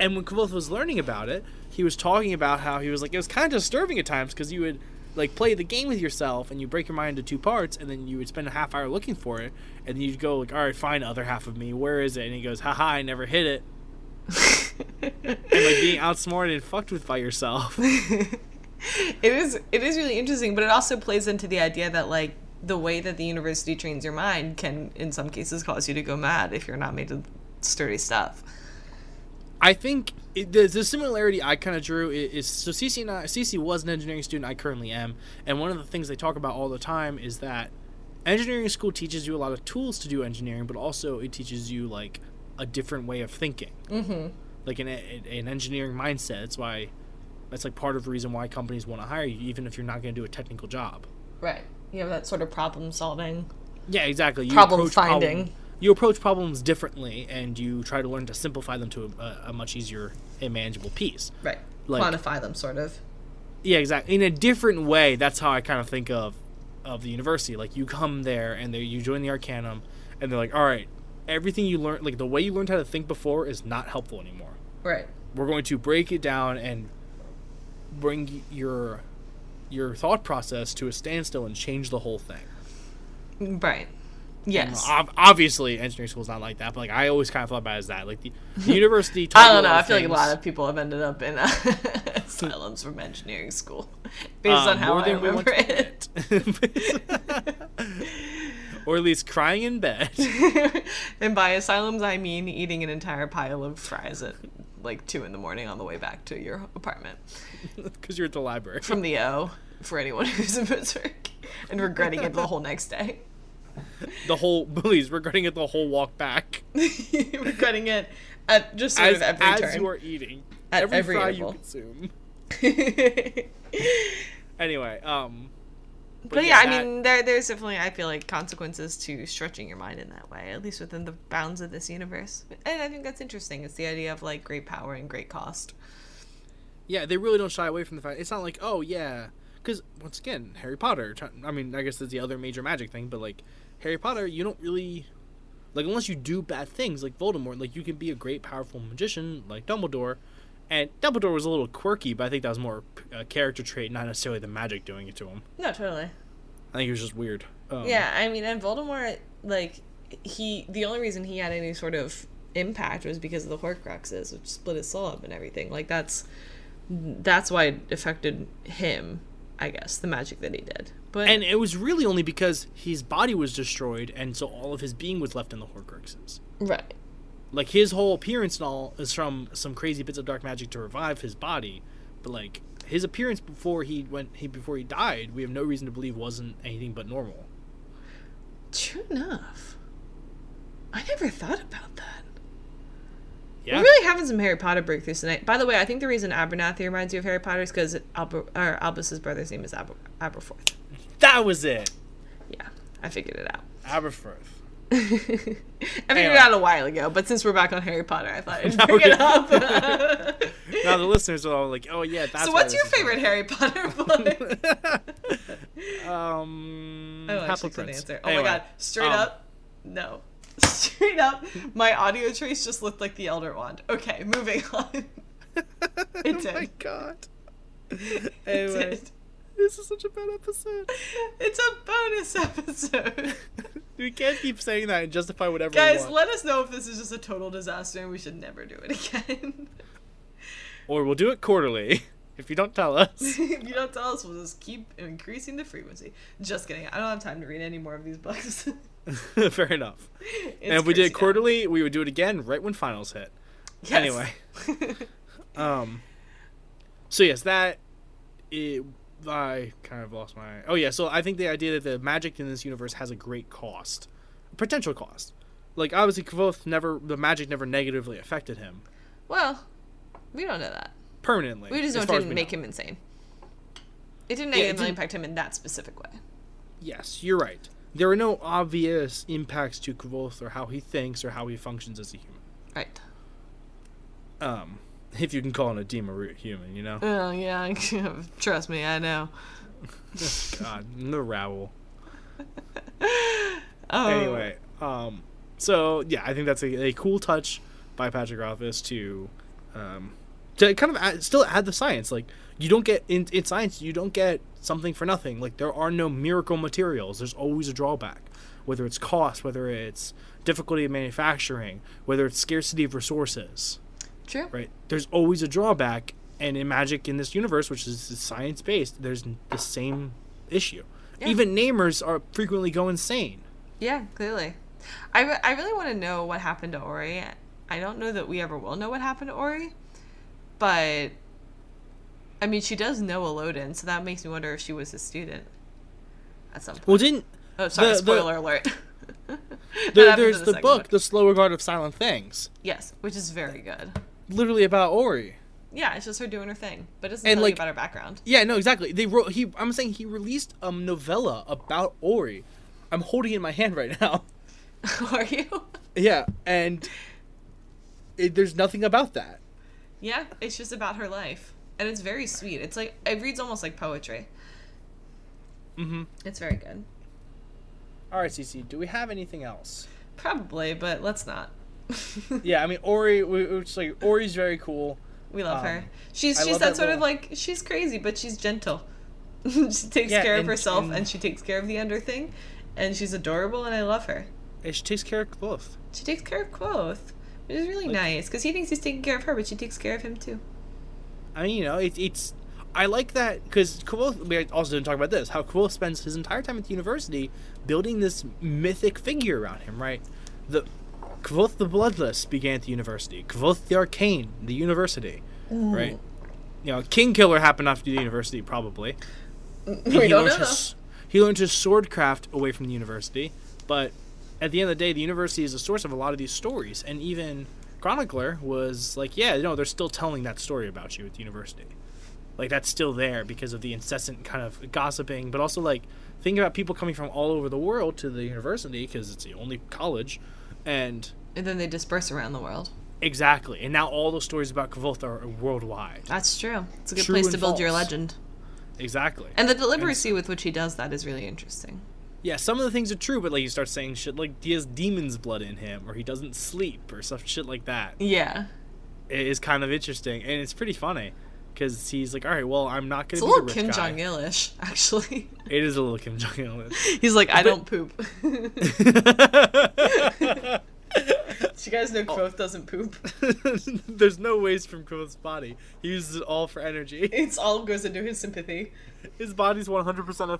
Speaker 3: And when Kvoth was learning about it, he was talking about how he was like it was kind of disturbing at times because you would like play the game with yourself and you break your mind into two parts and then you would spend a half hour looking for it and then you'd go like all right fine other half of me where is it and he goes haha I never hit it like being outsmarted and fucked with by yourself.
Speaker 2: it is it is really interesting, but it also plays into the idea that like the way that the university trains your mind can in some cases cause you to go mad if you're not made of sturdy stuff.
Speaker 3: I think it, the, the similarity I kind of drew i- is, so Cece and I, Cece was an engineering student. I currently am, and one of the things they talk about all the time is that engineering school teaches you a lot of tools to do engineering, but also it teaches you like a different way of thinking, mm-hmm. like an, a- an engineering mindset. That's why that's like part of the reason why companies want to hire you, even if you're not going to do a technical job.
Speaker 2: Right. You have that sort of problem solving.
Speaker 3: Yeah, exactly. You
Speaker 2: Problem
Speaker 3: approach problem-
Speaker 2: finding.
Speaker 3: you approach problems differently, and you try to learn to simplify them to a, a much easier and manageable piece.
Speaker 2: Right.
Speaker 3: Like-
Speaker 2: Quantify them sort of.
Speaker 3: Yeah, exactly. In a different way, that's how I kind of think of of the university. Like you come there, and they, you join the Arcanum, and they're like, "All right, everything you learned, like the way you learned how to think before, is not helpful anymore.
Speaker 2: Right.
Speaker 3: We're going to break it down and bring your your thought process to a standstill and change the whole thing."
Speaker 2: Right. Yes.
Speaker 3: Ob- obviously, engineering school is not like that, but like I always kind of thought about it as that. Like the, the university. taught
Speaker 2: I
Speaker 3: you
Speaker 2: don't know.
Speaker 3: lot
Speaker 2: I
Speaker 3: of
Speaker 2: feel like a lot
Speaker 3: things.
Speaker 2: of people have ended up in uh, asylums from engineering school based
Speaker 3: Um,
Speaker 2: on how
Speaker 3: more
Speaker 2: I
Speaker 3: than we want
Speaker 2: remember
Speaker 3: to
Speaker 2: it.
Speaker 3: admit. or at least crying in bed.
Speaker 2: and by asylums, I mean eating an entire pile of fries at like two in the morning on the way back to your apartment
Speaker 3: Because you're at the library.
Speaker 2: from the O for anyone who's in Berserk and regretting it the whole next day.
Speaker 3: The whole, please, regretting it the whole walk back.
Speaker 2: regretting it at just sort
Speaker 3: As,
Speaker 2: of every
Speaker 3: as
Speaker 2: turn.
Speaker 3: you are eating.
Speaker 2: At
Speaker 3: every,
Speaker 2: every
Speaker 3: fry
Speaker 2: interval.
Speaker 3: you consume. Anyway, um.
Speaker 2: But yeah,
Speaker 3: that-
Speaker 2: I mean, there, there's definitely, I feel like, consequences to stretching your mind in that way, at least within the bounds of this universe. And I think that's interesting. It's the idea of like great power and great cost.
Speaker 3: Yeah, they really don't shy away from the fact. It's not like, oh yeah, because once again, Harry Potter. try- I mean, I guess that's the other major magic thing, but like Harry Potter, you don't really like unless you do bad things like Voldemort. Like you can be a great, powerful magician like Dumbledore, and Dumbledore was a little quirky, but I think that was more a character trait, not necessarily the magic doing it to him.
Speaker 2: No, totally.
Speaker 3: I think it was just weird. Um,
Speaker 2: Yeah, I mean, and Voldemort, like, he, the only reason he had any sort of impact was because of the Horcruxes, which split his soul up and everything. Like, that's, that's why it affected him, I guess, the magic that he did.
Speaker 5: But
Speaker 3: And it was really only because his body was destroyed, and so all of his being was left in the Horcruxes.
Speaker 2: Right.
Speaker 3: Like his whole appearance and all is from some crazy bits of dark magic to revive his body, but like his appearance before he went, he before he died, we have no reason to believe wasn't anything but normal.
Speaker 2: True enough. I never thought about that.
Speaker 3: Yeah,
Speaker 2: We're really having some Harry Potter breakthroughs tonight. By the way, I think the reason Abernathy reminds you of Harry Potter is because Albus or Albus's brother's name is Aber- Aberforth.
Speaker 3: that was it.
Speaker 2: Yeah, I figured it out.
Speaker 3: Aberforth.
Speaker 2: I figured
Speaker 3: Anyway.
Speaker 2: it out a while ago, but since we're back on Harry Potter, I thought I'd
Speaker 3: Now
Speaker 2: bring
Speaker 3: we-
Speaker 2: it up.
Speaker 3: Now the listeners are all like, "Oh yeah, that's."
Speaker 2: so,
Speaker 3: why
Speaker 2: what's your
Speaker 3: this is
Speaker 2: favorite Harry Potter book?
Speaker 3: happening." um,
Speaker 2: Oh,
Speaker 3: Half-Blood
Speaker 2: actually, it's an
Speaker 3: Prince.
Speaker 2: answer. Oh
Speaker 3: Anyway,
Speaker 2: my god! Straight
Speaker 3: um,
Speaker 2: up, no. Straight up, my audio trace just looked like the Elder Wand. Okay, moving on. It
Speaker 3: oh my
Speaker 2: did.
Speaker 3: god.
Speaker 2: It's
Speaker 3: Anyway,
Speaker 2: it.
Speaker 3: this is such a bad episode.
Speaker 2: It's a bonus episode.
Speaker 3: we can't keep saying that and justify whatever.
Speaker 2: Guys,
Speaker 3: we want.
Speaker 2: let us know if this is just a total disaster and we should never do it again.
Speaker 3: or we'll do it quarterly if you don't tell us.
Speaker 2: if you don't tell us, we'll just keep increasing the frequency. Just kidding. I don't have time to read any more of these books.
Speaker 3: Fair enough. and if we did it quarterly, we would do it again right when finals hit. Anyway.
Speaker 2: anyway.
Speaker 3: Um. So yes, that it, I kind of lost my. Oh yeah, so I think the idea that the magic in this universe has a great cost, potential cost. Like obviously, Kvoth never the magic never negatively affected him
Speaker 2: well, we don't know that.
Speaker 3: permanently.
Speaker 2: We just
Speaker 3: as
Speaker 2: don't
Speaker 3: far as
Speaker 2: didn't
Speaker 3: we
Speaker 2: make
Speaker 3: know.
Speaker 2: him insane. It didn't
Speaker 3: it
Speaker 2: negatively
Speaker 3: didn't-
Speaker 2: impact him in that specific way.
Speaker 3: Yes, you're right. There are no obvious impacts to Kvoth or how he thinks or how he functions as a human.
Speaker 2: Right.
Speaker 3: Um, if you can call an edema root human, you know.
Speaker 2: Oh yeah, trust me, I know.
Speaker 3: God, the rabble.
Speaker 2: Oh,
Speaker 3: anyway, um, so yeah, I think that's a, a cool touch by Patrick Rothfuss to, um, to kind of add, still add the science. Like you don't get in, in science, you don't get something for nothing. Like there are no miracle materials. There's always a drawback, whether it's cost, whether it's difficulty of manufacturing, whether it's scarcity of resources.
Speaker 2: true.
Speaker 3: Right? There's always a drawback, and in magic in this universe, which is science based, there's the same issue. Even namers are frequently go insane.
Speaker 2: Yeah, clearly. I, re- I really want to know what happened to Ori. I don't know that we ever will know what happened to Ori, but I mean, she does know Elodin, so that makes me wonder if she was a student at some point.
Speaker 3: Well, didn't
Speaker 2: oh, sorry,
Speaker 3: the- the-
Speaker 2: spoiler alert.
Speaker 3: There-
Speaker 2: That happens
Speaker 3: there's
Speaker 2: in
Speaker 3: the
Speaker 2: second
Speaker 3: book, The Slow Regard of Silent Things,
Speaker 2: Yes, which is very good.
Speaker 3: literally about Ori.
Speaker 2: Yeah, it's just her doing her thing, but it doesn't
Speaker 3: And,
Speaker 2: tell
Speaker 3: like-
Speaker 2: you about her background.
Speaker 3: Yeah, no, exactly. They wrote. He, I'm saying he released a novella about Ori. I'm holding it in my hand right now.
Speaker 2: Are you?
Speaker 3: Yeah, and it, there's nothing about that.
Speaker 2: Yeah, it's just about her life. And it's very sweet. It's like it reads almost like poetry.
Speaker 3: Mm-hmm.
Speaker 2: It's very good.
Speaker 3: All right, Cece, do we have anything else?
Speaker 2: Probably, but let's not.
Speaker 3: Yeah, I mean Ori. we- It's like Ori's very cool.
Speaker 2: we love
Speaker 3: Um,
Speaker 2: her. She's
Speaker 3: I
Speaker 2: she's
Speaker 3: love
Speaker 2: that,
Speaker 3: that
Speaker 2: sort of
Speaker 3: little-
Speaker 2: like she's crazy, but she's gentle. she takes
Speaker 3: Yeah,
Speaker 2: care of
Speaker 3: and-
Speaker 2: herself
Speaker 3: and-
Speaker 2: and she takes care of the under thing, and she's adorable and I love her.
Speaker 3: And she takes care of both.
Speaker 2: She takes care of Quoth, which is really nice, 'cause nice because he thinks he's taking care of her, but she takes care of him too.
Speaker 3: I mean, you know, it, it's. I like that because Kvoth. We also didn't talk about this. How Kvoth spends his entire time at the university building this mythic figure around him, right? The Kvoth the Bloodless began at the university. Kvoth the Arcane, the university,
Speaker 2: Mm.
Speaker 3: right? You know, King Killer happened after the university, probably. And
Speaker 2: We don't know.
Speaker 3: His, he learned his swordcraft away from the university, but at the end of the day, the university is the source of a lot of these stories. And even Chronicler was like, "Yeah, no, they're still telling that story about you at the university. Like that's still there because of the incessant kind of gossiping, but also like think about people coming from all over the world to the university because it's the only college, and."
Speaker 2: And then they disperse around the world.
Speaker 3: Exactly, and now all those stories about Kvoth are worldwide.
Speaker 2: That's true. It's a good
Speaker 3: True
Speaker 2: place
Speaker 3: and
Speaker 2: to build your
Speaker 3: false.
Speaker 2: legend.
Speaker 3: Exactly.
Speaker 2: And the deliberacy with which he does that is really interesting.
Speaker 3: Yeah, some of the things are true, but like you start saying shit like he has demon's blood in him, or he doesn't sleep, or stuff shit like that.
Speaker 2: Yeah.
Speaker 3: It is kind of interesting, and it's pretty funny because he's like, "All right, well, I'm not
Speaker 2: It's
Speaker 3: gonna
Speaker 2: a
Speaker 3: be the
Speaker 2: little
Speaker 3: rich
Speaker 2: Kim
Speaker 3: guy."
Speaker 2: Jong Il-ish, actually.
Speaker 3: It is a little Kim Jong Il.
Speaker 2: He's like, I don't poop.
Speaker 6: you guys know Quoth doesn't poop.
Speaker 3: There's no waste from Quoth's body. He uses it all for energy.
Speaker 6: It's all goes into his sympathy.
Speaker 3: His body's 100%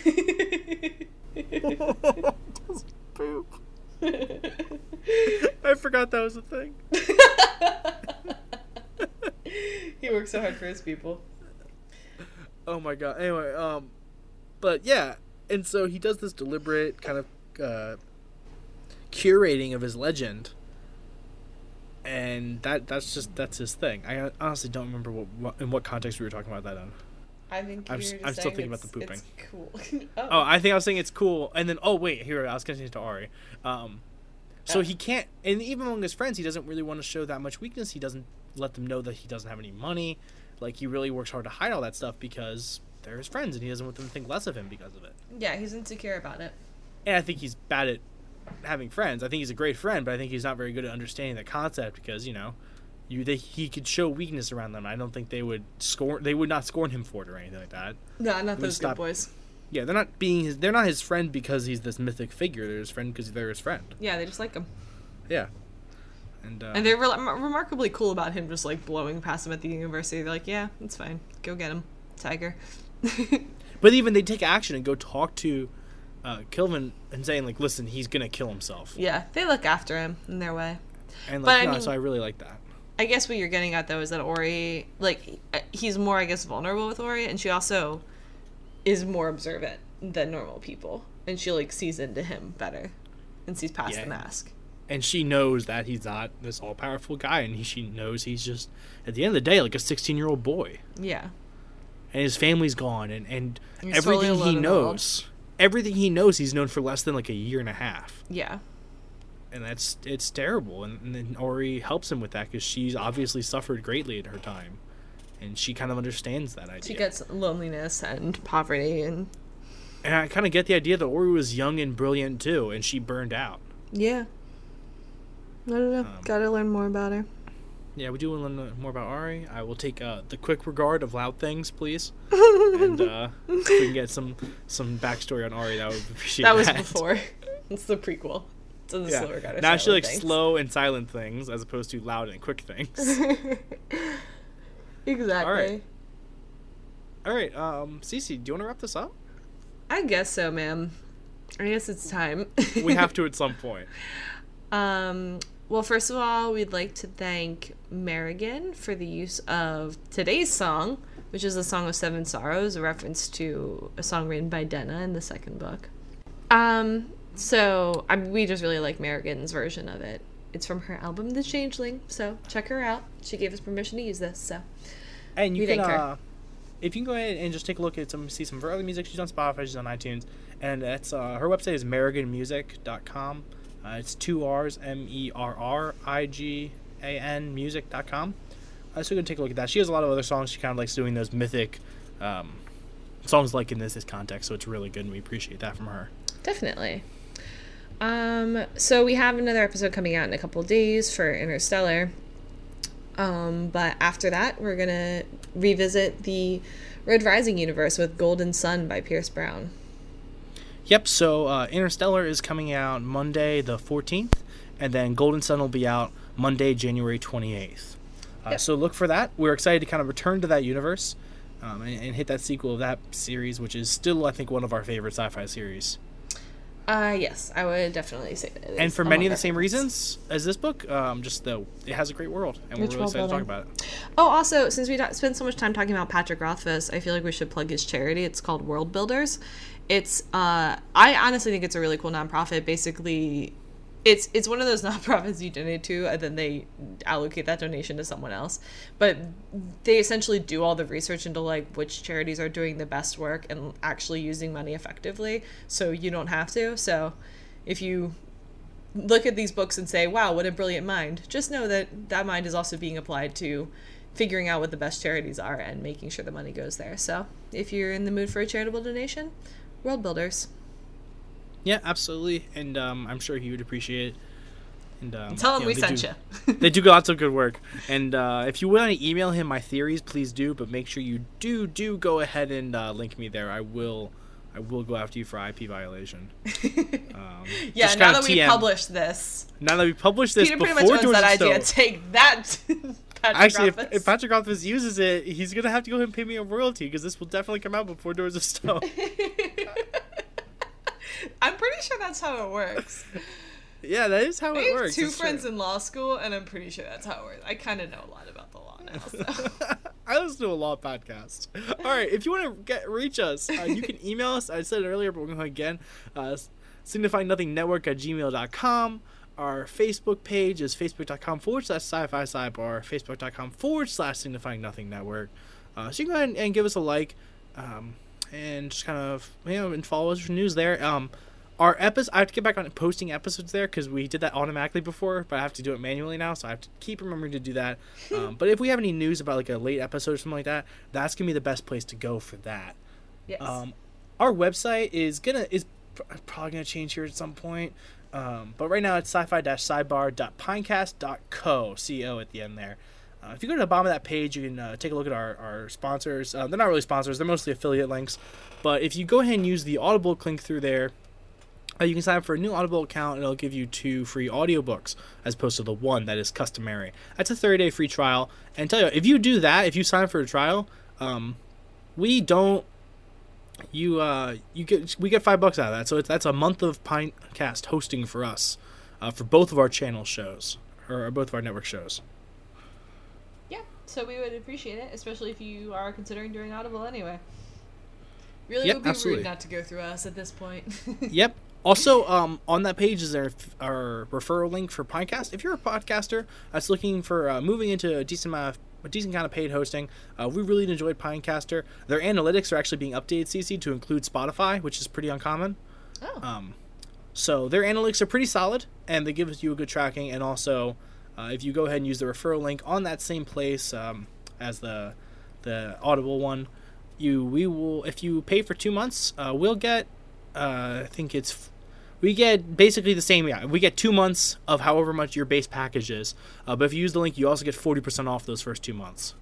Speaker 3: efficient. Doesn't poop. I forgot that was a thing.
Speaker 6: he works so hard for his people.
Speaker 3: Oh my god. Anyway, um, but yeah, and so he does this deliberate kind of uh, curating of his legend, and that that's just that's his thing. I honestly don't remember what, what in what context we were talking about that in.
Speaker 6: I think
Speaker 3: I'm
Speaker 6: you're
Speaker 3: s-
Speaker 6: just
Speaker 3: I'm still
Speaker 6: saying
Speaker 3: thinking about
Speaker 6: it's-
Speaker 3: the
Speaker 6: it's cool.
Speaker 3: Oh, I think I was saying it's cool, and then oh wait, here I was continuing to Ari. Um, so
Speaker 6: Yeah.
Speaker 3: he can't, and even among his friends, he doesn't really want to show that much weakness. He doesn't let them know that he doesn't have any money. Like he really works hard to hide all that stuff because they're his friends, and he doesn't want them to think less of him because of it.
Speaker 6: yeah, he's insecure about it.
Speaker 3: and I think he's bad at having friends. I think he's a great friend, but I think he's not very good at understanding the concept because you know, you they, he could show weakness around them. I don't think they would scorn. They would not scorn him for it or anything like that.
Speaker 6: No, not those
Speaker 3: stop.
Speaker 6: good boys.
Speaker 3: Yeah, they're not being his. They're not his friend because he's this mythic figure. They're his friend because they're his friend.
Speaker 2: Yeah, they just like him.
Speaker 3: Yeah, and, uh,
Speaker 2: And they're re- remarkably cool about him just like blowing past him at the university. They're like, yeah, it's fine. Go get him, Tiger.
Speaker 3: but even they take action and go talk to. Uh, Kilvin and saying like, listen, he's gonna kill himself,
Speaker 2: yeah, they look after him in their way.
Speaker 3: and
Speaker 2: But
Speaker 3: like,
Speaker 2: I
Speaker 3: no,
Speaker 2: mean-
Speaker 3: so I really like that.
Speaker 2: I guess what you're getting at though is that Ori, like, he- uh, he's more, I guess, vulnerable with Ori, and she also is more observant than normal people, and she like sees into him better, and sees past
Speaker 3: Yeah.
Speaker 2: the mask.
Speaker 3: and she knows that he's not this all powerful guy, and he, she knows he's just at the end of the day like a sixteen year old boy,
Speaker 2: Yeah,
Speaker 3: and his family's gone, and and
Speaker 2: He's totally
Speaker 3: everything
Speaker 2: alone
Speaker 3: he
Speaker 2: in the world.
Speaker 3: knows, everything he knows, he's known for less than like a year and a half,
Speaker 2: yeah,
Speaker 3: and that's it's terrible. And, and then Ori helps him with that because she's obviously suffered greatly in her time, and she kind of understands that idea.
Speaker 2: she gets loneliness and poverty, and
Speaker 3: and I kind of get the idea that Ori was young and brilliant too, and she burned out.
Speaker 2: yeah. I don't know.
Speaker 3: Um,
Speaker 2: Gotta learn more about her.
Speaker 3: Yeah, we do want to learn more about Ari. I will take uh, the quick regard of loud things, please. and uh, if we can get some some backstory on Ari, that would appreciate
Speaker 2: That was before. it's the prequel. It's in the
Speaker 3: Yeah.
Speaker 2: slow regard. of
Speaker 3: Now she
Speaker 2: silent
Speaker 3: likes slow and silent things as opposed to loud and quick things.
Speaker 2: things. exactly.
Speaker 3: All right, um, Cece, do you want to wrap this up?
Speaker 2: I guess so, ma'am. I guess it's time.
Speaker 3: We have to at some point.
Speaker 2: Um, well, first of all, we'd like to thank Merrigan for the use of today's song, which is the Song of Seven Sorrows, a reference to a song written by Denna in the second book. Um, so I mean, we just really like Merrigan's version of it. It's from her album The Changeling, so check her out. She gave us permission to use this, so
Speaker 3: And you
Speaker 2: We
Speaker 3: can,
Speaker 2: thank her.
Speaker 3: uh, if you can go ahead and just take a look at some, see some of her other music. She's on Spotify, she's on iTunes, and that's uh, her website is merriganmusic.com. Uh, it's two R's, M E R R I G A N music.com. Uh, so you can take a look at that. She has a lot of other songs. She kind of likes doing those mythic um, songs, like in this, this context. So it's really good, and we appreciate that from her.
Speaker 2: Definitely. Um, so we have another episode coming out in a couple of days for Interstellar. Um, but after that, we're gonna revisit the Red Rising universe with Golden Sun by Pierce Brown.
Speaker 3: Yep. So uh, Interstellar is coming out Monday the 14th, and then Golden Sun will be out Monday, January 28th. Uh, So look for that. We're excited to kind of return to that universe um, and, and hit that sequel of that series, which is still, I think, one of our favorite sci-fi series.
Speaker 2: Uh, yes, I would definitely say that. it is
Speaker 3: And for
Speaker 2: among
Speaker 3: many of
Speaker 2: our
Speaker 3: the same
Speaker 2: favorites.
Speaker 3: reasons as this book, um, just the it has a great world, and we're
Speaker 2: Rich
Speaker 3: really
Speaker 2: world
Speaker 3: excited to talk
Speaker 2: building.
Speaker 3: about it.
Speaker 2: Oh, also, since we do- spent so much time talking about Patrick Rothfuss, I feel like we should plug his charity. It's called World Builders. It's uh, I honestly think it's a really cool nonprofit. Basically, it's it's one of those nonprofits you donate to, and then they allocate that donation to someone else. But they essentially do all the research into like which charities are doing the best work and actually using money effectively, so you don't have to. So, if you look at these books and say, wow, what a brilliant mind, just know that that mind is also being applied to figuring out what the best charities are and making sure the money goes there. So if you're in the mood for a charitable donation, World Builders.
Speaker 3: Yeah, absolutely, and um, I'm sure he would appreciate it. And um,
Speaker 2: Tell them
Speaker 3: know,
Speaker 2: we
Speaker 3: they
Speaker 2: sent
Speaker 3: do-
Speaker 2: you.
Speaker 3: they do lots of good work. And uh, if you want to email him my theories, please do. But make sure you do do go ahead and uh, link me there. I will, I will go after you for IP violation. Um,
Speaker 7: yeah,
Speaker 3: just
Speaker 7: now
Speaker 3: kinda
Speaker 7: that we
Speaker 3: TM.
Speaker 7: published this,
Speaker 3: now that we published this
Speaker 7: Peter pretty
Speaker 3: before
Speaker 7: much owns
Speaker 3: George
Speaker 7: that
Speaker 3: Stowe-
Speaker 7: idea. Take that, Patrick
Speaker 3: Actually, if,
Speaker 7: Rothfuss.
Speaker 3: if Patrick Rothfuss uses it, he's gonna have to go ahead and pay me a royalty because this will definitely come out before Doors of Stone.
Speaker 2: I'm pretty sure that's how it works.
Speaker 3: yeah, that is how
Speaker 2: I
Speaker 3: it
Speaker 2: have
Speaker 3: works.
Speaker 2: two
Speaker 3: it's
Speaker 2: friends
Speaker 3: true.
Speaker 2: in law school, and I'm pretty sure that's how it works. I kind of know a lot about the law now. So.
Speaker 3: I listen to a law podcast. All right, if you want to get reach us, uh, you can email us. I said it earlier, but we're going to again. Uh, signifying nothing network at gmail.com. Our Facebook page is facebook.com forward slash sci fi sidebar, facebook.com forward slash signifying nothing network. Uh, so you can go ahead and, and give us a like um, and just kind of, you know, and follow us for news there. Um, our episodes, I have to get back on posting episodes there because we did that automatically before, but I have to do it manually now, so I have to keep remembering to do that. Um, but if we have any news about like a late episode or something like that, that's gonna be the best place to go for that.
Speaker 7: yes.
Speaker 3: Um, our website is gonna is pr- probably gonna change here at some point, um, but right now it's sci-fi-sidebar.pinecast.co co at the end there. Uh, if you go to the bottom of that page, you can uh, take a look at our, our sponsors. Uh, they're not really sponsors; they're mostly affiliate links. But if you go ahead and use the Audible link through there, uh, you can sign up for a new Audible account, and it'll give you two free audiobooks as opposed to the one that is customary. That's a 30 day free trial. And tell you, what, if you do that, if you sign up for a trial, um, we don't. You uh, you get we get five bucks out of that, so it's, that's a month of Pinecast hosting for us, uh, for both of our channel shows or both of our network shows.
Speaker 2: yeah, so we would appreciate it, especially if you are considering doing Audible anyway.
Speaker 7: really
Speaker 3: yeah,
Speaker 7: would be
Speaker 3: absolutely.
Speaker 7: rude not to go through us at this point.
Speaker 3: Yep. Also, um, on that page is our, our referral link for podcast. If you're a podcaster that's looking for uh, moving into a decent amount of a decent kind of paid hosting, uh, we really enjoyed Pinecast. Their analytics are actually being updated, CC, to include Spotify, which is pretty uncommon.
Speaker 2: Oh.
Speaker 3: Um, so their analytics are pretty solid, and they give you a good tracking. And also, uh, if you go ahead and use the referral link on that same place um, as the the Audible one, you we will if you pay for two months, uh, we'll get uh, I think it's f- we get basically the same. Yeah, we get two months of however much your base package is. Uh, but if you use the link, you also get forty percent off those first two months.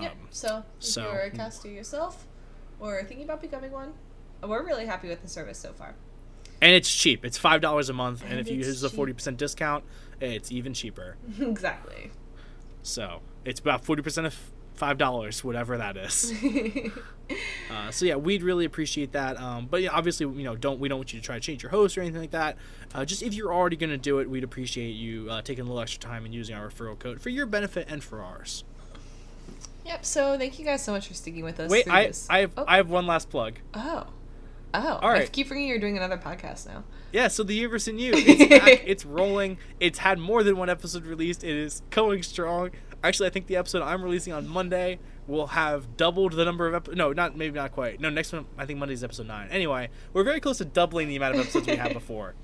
Speaker 2: yeah, so if
Speaker 3: um, so- hmm.
Speaker 2: you're a caster yourself or thinking about becoming one, we're really happy with the service so far.
Speaker 3: And it's cheap. It's five dollars a month, and,
Speaker 2: And
Speaker 3: if you
Speaker 2: it's
Speaker 3: use the
Speaker 2: cheap.
Speaker 3: forty percent discount, it's even cheaper.
Speaker 2: exactly.
Speaker 3: So it's about forty percent of five dollars, whatever that is. Uh, so yeah, we'd really appreciate that. Um, but yeah, obviously, you know, don't we don't want you to try to change your host or anything like that. Uh, just if you're already going to do it, we'd appreciate you uh, taking a little extra time and using our referral code for your benefit and for ours.
Speaker 2: yep, so thank you guys so much for sticking with us.
Speaker 3: Wait,
Speaker 2: through
Speaker 3: I
Speaker 2: this.
Speaker 3: I have,
Speaker 2: oh,
Speaker 3: I have one last plug.
Speaker 2: oh. Oh,
Speaker 3: All
Speaker 2: I
Speaker 3: right.
Speaker 2: keep forgetting you're doing another podcast now.
Speaker 3: Yeah, so the universe in you, it's back, it's rolling. It's had more than one episode released. It is going strong. Actually, I think the episode I'm releasing on Monday will have doubled the number of episodes. No, not maybe not quite. No, next one I think Monday's episode nine. Anyway, we're very close to doubling the amount of episodes we had before.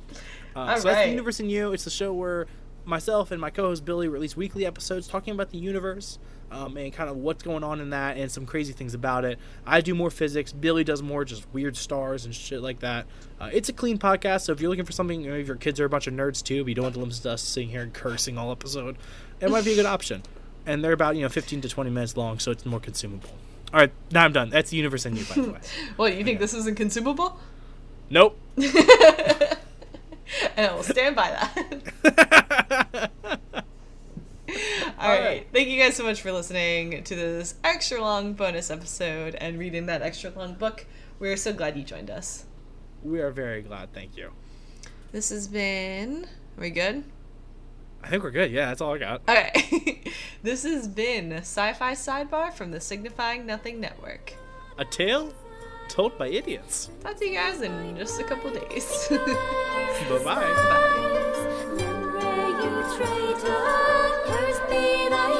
Speaker 3: Uh,
Speaker 2: All
Speaker 3: so that's
Speaker 2: right.
Speaker 3: the universe in you. It's the show where myself and my co-host Billy release weekly episodes talking about the universe um, and kind of what's going on in that and some crazy things about it. I do more physics. Billy does more just weird stars and shit like that. Uh, it's a clean podcast, so if you're looking for something, you know, if your kids are a bunch of nerds too, but you don't want to listen to us sitting here and cursing all episode, it might be a good option. And they're about you know 15 to 20 minutes long, so it's more consumable. All right, now I'm done. That's the universe in you, by the way.
Speaker 2: Well, you think this isn't consumable?
Speaker 3: nope.
Speaker 2: and I will stand by that. All
Speaker 3: right.
Speaker 2: right. Thank you guys so much for listening to this extra long bonus episode and reading that extra long book. We're so glad you joined us.
Speaker 3: we are very glad. Thank you.
Speaker 2: This has been. Are we good?
Speaker 3: I think we're good. Yeah, that's all I got.
Speaker 2: All right. this has been Sci Fi Sidebar from the Signifying Nothing Network.
Speaker 3: A tale told by idiots.
Speaker 2: Talk to you guys in just a couple days.
Speaker 3: Bye bye.
Speaker 1: Then were you traitor? Cursed be thy Ah.